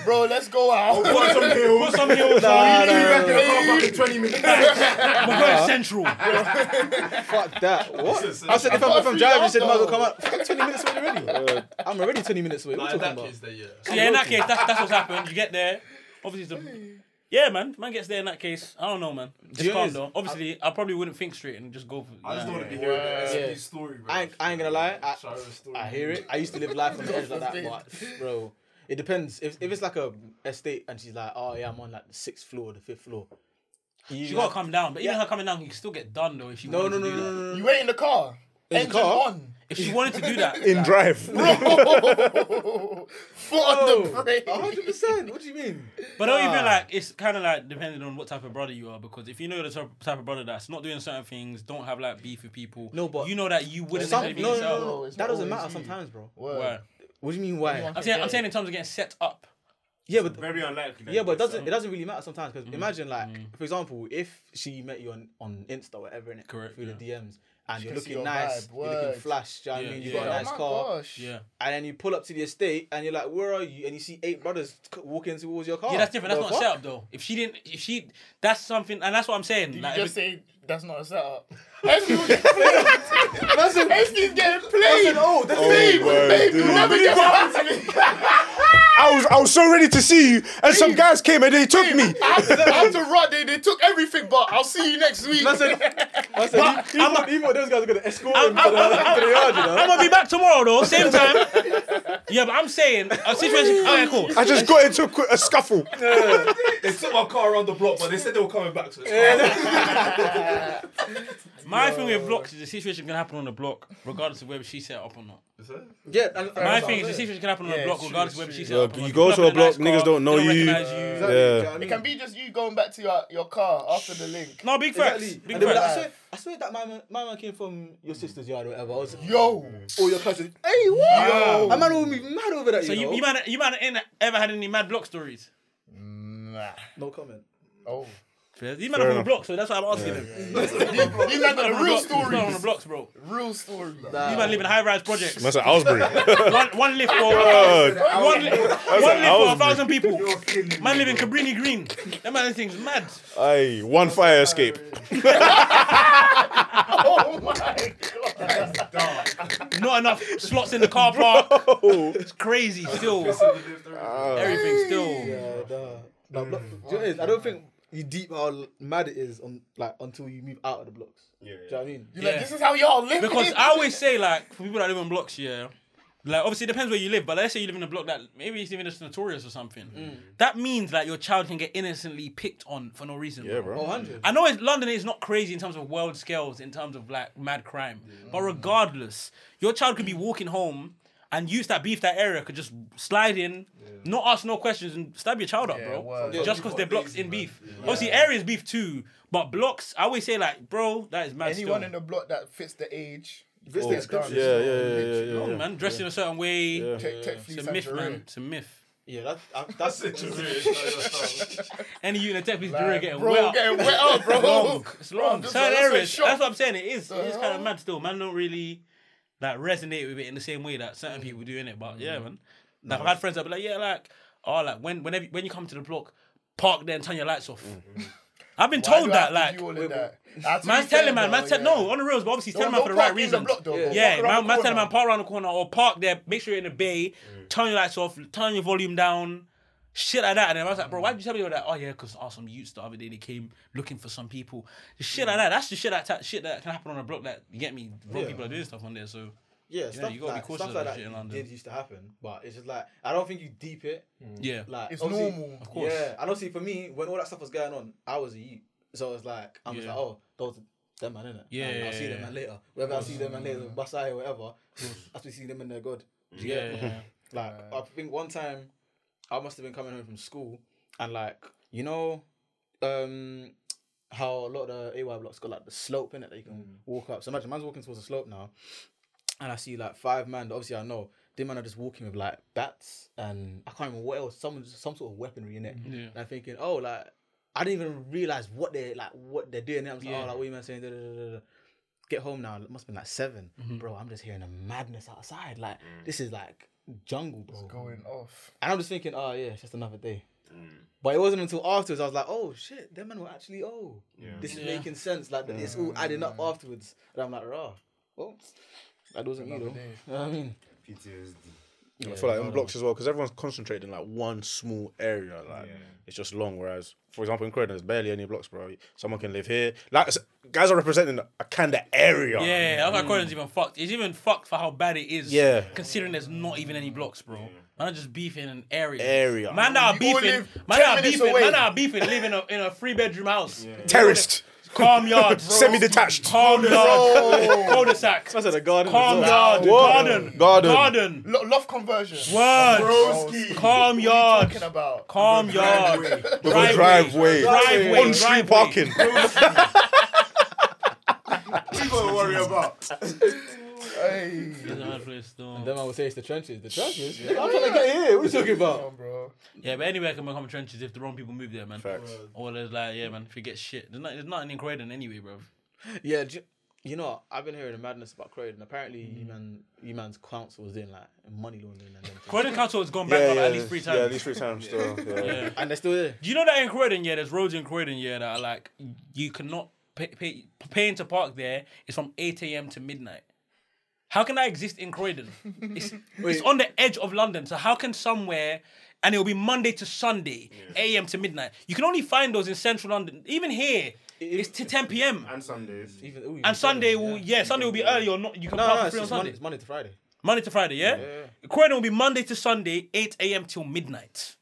Speaker 6: Bro, let's go out.
Speaker 8: Put some heels.
Speaker 3: Put some heels
Speaker 5: Nah, nah,
Speaker 3: on.
Speaker 8: Back in the car back in 20 minutes.
Speaker 3: We're going central.
Speaker 5: Fuck that. What?
Speaker 8: Listen,
Speaker 5: I said if I'm, if I'm
Speaker 6: Three
Speaker 5: driving, you said might
Speaker 6: hours,
Speaker 5: as well come out. Fuck, 20 minutes away already. I'm already 20 minutes away. What are you
Speaker 8: In that
Speaker 5: talking about?
Speaker 8: case, then, yeah.
Speaker 3: So yeah, in that case, that's, that's what's happened. You get there. Obviously, it's a, yeah, man. Man gets there in that case. I don't know, man. Just
Speaker 5: you
Speaker 3: calm
Speaker 5: know
Speaker 3: down. Obviously, I, probably wouldn't think straight and just go for
Speaker 8: I just
Speaker 3: yeah.
Speaker 8: don't want to be hearing the
Speaker 5: Yeah.
Speaker 8: SP story, bro.
Speaker 5: I ain't, I ain't gonna lie. I,
Speaker 8: Shira's story.
Speaker 5: I hear it. I used to live life on the edge like that, but bro, it depends. If if it's like a estate and she's like, oh yeah, I'm on like the sixth floor or the fifth floor. You
Speaker 3: She gotta come down, but even
Speaker 5: Yeah.
Speaker 3: her coming down, you can still get done though if she
Speaker 5: No,
Speaker 3: wanted
Speaker 5: no, no,
Speaker 3: to do
Speaker 5: no,
Speaker 3: that.
Speaker 5: no, no.
Speaker 6: You wait in the car.
Speaker 5: in the
Speaker 6: Engine
Speaker 5: car.
Speaker 6: on.
Speaker 3: If she wanted to do that,
Speaker 4: in drive.
Speaker 6: Foot on the brake.
Speaker 5: hundred percent. What do you mean?
Speaker 3: But don't even like it's kind of like depending on what type of brother you are because if you know you're the type type of brother that's not doing certain things, don't have like beef with people.
Speaker 5: No, but-
Speaker 3: you know that you wouldn't
Speaker 5: Some,
Speaker 3: do anything
Speaker 5: no, no, no,
Speaker 3: yourself.
Speaker 5: no.
Speaker 6: it's
Speaker 5: That
Speaker 6: not
Speaker 5: doesn't
Speaker 6: always
Speaker 5: matter
Speaker 6: you.
Speaker 5: sometimes, bro.
Speaker 6: Word.
Speaker 3: Right.
Speaker 5: What do you mean? Why?
Speaker 3: I'm saying I'm saying in terms of getting set up.
Speaker 5: Yeah, but
Speaker 7: Very unlikely. that
Speaker 5: yeah,
Speaker 7: he
Speaker 5: but it
Speaker 7: gets
Speaker 5: doesn't it doesn't really matter sometimes because
Speaker 3: Mm.
Speaker 5: imagine like for example, if she met you on on Insta or whatever in it
Speaker 3: Correct,
Speaker 5: through the DMs and you're
Speaker 6: can
Speaker 5: looking
Speaker 6: see your
Speaker 5: nice,
Speaker 6: vibe,
Speaker 5: you're looking
Speaker 6: word.
Speaker 5: flash. Do you know what I
Speaker 3: Yeah,
Speaker 5: mean? You
Speaker 3: yeah.
Speaker 5: got a
Speaker 3: Oh
Speaker 5: nice car,
Speaker 6: gosh.
Speaker 3: Yeah.
Speaker 5: and then you pull up to the estate and you're like, where are you? And you see eight brothers c- walking towards your car.
Speaker 3: Yeah, that's different. That's
Speaker 5: The
Speaker 3: not
Speaker 5: fuck?
Speaker 3: set up though. If she didn't, if she, that's something, and that's what I'm saying.
Speaker 6: Did you
Speaker 3: like,
Speaker 6: just
Speaker 3: if it-
Speaker 6: say that's not a setup? SD's getting played. SD's getting played.
Speaker 5: Oh, that's
Speaker 4: Oh, word, dude.
Speaker 6: Whoever just happened to me.
Speaker 4: I was I was so ready to see you, and some guys came and they took me.
Speaker 6: I had to, I had to run. They, they took everything, but I'll see you next week.
Speaker 5: Listen, listen, you, you thought- you thought those guys are gonna escort him to the, to the yard, you know?
Speaker 3: I'm gonna be back tomorrow though, same time. yeah, but I'm saying a situation. Okay, cool.
Speaker 4: I just got into a, qu- a scuffle.
Speaker 2: They took my car around the block, but they said they were coming back to it.
Speaker 3: My thing with blocks is the situation can happen on the block, regardless of whether she set up or not.
Speaker 5: Yeah, and,
Speaker 3: My thing is the situation can happen on the
Speaker 6: Yeah,
Speaker 3: block,
Speaker 6: it's true,
Speaker 3: regardless of
Speaker 6: it's
Speaker 3: whether she
Speaker 6: true.
Speaker 3: set
Speaker 4: Yeah,
Speaker 3: up or
Speaker 4: but
Speaker 3: not.
Speaker 4: you go to
Speaker 3: up
Speaker 4: a
Speaker 3: in nice
Speaker 4: block, niggas
Speaker 3: car,
Speaker 4: don't know
Speaker 3: they
Speaker 4: you.
Speaker 3: recognise you.
Speaker 4: Yeah.
Speaker 6: It can be just you going back to your, your car after the link.
Speaker 3: No, big facts.
Speaker 5: Exactly.
Speaker 3: Big
Speaker 5: And they were like, I
Speaker 3: facts.
Speaker 5: swear, I swear that my man, my man came from your sister's yard or whatever. I was like,
Speaker 6: Yo.
Speaker 5: or your cousin. Hey, what? Yo. A man will be mad over that.
Speaker 3: so
Speaker 5: you,
Speaker 3: you,
Speaker 5: know?
Speaker 3: you might you might have ain't ever had any mad block stories.
Speaker 6: Nah.
Speaker 5: no comment.
Speaker 6: Oh.
Speaker 3: You might have on the block, so that's why I'm asking them.
Speaker 6: These men got the real
Speaker 3: You're not on the
Speaker 6: stories.
Speaker 3: blocks, bro.
Speaker 6: Real stories.
Speaker 5: Nah.
Speaker 3: You might live in high-rise projects.
Speaker 4: That's at Aylesbury.
Speaker 3: one, one lift for
Speaker 4: God.
Speaker 3: one, li- one lift for a
Speaker 4: Aylesbury.
Speaker 3: thousand people.
Speaker 7: killing me,
Speaker 3: Man live in Cabrini Green. That man thing's mad.
Speaker 4: Aye, one fire escape.
Speaker 6: Oh my god.
Speaker 3: Not enough slots in the car park. It's crazy still. Everything still.
Speaker 5: Yeah, Mm. nah. Nah, block, do you know what it is? I don't think you deep how l- mad it is on like until you move out of the blocks. Yeah, Do you know what I mean?
Speaker 6: You're like,
Speaker 3: Yeah.
Speaker 6: this is how y'all live.
Speaker 3: Because I always say like for people that live in blocks, yeah. Like obviously it depends where you live, but let's say you live in a block that maybe it's even just notorious or something.
Speaker 6: Mm.
Speaker 3: That means that your child can get innocently picked on for no reason.
Speaker 4: Yeah, bro.
Speaker 5: 100.
Speaker 3: I know it's, London is not crazy in terms of world scales, in terms of like mad crime. But regardless, your child could be walking home and use that beef that area could just slide in, not ask no questions and stab your child up, bro.
Speaker 6: word.
Speaker 3: Just
Speaker 5: Yeah.
Speaker 3: because they're blocks in beef. Obviously, areas beef too, but blocks. I always say like, bro, that is mad.
Speaker 6: Anyone
Speaker 3: still.
Speaker 6: in the block that fits the age.
Speaker 5: This
Speaker 6: Oh,
Speaker 5: thing's
Speaker 6: done.
Speaker 5: crazy.
Speaker 4: Yeah, yeah, yeah, yeah, yeah.
Speaker 3: Oh,
Speaker 4: yeah.
Speaker 3: man, dressed in a certain way.
Speaker 4: Yeah.
Speaker 6: Tech, tech fleece
Speaker 3: It's a
Speaker 6: and
Speaker 3: myth,
Speaker 6: Jerome.
Speaker 3: man. It's a myth.
Speaker 5: Yeah, that, I, that's
Speaker 3: Any unit tech is
Speaker 6: Like,
Speaker 3: getting
Speaker 6: bro,
Speaker 3: well.
Speaker 6: getting wet up, bro.
Speaker 3: It's long.
Speaker 6: just
Speaker 3: Certain
Speaker 6: like, that's a
Speaker 3: areas.
Speaker 6: shock.
Speaker 3: That's what I'm saying. It is. It's kind
Speaker 6: hell?
Speaker 3: of mad still. Man don't really like resonate with it in the same way that certain people do in it. But
Speaker 4: Mm.
Speaker 3: yeah, man. Like, I've had friends that be like, yeah, like, oh, like when whenever when you come to the block, park there and turn your lights off.
Speaker 4: Mm-hmm.
Speaker 3: I've been
Speaker 6: Why do
Speaker 3: told
Speaker 6: I
Speaker 3: that.
Speaker 6: have to
Speaker 3: Like,
Speaker 6: do all of that? That's
Speaker 3: man's
Speaker 6: what you said,
Speaker 3: telling man,
Speaker 6: though,
Speaker 3: man said
Speaker 6: yeah.
Speaker 3: no on the reels, but obviously he's telling
Speaker 6: Don't-
Speaker 3: man
Speaker 6: don't
Speaker 3: for the right
Speaker 6: park in the
Speaker 3: reasons.
Speaker 6: block, though, bro.
Speaker 3: Yeah,
Speaker 6: Walk around
Speaker 3: man,
Speaker 6: the
Speaker 3: man's telling
Speaker 6: corner. Mm.
Speaker 3: man park around the corner or park there. Make sure you're in the bay. Turn your lights off. Turn your volume down. Shit like that, and then I was like, bro, why did you tell me all that? Oh yeah, because oh, some youths the other day they came looking for some people. The Shit
Speaker 6: Mm.
Speaker 3: like that. That's the shit that ta- shit that can happen on a block. That you get me. Wrong people are doing stuff on there. So
Speaker 5: yeah, stuff,
Speaker 3: you gotta be
Speaker 5: like,
Speaker 3: cautious
Speaker 5: stuff
Speaker 3: of
Speaker 5: like
Speaker 3: that
Speaker 5: that
Speaker 3: shit in London.
Speaker 5: did used to happen, but it's just like I don't think you deep it.
Speaker 6: Mm.
Speaker 3: yeah,
Speaker 5: Like
Speaker 6: It's
Speaker 5: obviously-
Speaker 6: normal.
Speaker 3: of course.
Speaker 5: Yeah, and obviously for me, when all that stuff was going on, I was a youth, so it's like I'm just
Speaker 3: Yeah.
Speaker 5: like, oh, those them man, innit?
Speaker 3: Yeah,
Speaker 5: And I'll see them
Speaker 3: yeah,
Speaker 5: man later. Whether I see them man later, Basai or whatever, I still see them in their god. Do you
Speaker 3: yeah,
Speaker 5: get
Speaker 3: yeah,
Speaker 5: me?
Speaker 3: yeah.
Speaker 5: Like I think one time, I must have been coming home from school, and like you know, um, how a lot of the AY blocks got like the slope in it that you can walk up. So imagine man's walking towards the slope now, and I see like five men. that Obviously, I know they man are just walking with like bats and I can't remember what else. Some some sort of weaponry in it. And I'm thinking, oh, like I didn't even realize what they are like what they're doing. And I was like, oh, like what you man saying? Da, da, da, da, da. Get home now. It must have been like 7
Speaker 6: Mm-hmm.
Speaker 5: bro. I'm just hearing a madness outside. Like this is like jungle, bro.
Speaker 6: Going off.
Speaker 5: And I'm just thinking, oh yeah, it's just another day. But it wasn't until afterwards I was like, oh shit, them man were actually oh, this is making sense. Like it's all adding up afterwards, and I'm like, rah, well, that wasn't you though.
Speaker 6: day.
Speaker 5: You know what I mean,
Speaker 7: PTSD.
Speaker 4: I feel like in blocks as well because everyone's concentrated in like one small area. Like it's just long. Whereas, for example, in Croydon, there's barely any blocks, bro. Someone can live here. Like s- guys are representing a kind of area.
Speaker 3: Yeah,
Speaker 6: Mm.
Speaker 3: that's why Croydon's even fucked. It's even fucked for how bad it is.
Speaker 4: Yeah.
Speaker 3: Considering there's not even any blocks, bro. Man are just beefing in areas.
Speaker 4: Area.
Speaker 3: Man that are
Speaker 6: all
Speaker 3: beefing.
Speaker 6: live
Speaker 3: Man that
Speaker 6: 10
Speaker 3: are
Speaker 6: minutes
Speaker 3: beefing.
Speaker 6: away.
Speaker 3: Man that are beefing. Live in a in a three bedroom house.
Speaker 4: Terrorist.
Speaker 3: Calm yard.
Speaker 4: Semi-detached.
Speaker 3: Calm yard. Cul-de-sac.
Speaker 5: That's a garden.
Speaker 3: Calm
Speaker 5: as well.
Speaker 3: yard.
Speaker 4: What?
Speaker 3: Garden.
Speaker 4: Garden.
Speaker 3: Garden.
Speaker 6: Lo- loft conversion.
Speaker 3: Word.
Speaker 6: Broski.
Speaker 3: Calm yard.
Speaker 6: Talking about.
Speaker 3: Calm yard.
Speaker 4: With a driveway.
Speaker 3: Driveway.
Speaker 4: On street parking.
Speaker 7: People worry about.
Speaker 6: Hey.
Speaker 5: Then I would say it's the trenches. The trenches. I'm trying to get here. What are you talking about?
Speaker 6: bro.
Speaker 3: Yeah, but anywhere can become trenches if the wrong people move there, man.
Speaker 4: Facts.
Speaker 3: Or there's like, yeah, man, if you get shit. There's, not, there's nothing in Croydon anyway, bro.
Speaker 5: Yeah, do you, you know, I've been hearing the madness about Croydon. Apparently,
Speaker 3: Mm-hmm.
Speaker 5: you man, you man's council was doing like money laundering and then.
Speaker 3: Croydon Council has gone bankrupt at least three times.
Speaker 4: Yeah, at least three times. Still. Yeah.
Speaker 5: And they're still there.
Speaker 3: Do you know that in Croydon, yeah, there's roads in Croydon, yeah, that are like you cannot pay, pay paying to park there is from eight a.m. to midnight. How can that exist in Croydon? It's, it's on the edge of London, so how can somewhere and it'll be Monday to Sunday, a.m. to midnight. You can only find those in central London. Even here, it's to 10 p.m.
Speaker 7: And Sundays.
Speaker 5: Even, ooh, even
Speaker 3: And Sunday
Speaker 5: Croydon,
Speaker 3: will, yeah, Sunday will be early or not. You can
Speaker 5: No,
Speaker 3: park
Speaker 5: no,
Speaker 3: for
Speaker 5: it's
Speaker 3: free on
Speaker 5: just Monday,
Speaker 3: Sunday.
Speaker 5: it's Monday to Friday.
Speaker 3: Monday to Friday, yeah? Croydon will be Monday to Sunday, 8 a.m. till midnight.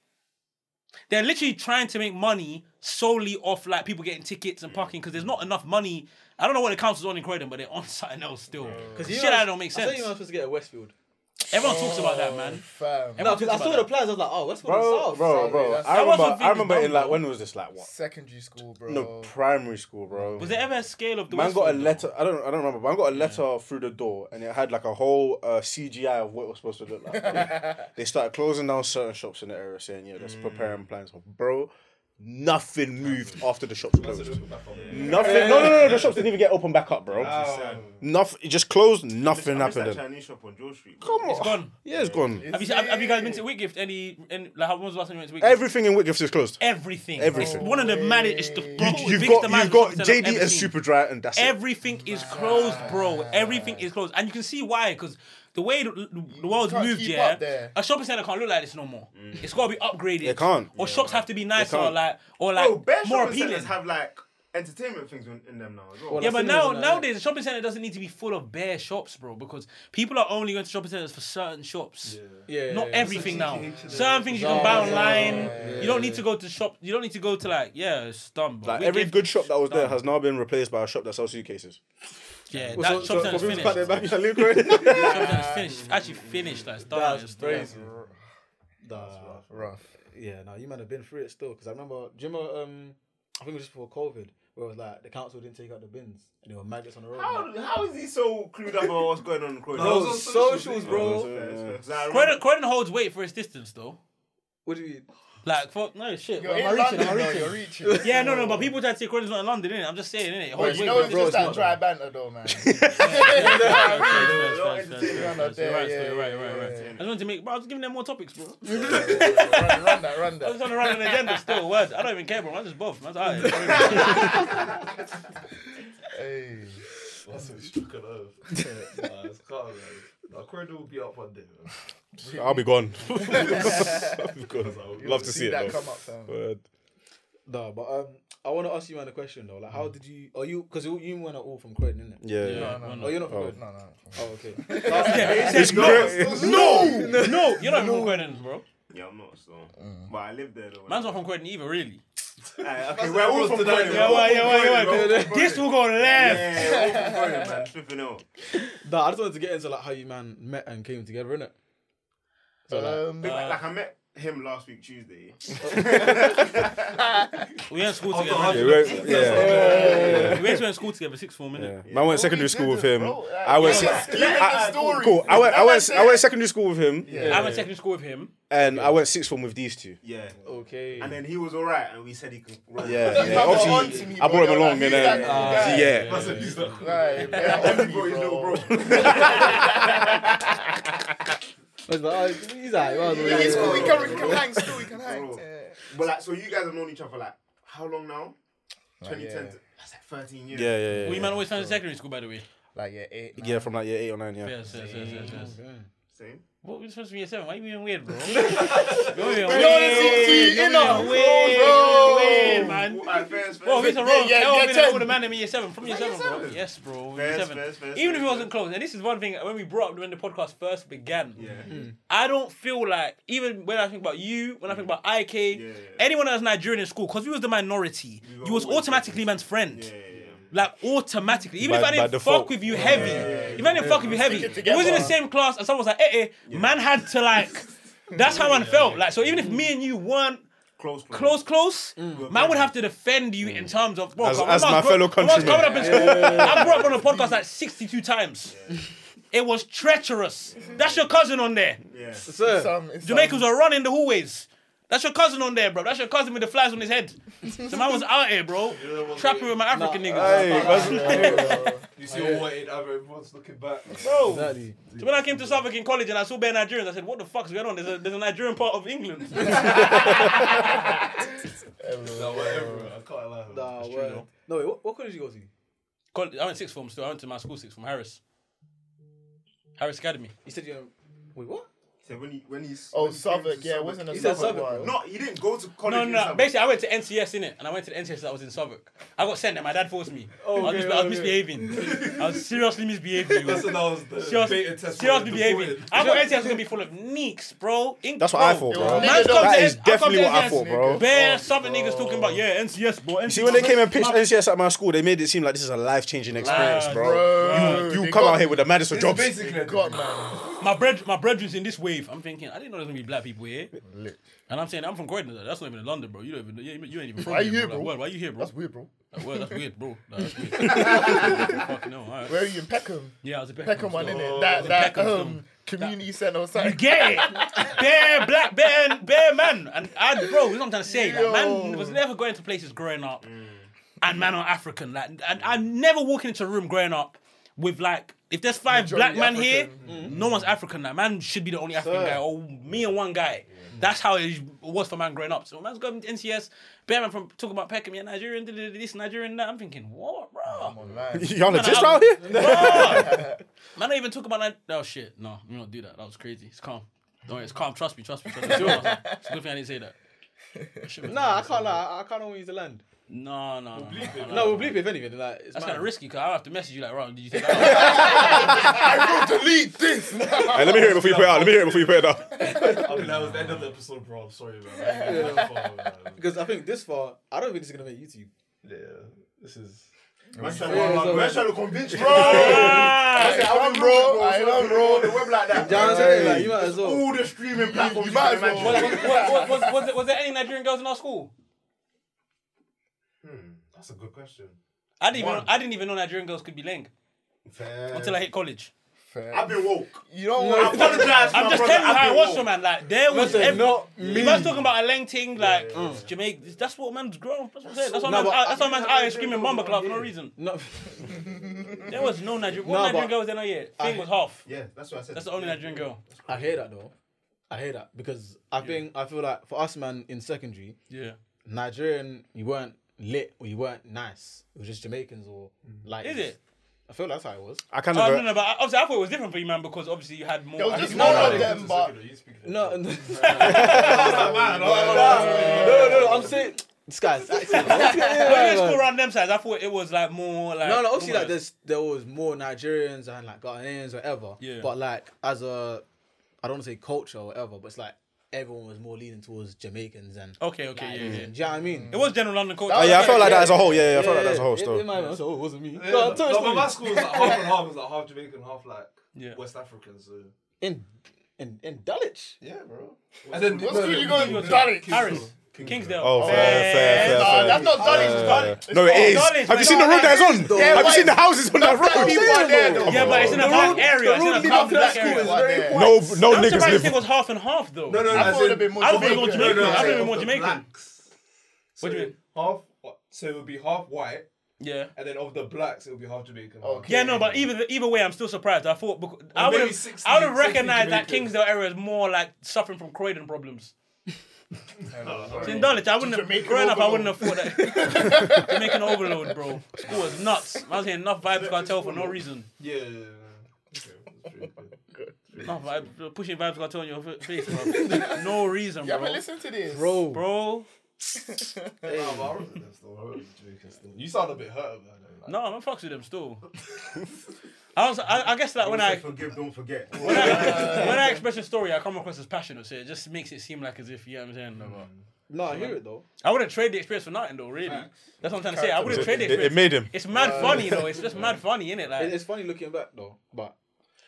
Speaker 3: They're literally trying to make money solely off like people getting tickets
Speaker 5: Mm.
Speaker 3: and parking because there's not enough money. I don't know what the council's on in Croydon, but they're on something else still. Because shit, that don't make
Speaker 5: I thought
Speaker 3: sense.
Speaker 5: you oh, were supposed to get a Westfield.
Speaker 3: Everyone talks about that, man.
Speaker 6: Fam.
Speaker 5: No,
Speaker 3: Everyone
Speaker 5: because I
Speaker 3: talks
Speaker 5: saw the
Speaker 3: about that.
Speaker 5: plans. I was like, oh, Westfield is
Speaker 4: Bro,
Speaker 5: south.
Speaker 4: bro, bro.
Speaker 6: that's-
Speaker 4: I
Speaker 3: That wasn't
Speaker 4: remember. I
Speaker 3: Vinny's
Speaker 4: remember in
Speaker 3: dumb,
Speaker 4: like
Speaker 3: though.
Speaker 4: when was this? Like what?
Speaker 6: Secondary school, bro.
Speaker 4: No, primary school, bro.
Speaker 3: Was there ever a scale of the
Speaker 4: Man got a
Speaker 3: Westfield, though?
Speaker 4: letter. I don't. I don't remember. But man got a letter through the door, and it had like a whole uh, CGI of what it was supposed to look like. they started closing down certain shops in the area, saying, "Yeah, let's
Speaker 3: Mm.
Speaker 4: preparing plans." Bro, nothing moved after the shops closed. Nothing. No, no, no, no. The shops didn't even get opened back up, bro.
Speaker 3: Oh.
Speaker 4: Nothing. It just closed. Nothing
Speaker 7: I miss that
Speaker 4: happened. then.
Speaker 7: Chinese shop on George Street.
Speaker 4: Come on. It's
Speaker 3: gone.
Speaker 4: Yeah, it's gone.
Speaker 3: Have you, have, have you guys been to Whitgift? Any, any like, how when was the last time you went to Whitgift?
Speaker 4: Everything in Whitgift is closed.
Speaker 3: everything.
Speaker 4: Everything.
Speaker 3: It's one of the
Speaker 5: Oh,
Speaker 3: maddest. It's the bro,
Speaker 4: You, you've
Speaker 3: biggest
Speaker 4: got
Speaker 3: demand
Speaker 4: you've got
Speaker 3: I've ever
Speaker 4: JD and
Speaker 3: seen.
Speaker 4: Superdry, and that's it.
Speaker 3: Everything is closed, bro. Everything is closed, and you can see why. Because the way the, the world's
Speaker 6: can't
Speaker 3: moved,
Speaker 6: keep up
Speaker 3: yeah,
Speaker 6: there.
Speaker 3: a shopping center can't look like this no more. It's got to be upgraded.
Speaker 4: It Mm. can't.
Speaker 3: Or shops have to be nicer, or
Speaker 4: can't.
Speaker 3: like, or like
Speaker 7: Oh, bare
Speaker 3: more
Speaker 7: shopping
Speaker 3: appealing.
Speaker 7: centers have like entertainment things in, in them now as well.
Speaker 3: yeah, but now
Speaker 5: Cinemas and that,
Speaker 3: nowadays a shopping center doesn't need to be full of bare shops, bro. Because people are only going to shopping centers for certain shops.
Speaker 5: Yeah,
Speaker 3: Not
Speaker 5: yeah, yeah.
Speaker 3: everything now. Certain things you can buy online. you don't need to go to shop. You don't need to go to like yeah, it's dumb. bro.
Speaker 4: Like
Speaker 3: We
Speaker 4: every
Speaker 3: give-
Speaker 4: good shop that was there has now been replaced by a shop that sells suitcases.
Speaker 3: yeah, that shop center's finished. Shop center's finished. Actually finished. Like, it's done.
Speaker 5: That's
Speaker 3: it's done.
Speaker 5: crazy. Nah,
Speaker 6: Rough.
Speaker 5: yeah, no, you might have been through it still. Because I remember, do you remember, um, I think it was just before COVID, where it was like the council didn't take out the bins and there were maggots on the road. Like,
Speaker 7: How, how is he so clued up on what's going on in Croydon?
Speaker 5: Bro,
Speaker 7: Those are
Speaker 5: socials, bro.
Speaker 7: Yeah, it's- it's- I remember-
Speaker 3: Croydon, Croydon holds weight for its distance, though.
Speaker 5: What do you mean?
Speaker 3: Like, fuck, no shit.
Speaker 6: You're
Speaker 3: bro.
Speaker 6: in London, though, You're reaching.
Speaker 3: yeah, no, no, but people try to say Croydon's not in London, innit? I'm just saying, innit? It
Speaker 6: Bro,
Speaker 3: holds
Speaker 6: you
Speaker 3: weight
Speaker 6: know
Speaker 3: for
Speaker 6: it's
Speaker 3: its
Speaker 6: just
Speaker 3: distance.
Speaker 6: that dry banter though, man.
Speaker 3: Fair, fair, fair, fair, fair, fair. Right,
Speaker 6: Yeah,
Speaker 3: right,
Speaker 6: yeah,
Speaker 3: right, right. I just wanted to make, bro, I was giving them more topics, bro. I
Speaker 6: run, run that, run
Speaker 3: was
Speaker 6: that.
Speaker 3: trying to run an agenda still, word. I don't even care, bro. I'm just both. That's all right.
Speaker 6: Hey.
Speaker 2: That's what struck an earth. Mm. nah, it's calm, man. Nah, Corridor will be up one day, man.
Speaker 4: I'll be gone. I'll be gone. Love to see it.
Speaker 6: that
Speaker 4: though.
Speaker 6: come up, fam.
Speaker 4: Word.
Speaker 5: No, but um, I want to ask you man a question though. Like, how did you? Are you? Because you, you went all from Croydon, innit?
Speaker 4: Yeah.
Speaker 3: Yeah,
Speaker 6: no,
Speaker 3: why
Speaker 5: Oh,
Speaker 3: not?
Speaker 5: you're not from
Speaker 4: Oh.
Speaker 5: Croydon.
Speaker 6: No, no.
Speaker 5: Oh, okay.
Speaker 3: Yeah, he
Speaker 4: It's
Speaker 3: said,
Speaker 4: great.
Speaker 3: No, no, no, you're not even from Croydon, bro.
Speaker 7: Yeah, I'm not, so. But I live there though.
Speaker 3: Man's not from Croydon either, really.
Speaker 7: Aye, Okay, we're all from Croydon.
Speaker 3: Yeah,
Speaker 7: we're all
Speaker 3: why,
Speaker 7: from
Speaker 3: yeah, why, yeah,
Speaker 7: Croydon,
Speaker 3: why? This will go left.
Speaker 7: Yeah, we're all from Croydon, man. Flipping out.
Speaker 5: No, I just wanted to get into like how you man met and came together, innit? So like,
Speaker 6: Um,
Speaker 7: Big- Like, I met him last week, Tuesday.
Speaker 3: We went to school together.
Speaker 4: Yeah,
Speaker 3: innit?
Speaker 4: we're- yeah.
Speaker 3: We actually went to school together, sixth form, innit?
Speaker 4: yeah. Man went secondary school with him.
Speaker 6: Bro, like,
Speaker 4: I went.
Speaker 6: yeah,
Speaker 4: I-
Speaker 6: skip the
Speaker 4: I-
Speaker 6: story.
Speaker 4: Cool. I went. I went. I went secondary school with him,
Speaker 3: I went to secondary school with him.
Speaker 4: and I went sixth form with these two.
Speaker 7: Yeah.
Speaker 5: okay.
Speaker 7: And then he was alright, and we said he could roll.
Speaker 4: Yeah.
Speaker 6: You
Speaker 4: yeah.
Speaker 6: have
Speaker 4: Obviously,
Speaker 6: on to me,
Speaker 4: I
Speaker 6: bro.
Speaker 4: brought him
Speaker 6: You're
Speaker 4: along,
Speaker 6: like,
Speaker 4: and
Speaker 6: you
Speaker 4: then
Speaker 6: that cool guy.
Speaker 4: yeah.
Speaker 2: That's at least not cool.
Speaker 6: Right, yeah,
Speaker 7: Only bro, his little bro.
Speaker 5: I was like, oh, he's alright. well, yeah,
Speaker 6: He's cool, he can, he can hang still, he can hang.
Speaker 7: Bro.
Speaker 6: Yeah.
Speaker 7: But like, so you guys have known each other for like how long now?
Speaker 6: yeah.
Speaker 7: 2010. to- That's like 13 years.
Speaker 4: Yeah, yeah,
Speaker 3: We
Speaker 4: yeah.
Speaker 3: man always found in secondary school, by the way.
Speaker 6: Like, yeah, eight,
Speaker 4: Yeah, from like year eight or nine, yeah.
Speaker 3: Yes, yes, yes, yes, yes.
Speaker 7: Same.
Speaker 3: What we supposed to be year seven? Why are you being weird, bro? You're being weird.
Speaker 6: you
Speaker 3: You're
Speaker 6: know.
Speaker 3: being weird, weird, man.
Speaker 7: All right, fair's fair's
Speaker 3: Well, if
Speaker 7: fair's.
Speaker 3: it's a wrong,
Speaker 6: yeah,
Speaker 3: yeah,
Speaker 6: yeah,
Speaker 3: yeah, yeah,
Speaker 6: ten.
Speaker 3: the man in year seven from year
Speaker 7: that
Speaker 3: seven,
Speaker 7: year
Speaker 3: bro.
Speaker 7: seven?
Speaker 3: Yes, bro. we were
Speaker 7: Fair,
Speaker 3: seven.
Speaker 7: fair, fair,
Speaker 3: Even if
Speaker 7: fair,
Speaker 3: it wasn't
Speaker 7: fair.
Speaker 3: close, and this is one thing when we brought up when the podcast first began.
Speaker 7: Yeah.
Speaker 3: I don't feel like even when I think about you, when I think about IK,
Speaker 7: yeah.
Speaker 3: anyone that was Nigerian in school, because we was the minority,
Speaker 7: were
Speaker 3: you was
Speaker 7: always
Speaker 3: automatically man's friend.
Speaker 7: Yeah, yeah, yeah.
Speaker 3: like automatically. Even
Speaker 4: By-
Speaker 3: if I
Speaker 4: by
Speaker 3: didn't fuck
Speaker 4: default.
Speaker 3: with you heavy, if I didn't fuck with you heavy, it, was in the same class and someone was like, eh, eh, man had to like. That's how man felt. Like so, even if me and you weren't
Speaker 8: Close, close.
Speaker 3: close, close,
Speaker 7: Mm.
Speaker 3: man would have to defend you in terms of bro,
Speaker 4: As-
Speaker 3: come-
Speaker 4: as
Speaker 3: man
Speaker 4: my
Speaker 3: grew-
Speaker 4: fellow
Speaker 3: come on,
Speaker 4: countrymen.
Speaker 3: coming up in school, I grew up on a podcast like sixty-two times. It was treacherous. That's your cousin on there.
Speaker 5: Sir,
Speaker 6: Some- some-
Speaker 3: Jamaicans were running the hallways. That's your cousin on there, bro. That's your cousin with the flies on his head. So man was out here, bro, trapping with my African niggas.
Speaker 4: Hey, that's-
Speaker 2: You see all wanted, everyone's looking back.
Speaker 3: Bro,
Speaker 5: exactly.
Speaker 3: so when I came to South African College and I saw bare Nigerians, I said, "What the fuck's going on? There's a, there's a Nigerian part of England."
Speaker 2: No, whatever. I can't lie.
Speaker 5: Nah, word. No, wait, what, what college did you go to?
Speaker 3: College, I went sixth form still. I went to my school sixth form, Harris. Harris Academy.
Speaker 5: You said you. Wait, what?
Speaker 8: So when he when he's
Speaker 6: Oh,
Speaker 8: when he came
Speaker 6: Southwark.
Speaker 8: to
Speaker 6: Yeah, it
Speaker 8: Southwark-
Speaker 6: wasn't a
Speaker 5: He said
Speaker 6: Southwark
Speaker 5: Southwark,
Speaker 6: one.
Speaker 8: No, he didn't go to college.
Speaker 3: No,
Speaker 8: in
Speaker 3: no, no.
Speaker 8: Southwark.
Speaker 3: Basically, I went to NCS in it, and I went to the NCS that was in Southwark. I got sent there. My dad forced me. I, was mis- I was misbehaving. I was seriously misbehaving. yo.
Speaker 2: That's when I was the
Speaker 3: Serious,
Speaker 2: beta test.
Speaker 3: serious
Speaker 2: for the
Speaker 3: behaving.
Speaker 2: deported.
Speaker 3: I thought NCS was gonna be full of neeks, bro. Ink,
Speaker 4: That's what
Speaker 3: bro.
Speaker 4: I thought, bro.
Speaker 6: Man,
Speaker 3: Man's
Speaker 6: come
Speaker 4: That
Speaker 3: to
Speaker 4: is
Speaker 3: N- I come
Speaker 4: definitely
Speaker 3: to
Speaker 4: what I
Speaker 3: NCS,
Speaker 4: thought, bro.
Speaker 3: Bare southern niggas talking about yeah, NCS, bro. NCS.
Speaker 4: See, when they came and pitched NCS at my school, they made it seem like this is a life changing experience,
Speaker 3: Nah,
Speaker 4: bro. You come out here with the maddest of
Speaker 2: It's
Speaker 4: jobs.
Speaker 2: basically a
Speaker 6: God, man.
Speaker 3: my bread, my brethren's in this wave. I'm thinking, I didn't know there's gonna be black people here. And I'm saying, I'm from Croydon. That's not even in London, bro. You don't even, you ain't- you ain't even from
Speaker 6: Why you here,
Speaker 3: Like,
Speaker 6: bro?
Speaker 3: word, why you here, bro?
Speaker 6: That's weird, bro.
Speaker 3: Like, word, that's weird, bro. Nah, that's weird. Fucking hell, all right.
Speaker 6: Where are you in Peckham?
Speaker 3: Yeah, I was a Peckham.
Speaker 6: Peckham one,
Speaker 3: still.
Speaker 6: innit? That, that,
Speaker 3: Peckham
Speaker 6: um, community centre or
Speaker 3: You
Speaker 6: something.
Speaker 3: get it? Bare black, bare, bare man. And I, bro, that's what I'm trying to say. Like, man
Speaker 6: Yo.
Speaker 3: was never going to places growing up. And man are African. Like, and I never walking into a room growing up with like, if there's five
Speaker 6: Majority
Speaker 3: black men here, no one's African. That man should be the only African guy, or me and one guy. That's how it was for man growing up. So when man's going to NCS, bare man from talking about Peckham, yeah, Nigerian, da- da- da- this Nigerian, that. I'm thinking, what, bro?
Speaker 4: You on a gist out here?
Speaker 3: Bruh. Man, don't even talk about that. Oh shit, no, we don't do that. That was crazy. It's calm. Don't worry, it's calm. Trust me, trust me, trust me. it's a good thing I didn't say that.
Speaker 5: Nah, I can't lie. I, I can't know when he's to land.
Speaker 3: No, no, no. no, no.
Speaker 5: No, we'll bleep it if anything. Like, it's
Speaker 3: That's
Speaker 5: mad.
Speaker 3: kind of risky because I have to message you like, wrong. Did you take that?
Speaker 6: Delete this.
Speaker 4: Hey, let me hear it before you put it out. Let me hear it before you put it out.
Speaker 2: I mean, that was the end of the episode, bro. I'm sorry, man. I didn't go that far, man.
Speaker 5: Because I think this far, I don't think this is gonna make YouTube.
Speaker 2: Yeah, this is.
Speaker 8: Man's trying
Speaker 5: Yeah,
Speaker 8: to-
Speaker 5: so-
Speaker 8: man's trying to convince you, bro.
Speaker 3: out?
Speaker 6: I'm bro. I
Speaker 8: Bro,
Speaker 6: am bro.
Speaker 8: the web like that.
Speaker 5: Yeah,
Speaker 8: bro.
Speaker 5: like, you might as well.
Speaker 8: All the streaming platforms. You can
Speaker 6: might as well.
Speaker 8: imagine.
Speaker 3: was, was, was, was, was, there- was there any Nigerian girls in our school?
Speaker 8: That's a good question.
Speaker 3: I didn't even. I didn't even know Nigerian girls could be leng until I hit college.
Speaker 8: I've been woke.
Speaker 6: You don't
Speaker 8: I
Speaker 6: want.
Speaker 8: apologize.
Speaker 3: I'm just telling you how it was, for man. Like there was
Speaker 5: Listen,
Speaker 3: every-
Speaker 5: not
Speaker 3: You guys talking about a leng ting, like Jamaica. That's what man's grown. That's what I'm saying. That's why man's,
Speaker 5: but
Speaker 3: out, that's why man's out here
Speaker 8: Nigerian
Speaker 3: screaming
Speaker 8: girls
Speaker 3: mamba
Speaker 8: are
Speaker 3: club for no
Speaker 8: here.
Speaker 3: reason.
Speaker 5: No,
Speaker 3: There was no Nigerian. What
Speaker 5: Nah,
Speaker 3: Nigerian
Speaker 5: but-
Speaker 3: girl was there not yet? Thing was half.
Speaker 8: Yeah, that's what I said.
Speaker 3: That's the only Nigerian girl.
Speaker 5: I hear that though. I hear that because I think I feel like for us, man, in secondary,
Speaker 3: Yeah.
Speaker 5: Nigerian, you weren't lit or you weren't nice. It was just Jamaicans or like.
Speaker 3: Is it?
Speaker 5: I feel that's how it was.
Speaker 4: I kind
Speaker 3: Oh, no,
Speaker 4: of. uh,
Speaker 3: no, but obviously I thought it was different for you, man, because obviously you had more.
Speaker 6: There was
Speaker 3: I
Speaker 6: just
Speaker 3: think-
Speaker 6: more
Speaker 3: no,
Speaker 6: of
Speaker 3: no,
Speaker 6: them, but
Speaker 5: No, no,
Speaker 2: Man,
Speaker 5: no, no, I'm saying. This guy's.
Speaker 3: no. When you went to school around them sides, I thought it was like more like.
Speaker 5: No, no, obviously, like,
Speaker 3: almost-
Speaker 5: there's, there was more Nigerians and, like, Ghanaians, whatever.
Speaker 3: Yeah.
Speaker 5: But, like, as a, I don't want to say culture or whatever, but it's like everyone was more leaning towards Jamaicans and.
Speaker 3: Okay, Oh, okay,
Speaker 5: like,
Speaker 3: yeah, Mm. yeah.
Speaker 5: Do you know what I mean?
Speaker 3: It was general London culture.
Speaker 4: Oh, yeah, I felt like that as a whole. Yeah, yeah, I felt like that as a whole
Speaker 5: It, it
Speaker 4: still.
Speaker 5: might have been, so it wasn't me.
Speaker 2: Yeah,
Speaker 5: no,
Speaker 2: no,
Speaker 5: I'm telling
Speaker 2: but
Speaker 5: you.
Speaker 2: my school was like half and half. It was like half Jamaican, half like
Speaker 3: Yeah.
Speaker 2: West African. So
Speaker 5: In, in, in Dulwich.
Speaker 2: yeah, bro. And then
Speaker 6: What school you going to?
Speaker 3: Harris, Kingsdale.
Speaker 4: Oh, fair, fair,
Speaker 6: Nah,
Speaker 4: fair,
Speaker 6: that's
Speaker 4: fair.
Speaker 6: not Dulwich. It's Dulwich. It's
Speaker 4: No, it
Speaker 6: not.
Speaker 4: is.
Speaker 3: Knowledge,
Speaker 4: Have you
Speaker 3: man.
Speaker 4: seen the road that it's on? Have you
Speaker 6: why-
Speaker 4: seen the houses on that
Speaker 6: Black people are there, though.
Speaker 4: road?
Speaker 3: Yeah, but it's in a black area. It's in
Speaker 5: road
Speaker 3: a black,
Speaker 5: leading up
Speaker 3: black
Speaker 5: to that
Speaker 3: area.
Speaker 5: school
Speaker 6: Right there.
Speaker 4: No, no
Speaker 3: I'm
Speaker 4: niggas
Speaker 3: surprised
Speaker 4: live.
Speaker 3: it was half and half though.
Speaker 2: No, no,
Speaker 6: I
Speaker 2: as
Speaker 6: thought it would
Speaker 2: in
Speaker 6: have been more
Speaker 3: I don't think it was
Speaker 6: Jamaican.
Speaker 2: No,
Speaker 3: Jamaican.
Speaker 2: no,
Speaker 3: I don't
Speaker 2: so
Speaker 3: even want
Speaker 2: the
Speaker 3: Jamaican.
Speaker 2: blacks.
Speaker 3: What do you
Speaker 2: So
Speaker 3: mean?
Speaker 2: Half. So it would be half white,
Speaker 3: Yeah.
Speaker 2: and then of the blacks, it would be half Jamaican.
Speaker 6: Okay.
Speaker 3: Yeah, no, but either either way, I'm still surprised. I thought because, I would
Speaker 2: maybe
Speaker 3: have
Speaker 2: 60,
Speaker 3: I would have
Speaker 2: 60
Speaker 3: recognized that
Speaker 2: Jamaicans.
Speaker 3: Kingsdale area is more like suffering from Croydon problems.
Speaker 2: Half.
Speaker 3: In Dulwich, I wouldn't have
Speaker 6: Jamaican
Speaker 3: growing up. I wouldn't have thought that Jamaican overload, bro. School was nuts. I was hearing enough vibes cartel for no reason.
Speaker 2: Yeah. yeah, yeah, yeah. Okay, that's pretty good.
Speaker 3: Enough vibes, pushing vibes cartel on your fa- face, bro. No reason,
Speaker 6: You haven't
Speaker 3: bro.
Speaker 6: listened to this,
Speaker 5: Bro.
Speaker 2: Nah,
Speaker 3: Bro,
Speaker 2: but I remember them still. I remember Jamaican still. You sound a bit hurt about it. Like,
Speaker 3: no, I'm fucks with them still. I was, I, I guess that when I
Speaker 8: Forgive, don't forget.
Speaker 3: when I, when I express a story, I come across as passionate, so it just makes it seem like as if, you know what I'm saying? No, but
Speaker 5: No, I hear it though.
Speaker 3: I wouldn't trade the experience for nothing though, really. That's what I'm trying to say. I wouldn't trade the
Speaker 4: It, it
Speaker 3: experience.
Speaker 4: made him.
Speaker 3: It's mad
Speaker 6: Uh,
Speaker 3: funny though. It's just mad funny, innit?
Speaker 5: It-
Speaker 3: Like,
Speaker 5: It's funny looking back though, but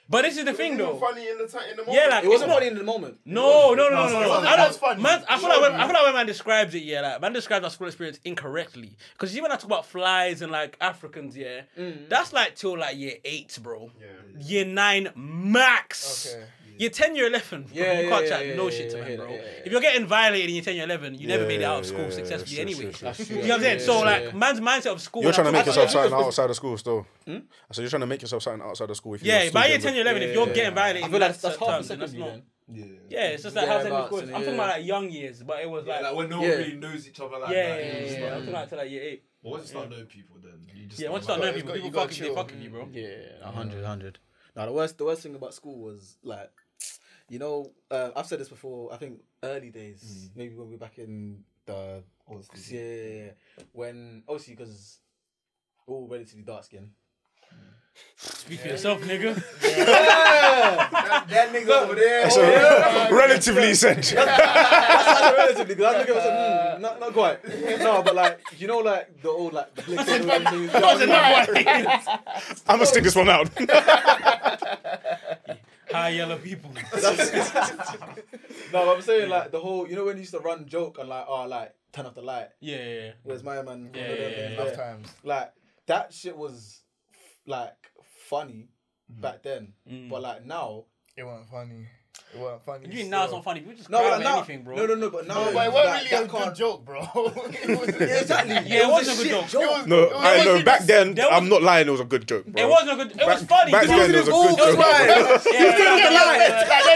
Speaker 3: but this is the thing though.
Speaker 8: Funny in the time in the moment.
Speaker 3: Yeah, like
Speaker 5: it
Speaker 3: it's
Speaker 5: wasn't
Speaker 3: not.
Speaker 5: funny in the moment.
Speaker 3: No, no, no, no,
Speaker 6: it's
Speaker 3: no.
Speaker 6: not
Speaker 3: no. I
Speaker 6: that it's
Speaker 3: don't.
Speaker 6: funny.
Speaker 3: Man, I feel like when, I feel like when man describes it, yeah, like man describes our school experience incorrectly. Because even when I talk about flies and like Africans, yeah,
Speaker 5: Mm.
Speaker 3: that's like till like year eight, bro. Year nine max.
Speaker 5: Okay.
Speaker 3: Year ten, year eleven. Bro.
Speaker 5: Yeah,
Speaker 3: you
Speaker 5: yeah,
Speaker 3: can't
Speaker 5: yeah,
Speaker 3: chat
Speaker 5: yeah,
Speaker 3: no
Speaker 5: yeah,
Speaker 3: shit to
Speaker 5: yeah,
Speaker 3: man,
Speaker 5: yeah,
Speaker 3: bro.
Speaker 5: yeah, yeah.
Speaker 3: If you're getting violated in year ten, year eleven, you never
Speaker 4: Yeah,
Speaker 3: made it out of school
Speaker 4: yeah,
Speaker 3: successfully
Speaker 4: sure,
Speaker 3: anyway.
Speaker 4: sure, sure.
Speaker 3: You know what I'm saying? So like, man's mindset of school.
Speaker 4: You're
Speaker 3: when I
Speaker 4: trying to
Speaker 3: talk
Speaker 4: make yourself
Speaker 3: about-
Speaker 4: something outside of school still. I said you're trying to make yourself something outside of school. If
Speaker 3: Hmm? Yeah,
Speaker 4: you're
Speaker 3: by year
Speaker 4: still
Speaker 3: ten, year eleven, if you're getting violated,
Speaker 5: I feel like that's, that's half
Speaker 3: half
Speaker 5: the secondary then.
Speaker 3: Yeah, it's just like how secondary
Speaker 5: Thereabouts,
Speaker 3: school. is. I'm
Speaker 5: yeah.
Speaker 3: talking about like young years, but it was like.
Speaker 2: like when no
Speaker 5: Yeah.
Speaker 2: one really knows each other like
Speaker 3: yeah,
Speaker 2: that.
Speaker 3: yeah,
Speaker 2: you
Speaker 3: yeah,
Speaker 2: just
Speaker 3: yeah.
Speaker 2: like-
Speaker 3: I'm talking like to like year eight.
Speaker 2: But once you start knowing people, then you just
Speaker 3: Yeah, once you
Speaker 2: don't
Speaker 3: start knowing
Speaker 2: like-
Speaker 3: people,
Speaker 6: got-
Speaker 3: people
Speaker 6: you gotta
Speaker 3: fucking, they
Speaker 6: chill.
Speaker 3: fucking you, bro.
Speaker 5: Yeah, a hundred, a hundred. Now the worst, the worst thing about school was like, you know, uh, I've said this before. I think early days,
Speaker 3: Mm.
Speaker 5: maybe when we were back in the yeah, yeah, yeah, when obviously because we're all relatively dark skin.
Speaker 3: Speak for yourself, nigga.
Speaker 7: That nigga over there.
Speaker 4: So, relatively essential.
Speaker 5: relatively, because I was looking at myself, hmm, not, not quite. No, but like, you know, like the old like the blick.
Speaker 4: I'm gonna stick this one out.
Speaker 3: High yellow people.
Speaker 5: No, I'm saying like the whole, you know, when you used to run joke and like, oh, like turn off the light.
Speaker 3: Yeah, yeah, yeah.
Speaker 5: Where's my man?
Speaker 3: Yeah, yeah, yeah.
Speaker 5: Yeah.
Speaker 6: times.
Speaker 5: like that shit was like funny
Speaker 3: Mm-hmm.
Speaker 5: back then,
Speaker 3: Mm.
Speaker 5: but like now,
Speaker 6: It wasn't funny. It wasn't funny.
Speaker 3: You mean now it's
Speaker 6: still.
Speaker 3: not funny. People just
Speaker 5: no,
Speaker 3: grab
Speaker 5: but
Speaker 3: at
Speaker 5: now,
Speaker 3: anything, bro.
Speaker 5: no, no, no, but now,
Speaker 6: No, but it
Speaker 5: like,
Speaker 6: wasn't really a
Speaker 5: that
Speaker 6: good
Speaker 5: can't-
Speaker 6: joke, bro. it was
Speaker 5: Yeah, exactly.
Speaker 3: Yeah, it was a good
Speaker 5: shit
Speaker 3: joke.
Speaker 4: No, I know.
Speaker 6: wasn't
Speaker 4: Back then,
Speaker 3: there was-
Speaker 4: I'm not lying. It was a good joke, bro.
Speaker 3: It wasn't a good. It was funny.
Speaker 4: back
Speaker 3: because it
Speaker 4: then, it was a
Speaker 3: involved.
Speaker 4: good joke.
Speaker 3: It was- yeah, yeah, yeah, yeah, yeah.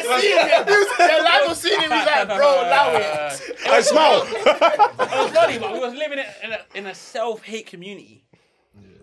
Speaker 6: Like they see him, they're like to see him. He's like, bro, allow it.
Speaker 4: I smile.
Speaker 3: It was funny, but we was living in a, in a, in a self hate community.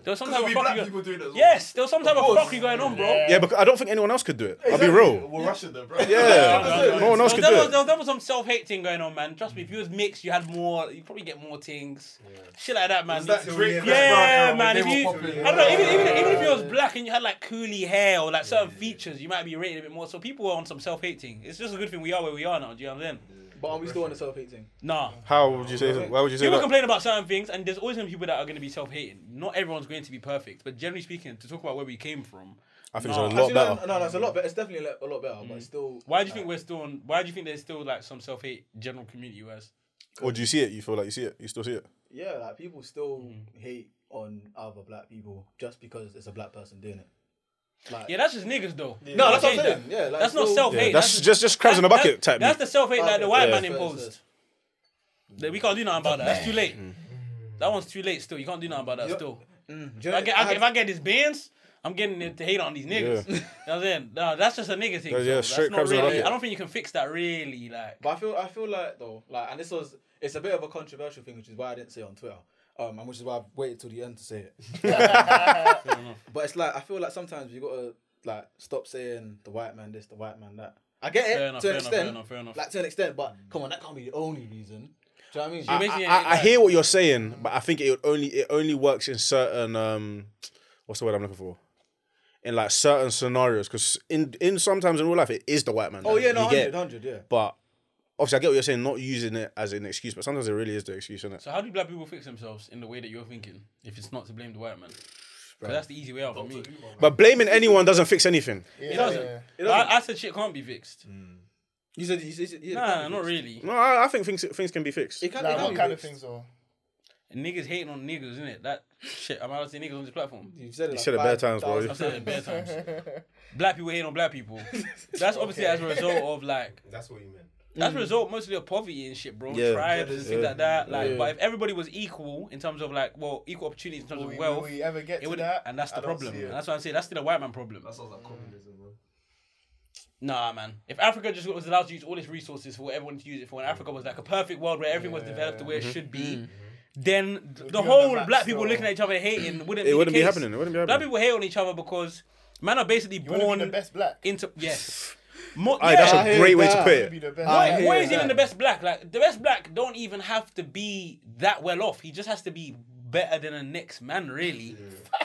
Speaker 3: There was some type
Speaker 2: There'll
Speaker 3: of
Speaker 2: be
Speaker 3: fuck
Speaker 2: black
Speaker 3: you
Speaker 2: people doing it as well.
Speaker 3: Yes, there was some type of fuckery going on, bro.
Speaker 4: Yeah, but I don't think anyone else could do it. I'll be real.
Speaker 2: We're Russian though, bro.
Speaker 4: Yeah, no one else could do
Speaker 3: there, was, there,
Speaker 4: it.
Speaker 3: was, there was some self hate thing going on, man. Trust me, if you was mixed, you had more. You probably get more things, shit like that, man.
Speaker 2: Was that Drake
Speaker 3: yeah,
Speaker 2: and Brown when
Speaker 3: man.
Speaker 2: they
Speaker 3: If
Speaker 2: were
Speaker 3: you,
Speaker 2: popular?
Speaker 3: I don't know, even, even, even if you was black and you had like curly hair or like certain features, you might be rated a bit more. So people were on some self hating. It's just a good thing we are where we are now. Do you know what I'm saying?
Speaker 5: But are we still on the self hate thing?
Speaker 3: Nah.
Speaker 4: How would you say? Why would you say
Speaker 3: People
Speaker 4: that?
Speaker 3: complain about certain things, and there's always going to be people that are going to be self hating. Not everyone's going to be perfect, but generally speaking, to talk about where we came from,
Speaker 4: I think it's a
Speaker 3: No.
Speaker 4: lot
Speaker 5: Actually, no,
Speaker 4: better.
Speaker 5: no, no, no, it's a lot better. It's definitely a lot- a lot better,
Speaker 3: Mm.
Speaker 5: but it's still.
Speaker 3: why do you think we're still on? Why do you think there's still like some self hate general community wise?
Speaker 4: Or do you see it? You feel like you see it? You still see it?
Speaker 5: Yeah, like people still
Speaker 3: Mm.
Speaker 5: hate on other black people just because it's a black person doing it. Like,
Speaker 3: Yeah, that's just niggas though.
Speaker 5: no, that's what I'm
Speaker 3: Change
Speaker 5: saying.
Speaker 3: that.
Speaker 5: Yeah, like,
Speaker 3: That's not
Speaker 5: still-
Speaker 3: self-hate.
Speaker 4: Yeah,
Speaker 3: Hey,
Speaker 4: that's
Speaker 3: that's-
Speaker 4: just just crabs in a
Speaker 3: That-
Speaker 4: bucket
Speaker 3: that-
Speaker 4: type.
Speaker 3: That's the self hate that the white
Speaker 5: Yeah.
Speaker 3: man
Speaker 5: Fair,
Speaker 3: imposed. That we can't do nothing about that. That's too late.
Speaker 5: Mm.
Speaker 3: That one's too late. Still, you can't do nothing about that. Still,
Speaker 5: Do you
Speaker 3: if
Speaker 5: know-
Speaker 3: I get, I, if I get this Benz, I'm getting it to hate on these niggas.
Speaker 4: Yeah.
Speaker 3: You know what I'm saying? No, that's just a nigga thing.
Speaker 4: Yeah,
Speaker 3: so
Speaker 4: yeah,
Speaker 3: that's
Speaker 4: straight
Speaker 3: not
Speaker 4: crabs in a
Speaker 3: really-
Speaker 4: bucket.
Speaker 3: I don't think you can fix that really. Like,
Speaker 5: But I feel I feel like though, like, and this was it's a bit of a controversial thing, which is why I didn't say it on Twitter, um, and which is why I waited till the end to say it. but it's like I feel like sometimes you gotta like stop saying the white man this, the white man that. I get it
Speaker 3: Fair enough,
Speaker 5: to an
Speaker 3: fair enough,
Speaker 5: extent,
Speaker 3: fair enough, fair enough. Mm.
Speaker 5: like to an extent, but come on, that can't be the only reason. Do you know what I mean?
Speaker 3: I-
Speaker 4: I,
Speaker 3: basically,
Speaker 4: I, I
Speaker 3: like-
Speaker 4: hear what you're saying, but I think it would only it only works in certain um, what's the word I'm looking for? In like certain scenarios, because in in sometimes in real life it is the white man.
Speaker 5: oh
Speaker 4: that
Speaker 5: yeah, no,
Speaker 4: you get.
Speaker 5: hundred, hundred, yeah.
Speaker 4: But obviously, I get what you're saying, not using it as an excuse, but sometimes it really is the excuse, isn't it?
Speaker 3: so how do black people fix themselves in the way that you're thinking? If it's not to blame the white man, 'Cause that's the easy way out for me.
Speaker 4: But blaming anyone doesn't fix anything.
Speaker 3: It doesn't. I, I said shit can't be fixed.
Speaker 5: You said you said yeah,
Speaker 3: Nah, not really.
Speaker 4: No, I, I think things things can be fixed.
Speaker 5: It can't, it
Speaker 6: Like,
Speaker 5: can't
Speaker 6: what
Speaker 5: be
Speaker 6: kind of
Speaker 5: fixed.
Speaker 6: things though?
Speaker 3: Niggas hating on niggas, isn't it? That shit. I'm allowed to say niggas on this platform.
Speaker 5: You've said it, like
Speaker 4: said it bare
Speaker 5: five
Speaker 4: times, bro.
Speaker 5: thousand
Speaker 3: I've said it in bare times. black people hating on black people. That's obviously as a result of like
Speaker 8: That's what you meant.
Speaker 3: that's a result mostly of poverty and shit, bro.
Speaker 4: Yeah.
Speaker 3: Tribes and things
Speaker 4: Yeah.
Speaker 3: like that. Like,
Speaker 5: Yeah.
Speaker 3: but if everybody was equal in terms of like, well, equal opportunities in terms
Speaker 6: Will
Speaker 3: of
Speaker 6: we, will
Speaker 3: wealth,
Speaker 6: we ever get
Speaker 3: it
Speaker 6: to
Speaker 3: would,
Speaker 6: that?
Speaker 3: and that's the
Speaker 6: I don't
Speaker 3: problem.
Speaker 6: see it.
Speaker 3: That's what I'm saying. That's still a white man problem.
Speaker 2: That sounds like communism, bro.
Speaker 3: Nah, man. If Africa just was allowed to use all its resources for what everyone to use it for, and Africa was like a perfect world where everything was developed the way
Speaker 4: Mm-hmm.
Speaker 3: it should be, then th- the
Speaker 6: be on
Speaker 3: whole
Speaker 6: the map
Speaker 3: black people
Speaker 6: still.
Speaker 3: looking at each other hating wouldn't.
Speaker 4: It
Speaker 3: be
Speaker 4: wouldn't
Speaker 3: the
Speaker 4: be
Speaker 3: case.
Speaker 4: happening. It wouldn't be
Speaker 3: Black
Speaker 4: happening.
Speaker 3: people hate on each other because man are basically
Speaker 6: You want to be
Speaker 3: born
Speaker 6: the best black.
Speaker 3: into yes. Mo-
Speaker 4: Aye, that's
Speaker 3: yeah.
Speaker 4: a great way to
Speaker 5: that.
Speaker 4: put
Speaker 6: Be
Speaker 4: it.
Speaker 6: the best.
Speaker 5: I
Speaker 3: Why-
Speaker 5: hear
Speaker 3: why is
Speaker 5: that.
Speaker 3: even the best black? Like the best black don't even have to be that well off. He just has to be better than the next man, really.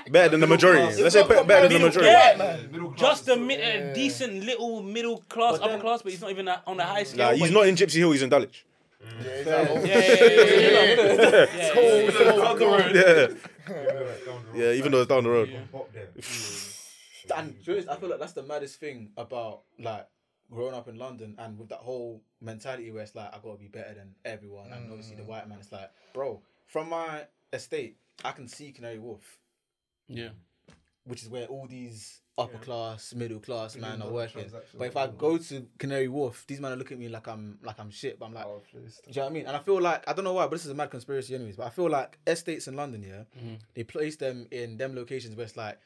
Speaker 4: Better than the majority. Let's say better than the majority.
Speaker 3: Yeah.
Speaker 2: Middle class
Speaker 3: Just a,
Speaker 2: is
Speaker 3: mi- a
Speaker 6: Mm.
Speaker 3: decent little middle class, upper class, but he's not even a- on the high scale.
Speaker 4: Nah, he's
Speaker 3: but
Speaker 4: not in Gypsy Hill. He's in Dulwich.
Speaker 3: Yeah, yeah, yeah, yeah, yeah. yeah,
Speaker 6: Oh,
Speaker 3: yeah.
Speaker 4: yeah. yeah, even though it's down the road.
Speaker 5: And to be honest, I feel like that's the maddest thing about like growing up in London and with that whole mentality where it's like I gotta be better than everyone, and obviously the white man. It's like, bro, from my estate, I can see Canary Wharf,
Speaker 3: Yeah.
Speaker 5: which is where all these upper class, middle class man are working. But if I go to Canary Wharf, these men are looking at me like I'm like I'm shit. But I'm like, do you know what I mean? And I feel like I don't know why, but this is a mad conspiracy, anyways. But I feel like estates in London, yeah, they place them in them locations where it's like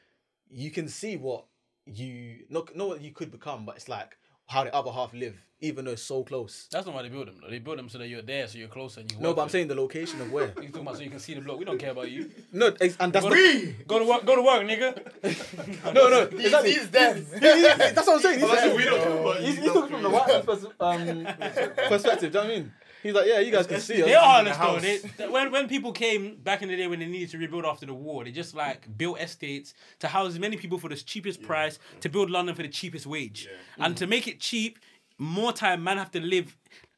Speaker 5: you can see what you not not what you could become, but it's like how the other half live, even though it's so close.
Speaker 3: That's not why they build them. Though. They build them so that you're there, so you're closer. And you
Speaker 5: No,
Speaker 3: work
Speaker 5: but I'm
Speaker 3: with
Speaker 5: saying the location of where.
Speaker 3: it. you talking about so you can see the block. We don't care about you.
Speaker 5: No, ex- and that's
Speaker 3: Go to work. Go to work, nigga.
Speaker 5: no, no. Exactly.
Speaker 6: He's them.
Speaker 5: that's what I'm saying. He's,
Speaker 2: we don't
Speaker 6: Oh,
Speaker 2: talk about
Speaker 5: he's,
Speaker 2: you.
Speaker 5: he's talking from the white man's pers- um, perspective. Do you know what I mean? He's like, yeah, you guys can see.
Speaker 3: They are
Speaker 5: us.
Speaker 3: harlots though. They, th- when when people came back in the day when they needed to rebuild after the war, they just like built estates to house as many people for the cheapest price to build London for the cheapest wage, and to make it cheap, more time man have to live.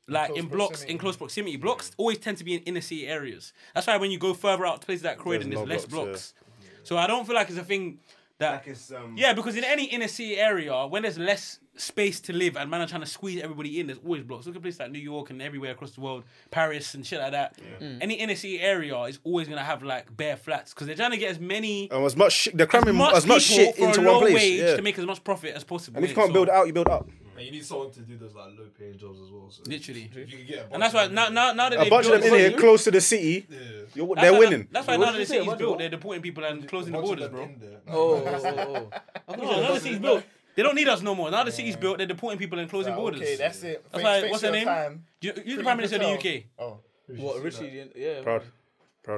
Speaker 3: Like in blocks, in close proximity, blocks always tend to be in inner city areas. That's why when you go further out to places like Croydon,
Speaker 4: There's
Speaker 3: there's,
Speaker 4: no
Speaker 3: less blocks.
Speaker 4: blocks,
Speaker 3: So I don't feel like it's a thing that
Speaker 7: Like it's um.
Speaker 3: yeah, because in any inner city area, when there's less space to live and man are trying to squeeze everybody in, there's always blocks. Look at places like New York and everywhere across the world, Paris and shit like that.
Speaker 5: Mm.
Speaker 3: Mm. Any inner city area is always gonna have like bare flats because they're trying to get as many
Speaker 4: And as much shit, they're cramming as much,
Speaker 3: people
Speaker 4: shit
Speaker 3: for
Speaker 4: into
Speaker 3: a low
Speaker 4: one place.
Speaker 3: wage
Speaker 4: yeah.
Speaker 3: to make as much profit as possible.
Speaker 4: and if you
Speaker 3: innit?
Speaker 4: can't
Speaker 3: So,
Speaker 4: build out, you build up.
Speaker 2: And you need someone to do those like low paying jobs as well. So
Speaker 3: literally,
Speaker 2: If you can get a bunch
Speaker 3: and that's why
Speaker 2: of
Speaker 3: now
Speaker 2: them,
Speaker 3: now now that
Speaker 4: A
Speaker 3: they've
Speaker 4: bunch of
Speaker 3: built-
Speaker 4: them in here, close to the city,
Speaker 2: yeah.
Speaker 4: you're,
Speaker 3: That's
Speaker 4: they're
Speaker 3: why-
Speaker 4: winning.
Speaker 3: That's why
Speaker 5: What
Speaker 3: now
Speaker 5: did
Speaker 3: that
Speaker 5: you
Speaker 3: the
Speaker 5: say?
Speaker 3: city's
Speaker 5: What-
Speaker 3: built,
Speaker 5: what?
Speaker 3: they're deporting people and closing
Speaker 2: A
Speaker 3: the
Speaker 2: bunch of
Speaker 3: borders,
Speaker 2: them
Speaker 3: bro.
Speaker 2: in there.
Speaker 5: Oh, oh, oh. I thought you
Speaker 3: No,
Speaker 5: said
Speaker 3: now the
Speaker 5: that's-
Speaker 3: city's built. They don't need us no more. Now the city's built, they're deporting people and closing borders.
Speaker 6: Okay, that's it.
Speaker 3: That's
Speaker 6: Thanks-
Speaker 3: why-
Speaker 6: thanks
Speaker 3: what's
Speaker 6: for
Speaker 3: her
Speaker 6: your
Speaker 3: name?
Speaker 6: time.
Speaker 3: You- You're the prime minister of the
Speaker 6: Patel.
Speaker 3: UK.
Speaker 6: Oh,
Speaker 5: What Rishi? Yeah.
Speaker 4: Proud.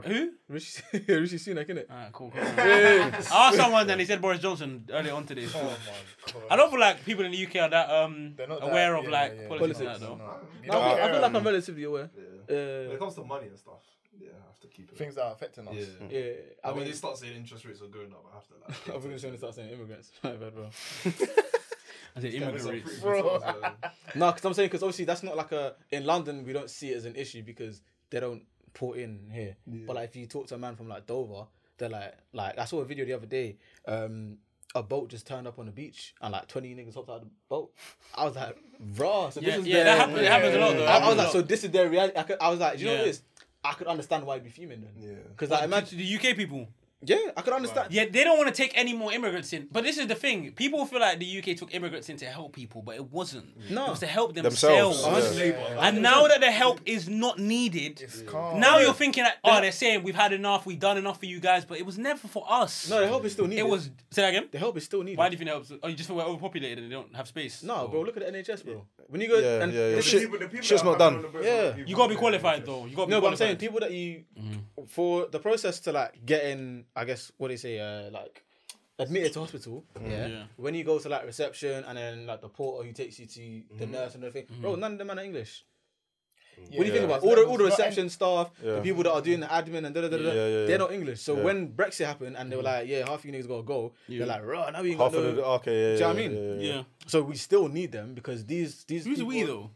Speaker 3: Who?
Speaker 5: Rishi, Rishi Sunak, innit?
Speaker 3: Ah, cool. cool. I asked someone and he said Boris Johnson earlier on today.
Speaker 6: oh
Speaker 3: I don't feel like people in the UK are that um
Speaker 6: They're not that-
Speaker 3: aware of
Speaker 6: yeah,
Speaker 3: like
Speaker 6: yeah.
Speaker 3: politics, and that
Speaker 6: No,
Speaker 3: though.
Speaker 6: they
Speaker 5: I, feel-
Speaker 6: don't
Speaker 5: I
Speaker 6: care.
Speaker 5: feel like I'm relatively aware.
Speaker 2: Yeah. When
Speaker 5: Uh,
Speaker 2: it comes to money and stuff, yeah, I have to keep it.
Speaker 6: Things that are affecting us.
Speaker 2: yeah.
Speaker 5: yeah,
Speaker 2: I
Speaker 5: I
Speaker 2: mean, when
Speaker 5: mean,
Speaker 2: they start saying interest rates are going up, I have to like.
Speaker 5: I was gonna say when they start saying immigrants. My bad, bro.
Speaker 3: I said
Speaker 2: It's
Speaker 3: immigrant
Speaker 2: a pretty
Speaker 3: rates.
Speaker 2: good source, yeah.
Speaker 5: No, because I'm saying because obviously that's not like a in London we don't see it as an issue because they don't put in here. But like if you talk to a man from like Dover, they're like like I saw a video the other day. Um, a boat just turned up on the beach and like 20 niggas hopped out of the boat. I was like, raw. So
Speaker 3: Yeah,
Speaker 5: this is
Speaker 3: yeah,
Speaker 5: their,
Speaker 3: that happens, it happens a lot though.
Speaker 5: I, I
Speaker 3: It
Speaker 5: was
Speaker 3: happens a
Speaker 5: like,
Speaker 3: lot.
Speaker 5: so this is their reality. I, could, I was like, you know
Speaker 3: Yeah.
Speaker 5: what it is? I could understand why it'd be fuming then.
Speaker 2: Yeah.
Speaker 5: Because like imagine,
Speaker 3: To the UK people.
Speaker 5: yeah, I could understand.
Speaker 3: Yeah, they don't want to take any more immigrants in. But this is the thing. People feel like the UK took immigrants in to help people, but it wasn't.
Speaker 5: No.
Speaker 6: Mm.
Speaker 3: It was to help themselves.
Speaker 4: Themselves,
Speaker 2: Honestly, but, like,
Speaker 3: And now that the help is not needed,
Speaker 6: It's calm.
Speaker 3: now you're thinking that, oh, they're saying we've had enough, we've done enough for you guys, but it was never for us.
Speaker 5: No, the help is still needed.
Speaker 3: It was, say that again?
Speaker 5: the help is still needed.
Speaker 3: Why do you think that was? Oh, you just think we're overpopulated and they don't have space?
Speaker 5: No,
Speaker 3: Or-
Speaker 5: bro, look at the NHS, bro. When you go
Speaker 4: Yeah,
Speaker 5: and
Speaker 4: yeah, yeah.
Speaker 5: the
Speaker 4: Shit-
Speaker 5: people-
Speaker 4: shit's not done.
Speaker 5: Yeah.
Speaker 3: You gotta be qualified though. You gotta
Speaker 5: no,
Speaker 3: be
Speaker 5: but I'm saying people
Speaker 3: qualified.
Speaker 5: that you
Speaker 3: Mm-hmm.
Speaker 5: for the process to like getting, I guess what do you say, uh, like admitted to hospital.
Speaker 4: Mm-hmm.
Speaker 5: Yeah.
Speaker 3: Yeah.
Speaker 5: When you go to like reception and then like the porter who takes you to the
Speaker 4: Mm-hmm.
Speaker 5: nurse and everything,
Speaker 3: Mm-hmm.
Speaker 5: bro, none of them are English. What do you think about it? all the all the reception staff, the
Speaker 4: Yeah.
Speaker 5: people that are doing the admin and da da da da?
Speaker 4: Yeah, yeah, yeah.
Speaker 5: They're not English. So
Speaker 4: Yeah.
Speaker 5: when Brexit happened and they were
Speaker 3: Mm-hmm.
Speaker 5: like, yeah, half of you niggas gotta go. They're like, raw, now we ain't
Speaker 4: Half
Speaker 5: got
Speaker 4: of the.
Speaker 5: no.
Speaker 4: Okay, yeah.
Speaker 5: Do you know what I
Speaker 4: yeah,
Speaker 5: mean?
Speaker 4: yeah, yeah.
Speaker 3: Yeah.
Speaker 5: So we still need them because these these
Speaker 3: Who's
Speaker 5: people,
Speaker 3: we though?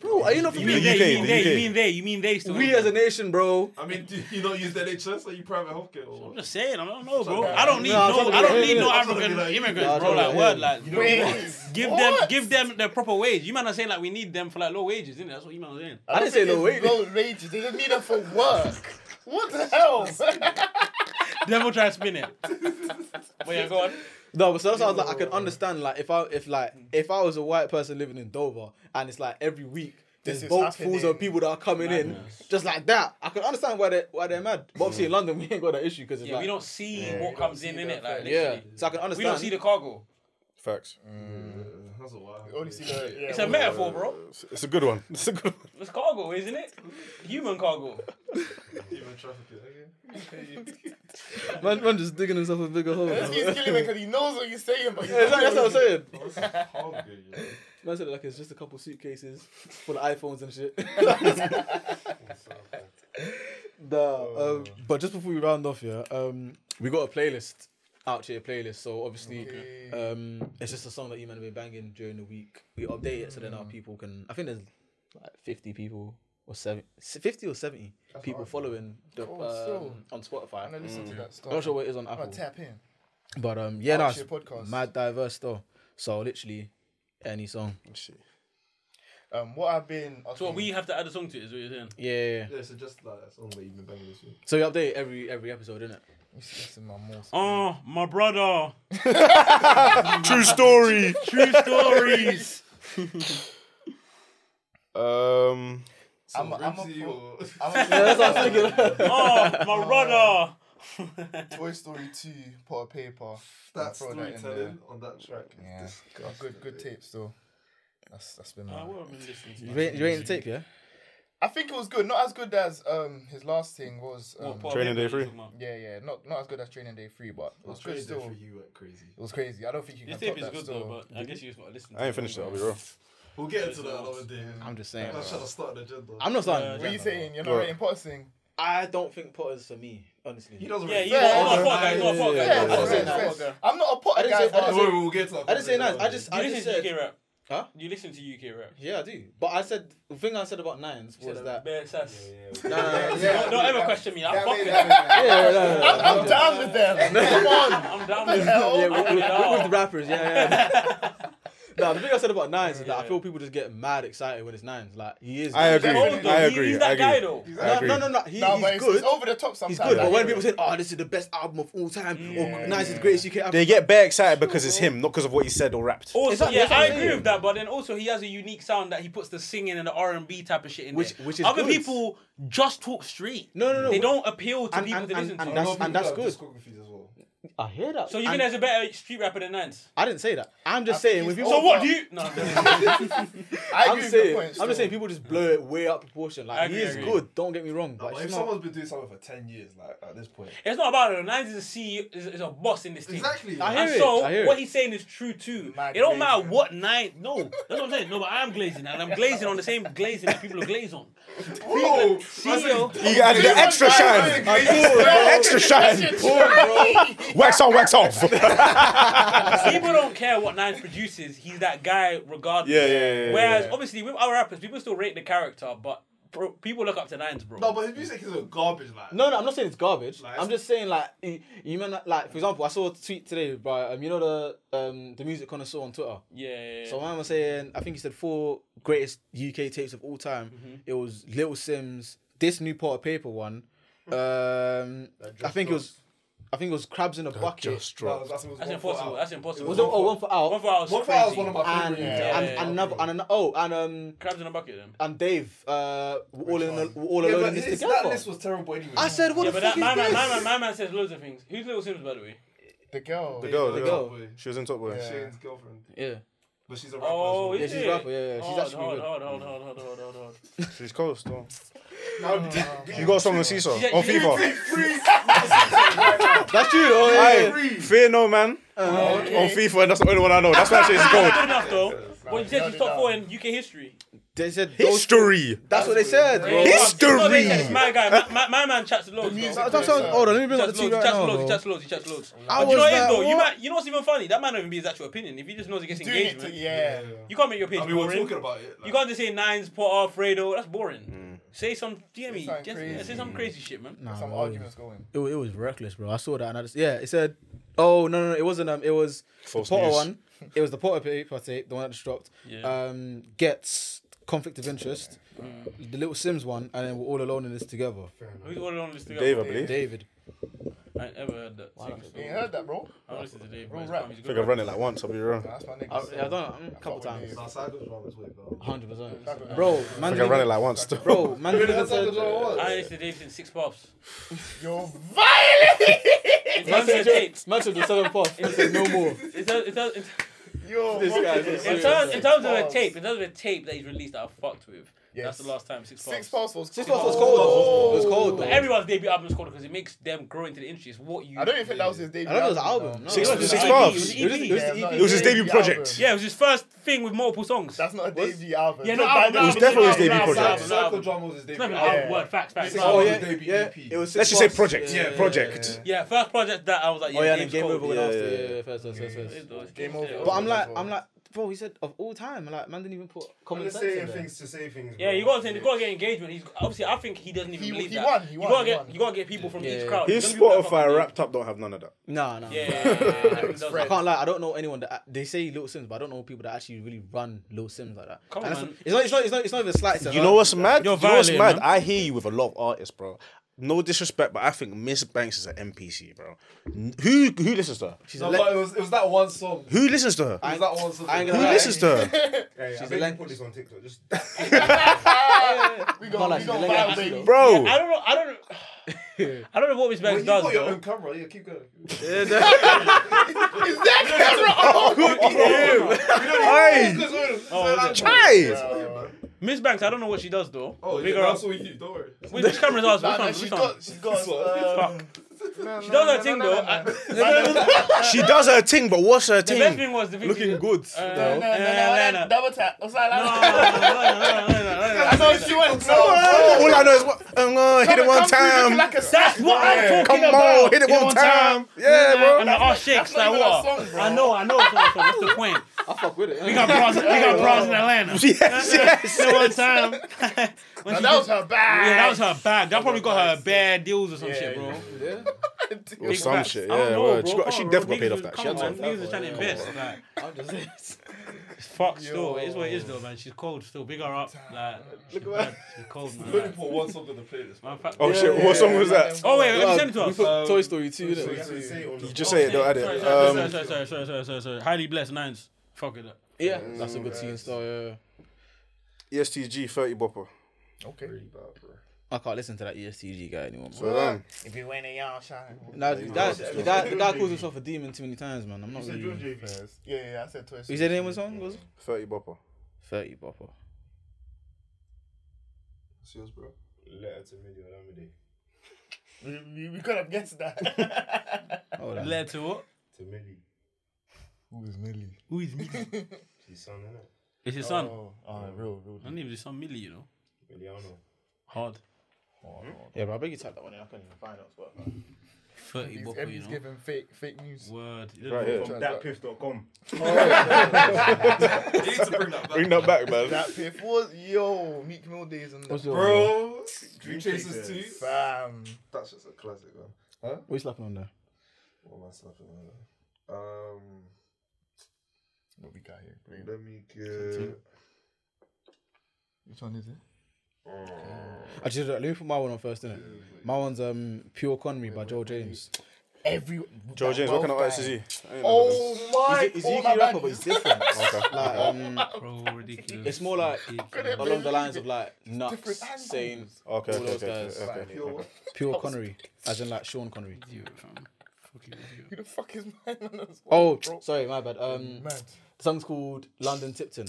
Speaker 5: Bro, are you not
Speaker 3: You
Speaker 5: familiar?
Speaker 3: mean
Speaker 4: the
Speaker 3: they? You mean they?
Speaker 4: UK, the
Speaker 3: You
Speaker 4: UK.
Speaker 3: mean they? You mean they? Still?
Speaker 5: We as a nation, bro.
Speaker 2: I mean, do you not use the NHS or you private healthcare? Or
Speaker 3: I'm just saying. I don't know, bro. I don't need
Speaker 5: Nah, I'm
Speaker 3: no.
Speaker 5: talking
Speaker 3: I don't
Speaker 5: about
Speaker 3: need no
Speaker 5: here.
Speaker 3: African immigrants,
Speaker 5: I'm
Speaker 3: bro.
Speaker 5: talking
Speaker 3: Like
Speaker 5: about
Speaker 3: word,
Speaker 5: here.
Speaker 3: like
Speaker 6: Wait,
Speaker 3: give them, give them the proper wage. You man are saying like we need them for like low wages, isn't it? That's what you man are saying.
Speaker 5: I didn't say no wait.
Speaker 6: Low wages. They didn't need it for work. What the hell?
Speaker 3: Devil try to spin it. But yeah, go on.
Speaker 5: No, but so that's why I was like, I can understand like if I if like if I was a white person living in Dover and it's like every week there's
Speaker 6: is
Speaker 5: boat fools
Speaker 6: happening.
Speaker 5: of people that are coming in just like that. I can understand why they why they're mad. But obviously in London we ain't got that issue because it's
Speaker 3: Yeah,
Speaker 5: like
Speaker 3: we don't see what comes in in it. Like
Speaker 5: yeah.
Speaker 3: literally.
Speaker 5: So I can understand.
Speaker 3: we don't see the cargo.
Speaker 4: Facts.
Speaker 2: that's a while.
Speaker 6: Only see the- yeah,
Speaker 3: It's a
Speaker 6: well,
Speaker 3: metaphor, bro.
Speaker 4: It's a good one. It's a good one.
Speaker 3: It's cargo, isn't it? Human cargo.
Speaker 2: Human trafficking. Okay.
Speaker 5: man, man just digging himself a bigger hole.
Speaker 6: He's
Speaker 5: bro.
Speaker 6: killing me because he knows what you're saying, but he's
Speaker 5: Yeah, exactly,
Speaker 6: not
Speaker 5: that's what I'm saying.
Speaker 2: I was hungry, you know.
Speaker 5: Man said it like it's just a couple suitcases full of iPhones and shit. nah, um, but just before we round off, yeah, um, we got a playlist out here, playlist. So obviously,
Speaker 6: Mm.
Speaker 5: um, it's just a song that you man have been banging during the week. We update it so then our people can. I think there's like 50 people or 70, 50 or 70 people following the,
Speaker 6: Cool, still.
Speaker 5: um, on
Speaker 6: Oh, I'm
Speaker 5: Spotify.
Speaker 6: gonna listen to that stuff.
Speaker 5: I'm Mm. not sure what it is on
Speaker 6: I'm
Speaker 5: Apple.
Speaker 6: gonna tap in.
Speaker 5: But um, yeah,
Speaker 6: Out
Speaker 5: no,
Speaker 6: to your podcast.
Speaker 5: it's mad diverse though. So literally any song.
Speaker 6: Um, what I've been. Okay,
Speaker 3: So what, we have to add a song to it, is what you're saying?
Speaker 5: Yeah, yeah, yeah.
Speaker 2: Yeah, so just like that song that you've been banging this week.
Speaker 5: So we update every every episode, innit?
Speaker 6: Let me see what's in my mouth.
Speaker 3: Oh, my brother.
Speaker 4: True story.
Speaker 3: True stories.
Speaker 4: um,
Speaker 6: I'm, a, I'm, a,
Speaker 2: Rimsy
Speaker 6: pro-
Speaker 2: or-
Speaker 6: I'm a
Speaker 3: Oh, my brother.
Speaker 6: Toy Story 2 pot of paper.
Speaker 2: that
Speaker 6: Throw that in
Speaker 2: storytelling on that track is
Speaker 6: Yeah.
Speaker 2: disgusting.
Speaker 6: Good, good tape still. That's that's been.
Speaker 3: I
Speaker 6: mine.
Speaker 3: would have been listening to
Speaker 5: You
Speaker 3: that.
Speaker 5: rate, you rate the tape, yeah?
Speaker 6: I think it was good. Not as good as um his last thing was.
Speaker 3: What,
Speaker 6: Um,
Speaker 3: Paul
Speaker 4: Training
Speaker 3: Baker
Speaker 4: Day Three.
Speaker 3: you talking about?
Speaker 6: yeah, yeah. Not not as good as Training Day Three, but it was good still.
Speaker 2: for
Speaker 6: It
Speaker 2: you went crazy.
Speaker 6: was crazy. I don't think you
Speaker 3: This
Speaker 6: can
Speaker 3: tape
Speaker 6: top
Speaker 3: is
Speaker 6: that
Speaker 3: good
Speaker 6: still.
Speaker 3: though, but I guess you just gotta listen.
Speaker 4: I ain't finished it. I'll be real.
Speaker 2: We'll get into that another day.
Speaker 5: I'm just saying.
Speaker 2: I'm not trying to start an agenda.
Speaker 5: I'm not starting.
Speaker 3: Yeah,
Speaker 5: with
Speaker 6: what are you
Speaker 5: Jack,
Speaker 6: saying? You're not
Speaker 4: What?
Speaker 6: rating Potting?
Speaker 5: I don't think Potter's for me, honestly.
Speaker 2: He doesn't.
Speaker 3: Yeah,
Speaker 2: really-
Speaker 3: you know,
Speaker 6: Yeah,
Speaker 3: I'm
Speaker 6: yeah,
Speaker 3: not a pot guy. I'm not a pot
Speaker 4: yeah,
Speaker 3: guy.
Speaker 4: yeah,
Speaker 3: I'm not a
Speaker 5: yeah,
Speaker 3: pot guy.
Speaker 5: yeah.
Speaker 6: fair, fair. I'm not a
Speaker 5: I
Speaker 6: Potter
Speaker 5: didn't
Speaker 6: guy,
Speaker 5: say-
Speaker 6: but
Speaker 5: I
Speaker 2: Don't
Speaker 5: didn't
Speaker 2: worry, we'll get to that.
Speaker 5: I didn't
Speaker 2: conversation
Speaker 5: say nice. I
Speaker 2: later.
Speaker 5: just,
Speaker 3: You
Speaker 5: I just
Speaker 3: listen
Speaker 5: said,
Speaker 3: to UK rap?
Speaker 5: huh?
Speaker 3: You listen to UK rap?
Speaker 5: Yeah, I do. But I said the thing I said about nines
Speaker 3: Said
Speaker 5: was
Speaker 3: a
Speaker 5: that.
Speaker 3: Bare sass.
Speaker 5: Nah, nah, nah,
Speaker 7: Yeah.
Speaker 3: Don't don't ever question me. I'm
Speaker 7: That made
Speaker 3: fucking.
Speaker 7: that.
Speaker 5: yeah, nah, nah, nah.
Speaker 6: I'm down with them. Come on.
Speaker 3: I'm down with it.
Speaker 5: Yeah,
Speaker 6: Hell.
Speaker 5: with, with, with, with the rappers, yeah, yeah. nah, the thing I said about nines is that I
Speaker 3: Yeah.
Speaker 5: feel people just get mad excited when it's nines. Like he is.
Speaker 4: I agree.
Speaker 3: old though.
Speaker 4: I
Speaker 3: He-
Speaker 4: agree.
Speaker 3: He's
Speaker 4: I
Speaker 3: that
Speaker 4: agree.
Speaker 3: guy though.
Speaker 4: I
Speaker 5: No,
Speaker 4: agree.
Speaker 5: no, no, no. He,
Speaker 6: Nah,
Speaker 5: he's
Speaker 6: but it's,
Speaker 5: good.
Speaker 6: it's over the top sometimes.
Speaker 5: He's good,
Speaker 6: I
Speaker 5: but when
Speaker 6: hear
Speaker 5: people
Speaker 6: it.
Speaker 5: say, "Oh, this is the best album of all time," or "Nice is the greatest UK album,"
Speaker 4: They get bare excited because it's him, not because of what he said or rapped.
Speaker 3: Also,
Speaker 5: Exactly,
Speaker 3: yeah,
Speaker 5: that's what
Speaker 3: I
Speaker 5: I'm
Speaker 3: agree
Speaker 5: saying.
Speaker 3: with that. But then also, he has a unique sound that he puts the singing and the R and B type of shit in
Speaker 5: Which-
Speaker 3: there.
Speaker 5: which is
Speaker 3: other
Speaker 5: good.
Speaker 3: people just talk street.
Speaker 5: No, no, no.
Speaker 3: They don't appeal to
Speaker 5: And-
Speaker 3: people
Speaker 5: and-
Speaker 3: to
Speaker 5: and-
Speaker 3: listen
Speaker 5: and
Speaker 3: to.
Speaker 5: that's-
Speaker 2: People
Speaker 5: and that's
Speaker 2: have
Speaker 5: good.
Speaker 2: discographies as well.
Speaker 5: I hear that.
Speaker 3: So you think
Speaker 5: And
Speaker 3: there's a better street rapper than Nines?
Speaker 5: I didn't say that. I'm just
Speaker 6: think
Speaker 5: saying when
Speaker 6: he's
Speaker 5: people.
Speaker 3: So
Speaker 6: over-
Speaker 3: what do you? No, I'm joking.
Speaker 6: I agree
Speaker 5: I'm
Speaker 6: with
Speaker 5: saying,
Speaker 6: your
Speaker 5: I'm
Speaker 6: point.
Speaker 5: just saying, people just blow it way up proportion.
Speaker 3: I
Speaker 5: Like he
Speaker 3: agree, I
Speaker 5: is
Speaker 3: agree.
Speaker 5: good. Don't get me wrong, but
Speaker 2: Like,
Speaker 5: it's
Speaker 2: if
Speaker 5: not-
Speaker 2: someone's been doing something for ten years, like at this point,
Speaker 3: it's not about it. Nines is a C. Is, is a boss in this team.
Speaker 2: exactly.
Speaker 5: I hear
Speaker 3: And
Speaker 5: it.
Speaker 3: so
Speaker 5: I hear
Speaker 3: what
Speaker 5: it.
Speaker 3: he's saying is true too.
Speaker 6: Mad
Speaker 3: it don't matter
Speaker 6: glazing.
Speaker 3: what nine. No, that's what I'm saying. No, but I'm glazing and I'm glazing on the same glazing that people are glazing on.
Speaker 2: Whoa,
Speaker 3: CEO,
Speaker 4: You added the extra shine. oh, Extra shine. Oh, Wax on, wax off.
Speaker 3: people don't care what Nines produces. He's that guy regardless.
Speaker 4: Yeah, yeah, yeah, yeah,
Speaker 3: Whereas
Speaker 4: yeah.
Speaker 3: obviously with our rappers, people still rate the character, but bro, people look up to Nines, bro.
Speaker 2: no, but his music is a garbage. Like,
Speaker 5: No, no, I'm not saying it's garbage.
Speaker 2: Like-
Speaker 5: I'm just saying like you, you mean like for example, I saw a tweet today by um, you know the um the music connoisseur on Twitter.
Speaker 3: yeah, yeah, yeah.
Speaker 5: So I was saying, I think he said four greatest UK tapes of all time.
Speaker 3: Mm-hmm.
Speaker 5: It was Little Sims, this new part of paper one. Um, I think it was, I think it was Crabs in a Bucket.
Speaker 4: Just
Speaker 2: That
Speaker 4: drop.
Speaker 2: was- that's, it was
Speaker 3: that's
Speaker 2: one
Speaker 3: impossible.
Speaker 2: for
Speaker 3: That's
Speaker 2: out.
Speaker 3: impossible.
Speaker 5: was it oh, one for out?
Speaker 3: One for hours.
Speaker 2: One for
Speaker 3: crazy.
Speaker 2: hours, one of my
Speaker 5: and,
Speaker 2: favorite.
Speaker 5: and,
Speaker 3: yeah, yeah.
Speaker 5: and another and an, oh and um
Speaker 3: crabs in a bucket. Then.
Speaker 5: and Dave uh were all in the, were all
Speaker 2: Yeah,
Speaker 5: alone
Speaker 2: but
Speaker 5: in this
Speaker 2: his,
Speaker 5: together.
Speaker 2: that list was terrible anyway.
Speaker 5: I said, what
Speaker 3: Yeah,
Speaker 5: the
Speaker 3: but
Speaker 5: fuck
Speaker 3: that,
Speaker 5: is
Speaker 3: my, man,
Speaker 5: this?
Speaker 3: my man, my man says loads of things. Who's Little Sims, by the way?
Speaker 6: The girl.
Speaker 4: The girl, the
Speaker 2: The
Speaker 4: girl.
Speaker 2: girl.
Speaker 4: She was in Top Boy.
Speaker 6: Yeah.
Speaker 2: Shane's girlfriend,
Speaker 5: yeah,
Speaker 2: but she's a rapper.
Speaker 3: Oh,
Speaker 2: as well.
Speaker 5: yeah, she's
Speaker 3: it?
Speaker 5: a rapper. Yeah, yeah. she's
Speaker 3: Hold,
Speaker 5: actually
Speaker 3: hold,
Speaker 5: good.
Speaker 3: hold, hold, hold, hold, hold, hold, hold.
Speaker 4: She's cold still.
Speaker 6: Oh,
Speaker 4: You got something on Seesaw.
Speaker 3: Yeah,
Speaker 4: On
Speaker 3: yeah.
Speaker 4: FIFA.
Speaker 5: That's true. Oh yeah. yeah.
Speaker 4: Aye, Fear no man. On FIFA, and that's the only one I know. That's why she's cold.
Speaker 3: Good enough though. Well, you said she's top four in UK history.
Speaker 5: They said those.
Speaker 4: History.
Speaker 5: That's what they said, bro.
Speaker 4: History.
Speaker 3: No, they said it's my guy. My, my, my man chats loads. The
Speaker 6: music-
Speaker 5: That's what I'm saying. Hold on, let me bring up the
Speaker 3: Chats
Speaker 5: tweet
Speaker 3: loads,
Speaker 5: right
Speaker 3: chats
Speaker 5: now.
Speaker 3: loads,
Speaker 5: bro.
Speaker 3: chats loads, chats loads.
Speaker 5: I
Speaker 3: But you know
Speaker 5: was
Speaker 3: what it is
Speaker 5: like,
Speaker 3: though?
Speaker 5: what?
Speaker 3: You might, you know what's even funny? That might not even be his actual opinion. If he just knows it gets
Speaker 6: Doing it to,
Speaker 3: engagement,
Speaker 6: yeah.
Speaker 3: you can't make your
Speaker 2: I
Speaker 3: opinion
Speaker 2: mean, we're
Speaker 3: boring.
Speaker 2: talking about it. like-
Speaker 3: You can't just say nines, Potter, Fredo. That's boring. Say some, do you know what I mean?
Speaker 6: something
Speaker 3: Just- yeah,
Speaker 6: crazy.
Speaker 3: Say some crazy shit, man.
Speaker 5: Nah,
Speaker 6: Some
Speaker 5: bro.
Speaker 6: arguments going.
Speaker 5: It, wa- it was reckless, bro. I saw that and I just yeah. It said, oh no no, no it wasn't um. It was
Speaker 4: False
Speaker 5: the Potter
Speaker 4: news.
Speaker 5: one. It was the Potter paper tape, the one that just dropped.
Speaker 3: Yeah.
Speaker 5: Um, gets conflict of interest. The little Sims one, and then we're all alone in this together.
Speaker 3: Who's all on this together?
Speaker 4: Dave, I believe.
Speaker 5: David.
Speaker 3: I ain't ever heard that. Wow.
Speaker 6: You ain't heard that, bro?
Speaker 3: I listen to Dave.
Speaker 6: Real
Speaker 3: Bro,
Speaker 6: rap.
Speaker 4: I think I've run it like once, I'll be real.
Speaker 6: That's my nigga.
Speaker 5: I, yeah, I don't know, a mm, couple
Speaker 6: with Dave.
Speaker 5: times.
Speaker 2: Nah, Cycle's wrong as well, bro.
Speaker 5: Hundred percent,
Speaker 6: Fuck
Speaker 5: bro.
Speaker 4: I
Speaker 5: Man,
Speaker 4: think I run it
Speaker 5: didn't-
Speaker 4: like once. though.
Speaker 5: bro. Man, didn't even
Speaker 2: Cycle's
Speaker 5: said-
Speaker 2: wrong once.
Speaker 3: I listen to Dave since six pops.
Speaker 6: You're violent!
Speaker 3: It's
Speaker 5: man
Speaker 3: on
Speaker 5: said
Speaker 3: the
Speaker 5: the-
Speaker 3: tapes.
Speaker 5: man said the seven puff. He said no more.
Speaker 3: It's on- it's on- it's-
Speaker 6: Yo,
Speaker 5: This guy's
Speaker 6: Rocky.
Speaker 5: a
Speaker 3: In
Speaker 5: serious
Speaker 3: terms, in
Speaker 5: Six
Speaker 3: terms of the
Speaker 6: Pulse.
Speaker 3: tape, in terms of the tape that he's released that I fucked with,
Speaker 6: Yes.
Speaker 3: that's the last time six,
Speaker 6: Six
Speaker 3: Pulse.
Speaker 6: Pulse was Oh.
Speaker 5: Six Pulse was cold. though. It was cold. Though.
Speaker 3: But everyone's debut album is called because it makes them grow into the industry. It's what you.
Speaker 6: I don't even think that was his debut.
Speaker 5: I don't know it was an album. No,
Speaker 4: Six-
Speaker 5: it was
Speaker 4: six
Speaker 5: an E EP.
Speaker 4: Pulse. It
Speaker 5: It was- it was
Speaker 6: Yeah,
Speaker 5: an
Speaker 6: no,
Speaker 5: EP.
Speaker 4: It was his
Speaker 6: Yeah,
Speaker 4: debut
Speaker 6: yeah,
Speaker 4: project.
Speaker 3: Yeah, it was his first thing with multiple songs.
Speaker 6: That's not a debut album.
Speaker 3: yeah,
Speaker 6: It's
Speaker 3: no,
Speaker 6: not
Speaker 3: album,
Speaker 6: bad.
Speaker 3: album,
Speaker 4: was definitely his
Speaker 3: album,
Speaker 4: debut
Speaker 3: album,
Speaker 4: project.
Speaker 3: album,
Speaker 2: Cycle
Speaker 3: album.
Speaker 2: Drum was his debut.
Speaker 3: It's not even
Speaker 2: album.
Speaker 3: an album. Word, facts, facts.
Speaker 6: Six
Speaker 3: facts.
Speaker 5: Oh
Speaker 6: Pulse.
Speaker 5: yeah,
Speaker 2: Debut
Speaker 5: yeah.
Speaker 2: EP.
Speaker 5: It was
Speaker 4: Let's
Speaker 5: six
Speaker 4: just say
Speaker 5: Pulse.
Speaker 4: project.
Speaker 5: Yeah,
Speaker 4: Yeah,
Speaker 5: yeah,
Speaker 4: project.
Speaker 3: Yeah, first project that I was like,
Speaker 5: Oh yeah,
Speaker 3: yeah,
Speaker 5: and then
Speaker 3: game's
Speaker 5: game
Speaker 3: cold.
Speaker 5: over went
Speaker 4: Yeah,
Speaker 5: after.
Speaker 4: yeah,
Speaker 5: Yeah,
Speaker 4: yeah.
Speaker 5: yeah, first, first, first, first.
Speaker 3: It's- it's-
Speaker 6: Game
Speaker 3: it's-
Speaker 6: over.
Speaker 5: But I'm
Speaker 6: As
Speaker 5: like,
Speaker 6: well.
Speaker 5: I'm like, bro, he said of all time. Like, man didn't even put
Speaker 8: I'm
Speaker 5: common
Speaker 8: just
Speaker 5: sense in
Speaker 8: saying
Speaker 5: there.
Speaker 8: things to say things.
Speaker 3: Yeah,
Speaker 8: bro.
Speaker 3: you gotta, you gotta get engagement. He's obviously, I think he doesn't even
Speaker 6: He-
Speaker 3: believe
Speaker 6: he
Speaker 3: that.
Speaker 6: won, he
Speaker 3: you
Speaker 6: won,
Speaker 3: gotta
Speaker 6: he
Speaker 3: get,
Speaker 6: won.
Speaker 3: you gotta get people from
Speaker 5: Yeah.
Speaker 3: each crowd.
Speaker 4: His
Speaker 3: Young people that fucking
Speaker 4: Spotify wrapped up don't have none of that.
Speaker 5: Nah, nah.
Speaker 3: do- Yeah, yeah, yeah, yeah, yeah.
Speaker 5: I can't lie. I don't know anyone that they say Little Sims, but I don't know people that actually really run Little Sims like that.
Speaker 3: Come
Speaker 5: And
Speaker 3: on,
Speaker 5: that's- It's not. It's not. It's not. It's not even slight.
Speaker 4: You know what's mad?
Speaker 3: You're
Speaker 4: you know what's
Speaker 3: violating,
Speaker 4: mad?
Speaker 3: man.
Speaker 4: I hear you with a lot of artists, bro. No disrespect, but I think Miss Banks is an NPC, bro. N- Who who listens to her?
Speaker 5: She's
Speaker 2: No,
Speaker 5: a
Speaker 2: but
Speaker 5: le-
Speaker 2: it was, it was that one song. It
Speaker 4: Who listens to her?
Speaker 2: was that one song.
Speaker 5: I ain't
Speaker 4: Who
Speaker 5: gonna lie.
Speaker 4: listens to her?
Speaker 8: Yeah, yeah, I
Speaker 5: She's
Speaker 8: bet
Speaker 5: a
Speaker 8: you put this on TikTok. Just
Speaker 6: We
Speaker 5: Can't
Speaker 6: got
Speaker 5: lie,
Speaker 6: we
Speaker 5: she's a
Speaker 6: got
Speaker 5: legend.
Speaker 6: vibe, baby.
Speaker 4: Bro,
Speaker 3: I don't know. I don't. I don't know what Miss
Speaker 2: Well,
Speaker 3: Banks
Speaker 2: you
Speaker 3: does.
Speaker 2: got your
Speaker 3: though.
Speaker 2: own camera. Yeah, keep going.
Speaker 4: hey,
Speaker 3: Oh, is it?
Speaker 4: try.
Speaker 3: Miss Banks, I don't know what she does though.
Speaker 2: Oh,
Speaker 3: Big
Speaker 2: yeah,
Speaker 3: her
Speaker 2: I
Speaker 3: up.
Speaker 2: saw you. Don't worry.
Speaker 3: Which, which camera's ours?
Speaker 6: Nah,
Speaker 3: Which
Speaker 6: nah,
Speaker 3: one?
Speaker 6: she's
Speaker 3: Which one?
Speaker 6: got she's got uh,
Speaker 3: Fuck. She does her thing though. I- The
Speaker 4: She does her thing, but what's her
Speaker 3: best
Speaker 4: thing?
Speaker 3: thing was the
Speaker 4: Looking
Speaker 3: video- Uh,
Speaker 4: good.
Speaker 6: na- na-
Speaker 4: though.
Speaker 6: na- na- na- double tap. Or something
Speaker 3: No, no,
Speaker 6: like that.
Speaker 3: no, no, no, no, no, no.
Speaker 6: I know she went.
Speaker 4: Oh, all I know is what I'm gonna hit it one
Speaker 6: Come through looking
Speaker 4: time.
Speaker 6: Like a
Speaker 3: That's what I'm talking
Speaker 4: Come
Speaker 3: about.
Speaker 4: on, hit it one time. Yeah, bro.
Speaker 3: And like, oh, shakes,
Speaker 6: not
Speaker 3: like
Speaker 6: even
Speaker 3: what?
Speaker 6: a song, bro.
Speaker 3: I know, I know. It's not a song. What's the point?
Speaker 5: I fuck with it.
Speaker 3: We got bras, we got bras in Atlanta.
Speaker 4: Yes, yes.
Speaker 3: That one time. when she
Speaker 6: That was
Speaker 3: did-
Speaker 6: her bag.
Speaker 3: yeah, that was her bag. That probably got her bad deals or some shit, bro.
Speaker 4: Or
Speaker 3: Big
Speaker 4: some
Speaker 3: facts.
Speaker 4: shit.
Speaker 3: I don't
Speaker 4: Yeah,
Speaker 3: know,
Speaker 4: word.
Speaker 3: bro.
Speaker 4: She got-
Speaker 3: Come
Speaker 4: she
Speaker 3: on, bro.
Speaker 4: definitely got paid
Speaker 3: Niggas was-
Speaker 4: off that. She
Speaker 3: Come
Speaker 4: had
Speaker 3: on,
Speaker 4: to.
Speaker 3: niggas are trying to invest. Like,
Speaker 5: I'm just saying.
Speaker 3: fuck, still, it is what it is, though, man. She's cold, still. Big her up. Like, she's bad. She's cold, man.
Speaker 2: You only
Speaker 3: Like,
Speaker 2: put one song on the playlist.
Speaker 3: man, fuck-
Speaker 4: Oh shit, what song was that?
Speaker 3: Oh wait, wait, send it to us.
Speaker 2: Um,
Speaker 5: Toy Story 2,
Speaker 2: Toy
Speaker 5: innit?
Speaker 2: Story
Speaker 8: to say it on the
Speaker 4: You just say it, don't add
Speaker 3: Sorry,
Speaker 4: it.
Speaker 3: sorry,
Speaker 4: Um,
Speaker 3: sorry, sorry, sorry, sorry, sorry, sorry. Highly blessed nines. Fuck it up.
Speaker 5: Yeah, that's a good scene star. Yeah, yeah.
Speaker 4: E ESTG 30 bopper.
Speaker 6: Okay.
Speaker 5: I can't listen to that E ESTG guy anymore.
Speaker 4: Well done.
Speaker 6: If you win it, y'all shine.
Speaker 5: Nah, the guy, the guy, the guy calls himself a demon too many times, man. I'm not
Speaker 8: Said George
Speaker 5: really.
Speaker 8: J. Vince.
Speaker 6: Yeah, yeah, I said Toy Story.
Speaker 5: You said the name of the song was it?
Speaker 4: 30 bopper.
Speaker 5: Thirty Bopper.
Speaker 8: Letter to Midi Olamide.
Speaker 6: We, we, we could have guessed that.
Speaker 5: Hold on.
Speaker 3: Led to what?
Speaker 8: To Millie.
Speaker 3: Who is Millie?
Speaker 8: His son, innit?
Speaker 3: It's his son.
Speaker 6: Oh, oh, real, real.
Speaker 3: I don't even his son Millie, you know.
Speaker 8: Miliano.
Speaker 3: Hard.
Speaker 5: Yeah, bro, I bet you type that one. in.
Speaker 6: I couldn't even find out what.
Speaker 3: Thirty
Speaker 6: He's,
Speaker 3: bopper, you
Speaker 6: Eddie's
Speaker 3: know.
Speaker 6: giving fake fake news.
Speaker 3: Word.
Speaker 4: Right here.
Speaker 8: From thatpiff.com.
Speaker 2: You need to bring that back.
Speaker 4: Bring that back, man.
Speaker 6: That piff was yo Meek Mill days and
Speaker 5: What's your
Speaker 2: Bro, Dream Chasers 2.
Speaker 6: fam.
Speaker 2: That's just a classic, man.
Speaker 5: What you slapping on there?
Speaker 2: What am I slapping on there? Um,
Speaker 6: What we got here? Green.
Speaker 2: let me get.
Speaker 6: Which one is it?
Speaker 5: Actually, let me put my one on first, innit? My one's um Pure Connery by Joel James.
Speaker 6: Every
Speaker 4: Joe James, what kind of artist is he?
Speaker 6: Oh my!
Speaker 5: He's a
Speaker 6: oh,
Speaker 5: UK
Speaker 6: my bad.
Speaker 5: rapper, but he's different. Like, um,
Speaker 3: Bro, ridiculous.
Speaker 5: it's more like
Speaker 3: Ridiculous.
Speaker 5: along the lines of like nuts,
Speaker 6: Different angles.
Speaker 5: sane,
Speaker 4: Okay,
Speaker 5: all
Speaker 4: okay,
Speaker 5: those
Speaker 4: okay,
Speaker 5: guys.
Speaker 4: okay, okay.
Speaker 2: Yo, what?
Speaker 5: Pure Connery, as in like Sean Connery.
Speaker 3: You, fam. Fucking idiot.
Speaker 6: Who the fuck is mine?
Speaker 5: Oh, sorry, my bad. Um,
Speaker 6: Mad.
Speaker 5: the song's called London Tipton.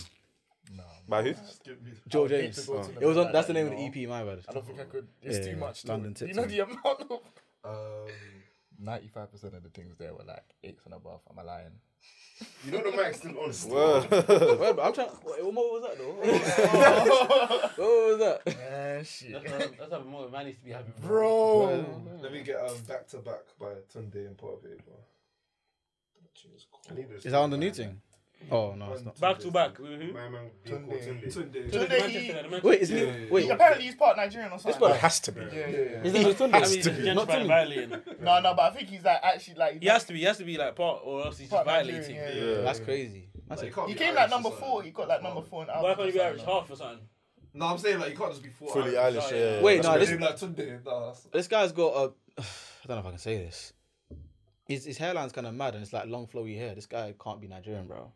Speaker 4: By who?
Speaker 2: Give me-
Speaker 5: Joel
Speaker 6: hate
Speaker 5: James.
Speaker 6: Oh, to go to
Speaker 5: It was on. That's
Speaker 6: London like
Speaker 5: the
Speaker 6: that,
Speaker 5: name of the
Speaker 6: you
Speaker 5: EP. My bad.
Speaker 6: I don't think I could. It's
Speaker 5: Yeah,
Speaker 6: too much. to-
Speaker 5: London
Speaker 6: You know
Speaker 5: tiptoe.
Speaker 6: the amount of.
Speaker 2: Um,
Speaker 6: Ninety-five percent of the things there were like eights and above. I'm a lion.
Speaker 8: You know the mic's still on. still.
Speaker 5: Wait, but I'm trying. Wait, what was that though? what was that?
Speaker 6: Man, shit,
Speaker 3: That's how more man needs to be happy. Oh.
Speaker 6: bro.
Speaker 2: let me get um, Back to Back by Tunde and Potter Paper.
Speaker 8: I need this.
Speaker 5: Is that on the new thing? Oh no, it's not.
Speaker 3: Back to back. with who?
Speaker 8: My man being called Tunde.
Speaker 2: Tunde.
Speaker 6: Tunde,
Speaker 3: Manchester,
Speaker 6: he,
Speaker 3: the Manchester-
Speaker 5: Wait, isn't it? Wait,
Speaker 6: he apparently he's part Nigerian or something.
Speaker 4: It has to be.
Speaker 6: yeah, yeah, yeah.
Speaker 5: his name is Tunde.
Speaker 3: I mean, he's just
Speaker 5: Not
Speaker 3: gentrified and
Speaker 5: Tunde.
Speaker 3: violating.
Speaker 6: No, no, but I think he's like actually like
Speaker 3: He has to be. He has to be like part, or else he's just
Speaker 6: part Nigerian,
Speaker 3: violating.
Speaker 6: yeah, yeah.
Speaker 4: Yeah.
Speaker 5: That's crazy. That's
Speaker 2: Like,
Speaker 5: it.
Speaker 2: can't
Speaker 6: He
Speaker 2: be
Speaker 6: came
Speaker 2: Irish
Speaker 6: like
Speaker 2: or
Speaker 6: number
Speaker 2: something.
Speaker 6: four. He got like number four in
Speaker 3: Why
Speaker 6: Alabama.
Speaker 3: can't you be Irish half or something?
Speaker 2: No, I'm saying like you can't just be four.
Speaker 4: Fully
Speaker 2: Irish.
Speaker 4: Irish, yeah.
Speaker 5: Wait, no,
Speaker 2: Like,
Speaker 5: this
Speaker 2: maybe like Tunde. No, that's-
Speaker 5: this guy's got a. I don't know if I can say this. His his hairline's kind of mad, and it's like long flowy hair. This guy can't be Nigerian, bro.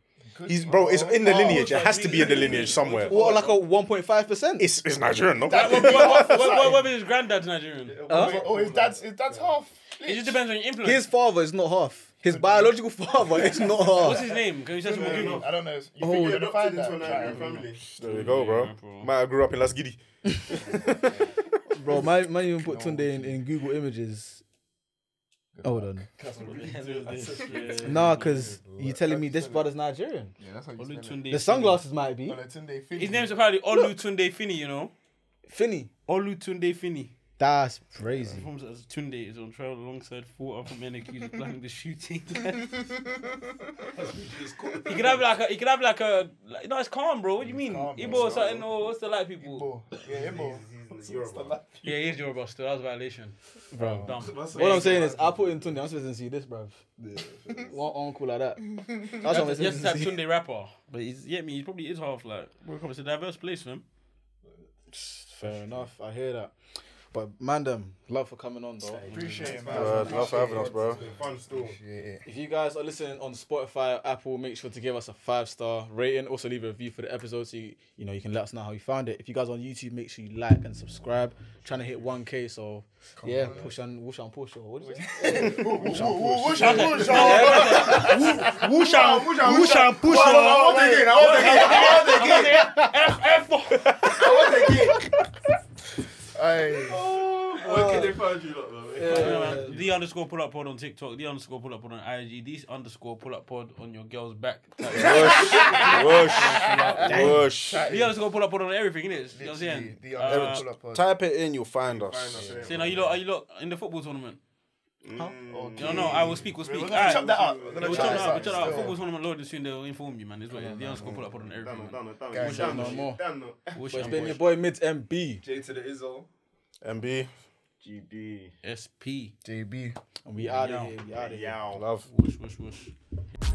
Speaker 4: He's bro. It's in the lineage. It has to be in the lineage somewhere.
Speaker 5: Or like a one point five percent.
Speaker 4: It's it's Nigerian, no?
Speaker 3: What- what- what- what- what- What if his granddad's Nigerian?
Speaker 6: Oh, his dad's his dad's half.
Speaker 3: It just depends on your influence.
Speaker 5: His father is not half. His biological father is not
Speaker 3: What's
Speaker 5: half.
Speaker 3: his name? Can you just
Speaker 6: I
Speaker 3: give me?
Speaker 6: don't know. You think you're gonna find
Speaker 8: Adopted into
Speaker 6: that?
Speaker 8: a Nigerian family.
Speaker 4: There we go, bro. Man, I grew up in Las Gidi.
Speaker 5: Bro, man, man even put Tunde in, in Google Images. Hold on. Nah, because you telling me this brother's Nigerian.
Speaker 6: Yeah, that's how you
Speaker 3: Olutunde
Speaker 5: The sunglasses might be.
Speaker 6: Tunde
Speaker 3: His name's apparently Olutunde Fini, you know.
Speaker 5: Finny.
Speaker 3: Olutunde Fini.
Speaker 10: That's crazy.
Speaker 3: Performs as Tunde is on trial alongside four other men accused of planning the shooting.
Speaker 11: He could have like a, he could have like a, like, no, it's calm, bro. What do you mean?
Speaker 7: calm, bro.
Speaker 11: Igbo or something? Or what's the light people?
Speaker 7: Igbo. Yeah, Igbo.
Speaker 11: Yeah, he is Yoruba still. That was a violation.
Speaker 5: Bro.
Speaker 11: Dumb.
Speaker 5: What I'm saying is, I put in Tunde. I'm supposed to see this, bruv. One uncle like that. That's what I'm
Speaker 11: Yes,
Speaker 5: supposed
Speaker 11: type
Speaker 5: to see.
Speaker 11: Tunde rapper.
Speaker 3: but he's, yeah, I mean, he probably is half like, we're it's a diverse place, man.
Speaker 5: Fair enough. I hear that. But mandem, love for coming on, though.
Speaker 7: Appreciate it, man.
Speaker 4: Bro, love for having us, bro.
Speaker 2: Fun still.
Speaker 5: If you guys are listening on Spotify, Apple, make sure to give us a five star rating. Also, leave a review for the episode so you, you know you can let us know how you found it. If you guys are on YouTube, make sure you like and subscribe. trying to hit 1K, so yeah, push and whoosh and push. Or what is it?
Speaker 7: Whoosh and whoosh. oh.
Speaker 4: Whoosh and whoosh and push on.
Speaker 2: want again. I want again.
Speaker 6: Where can they find you, lot, man?
Speaker 3: Yeah, man. The underscore pull up pod on TikTok, the underscore pull up pod on IG, the underscore pull up pod on your girl's back.
Speaker 4: Whoosh. Whoosh.
Speaker 3: The underscore pull up pod on everything, innit? You know what I'm saying?
Speaker 10: The
Speaker 3: Uh,
Speaker 10: pull up
Speaker 4: Type it in, you'll find us.
Speaker 2: Find us,
Speaker 3: Saying, are you lot, are you lot in the football tournament?
Speaker 7: Okay.
Speaker 8: Mm.
Speaker 5: Oh,
Speaker 3: No, no, I will speak, we'll speak.
Speaker 7: We're
Speaker 3: Aight.
Speaker 7: gonna chop that up.
Speaker 3: Yeah,
Speaker 7: We're gonna
Speaker 3: We'll
Speaker 7: chop
Speaker 3: tell
Speaker 7: that
Speaker 3: out,
Speaker 7: up.
Speaker 3: we'll tell out. Football's one of my lord, and soon they'll inform you, man. Is what it is. The underscore pull up on everything, man.
Speaker 2: Done, done, done.
Speaker 5: No more.
Speaker 2: Damn, no.
Speaker 3: Wish
Speaker 5: But it's
Speaker 3: I'm
Speaker 5: been your
Speaker 3: watched.
Speaker 5: boy Mids MB,
Speaker 6: J to the Izzo.
Speaker 4: MB,
Speaker 2: GB.
Speaker 3: SP.
Speaker 5: and we out of here. We out of here.
Speaker 2: Yow.
Speaker 4: love.
Speaker 3: Whoosh, whoosh, whoosh.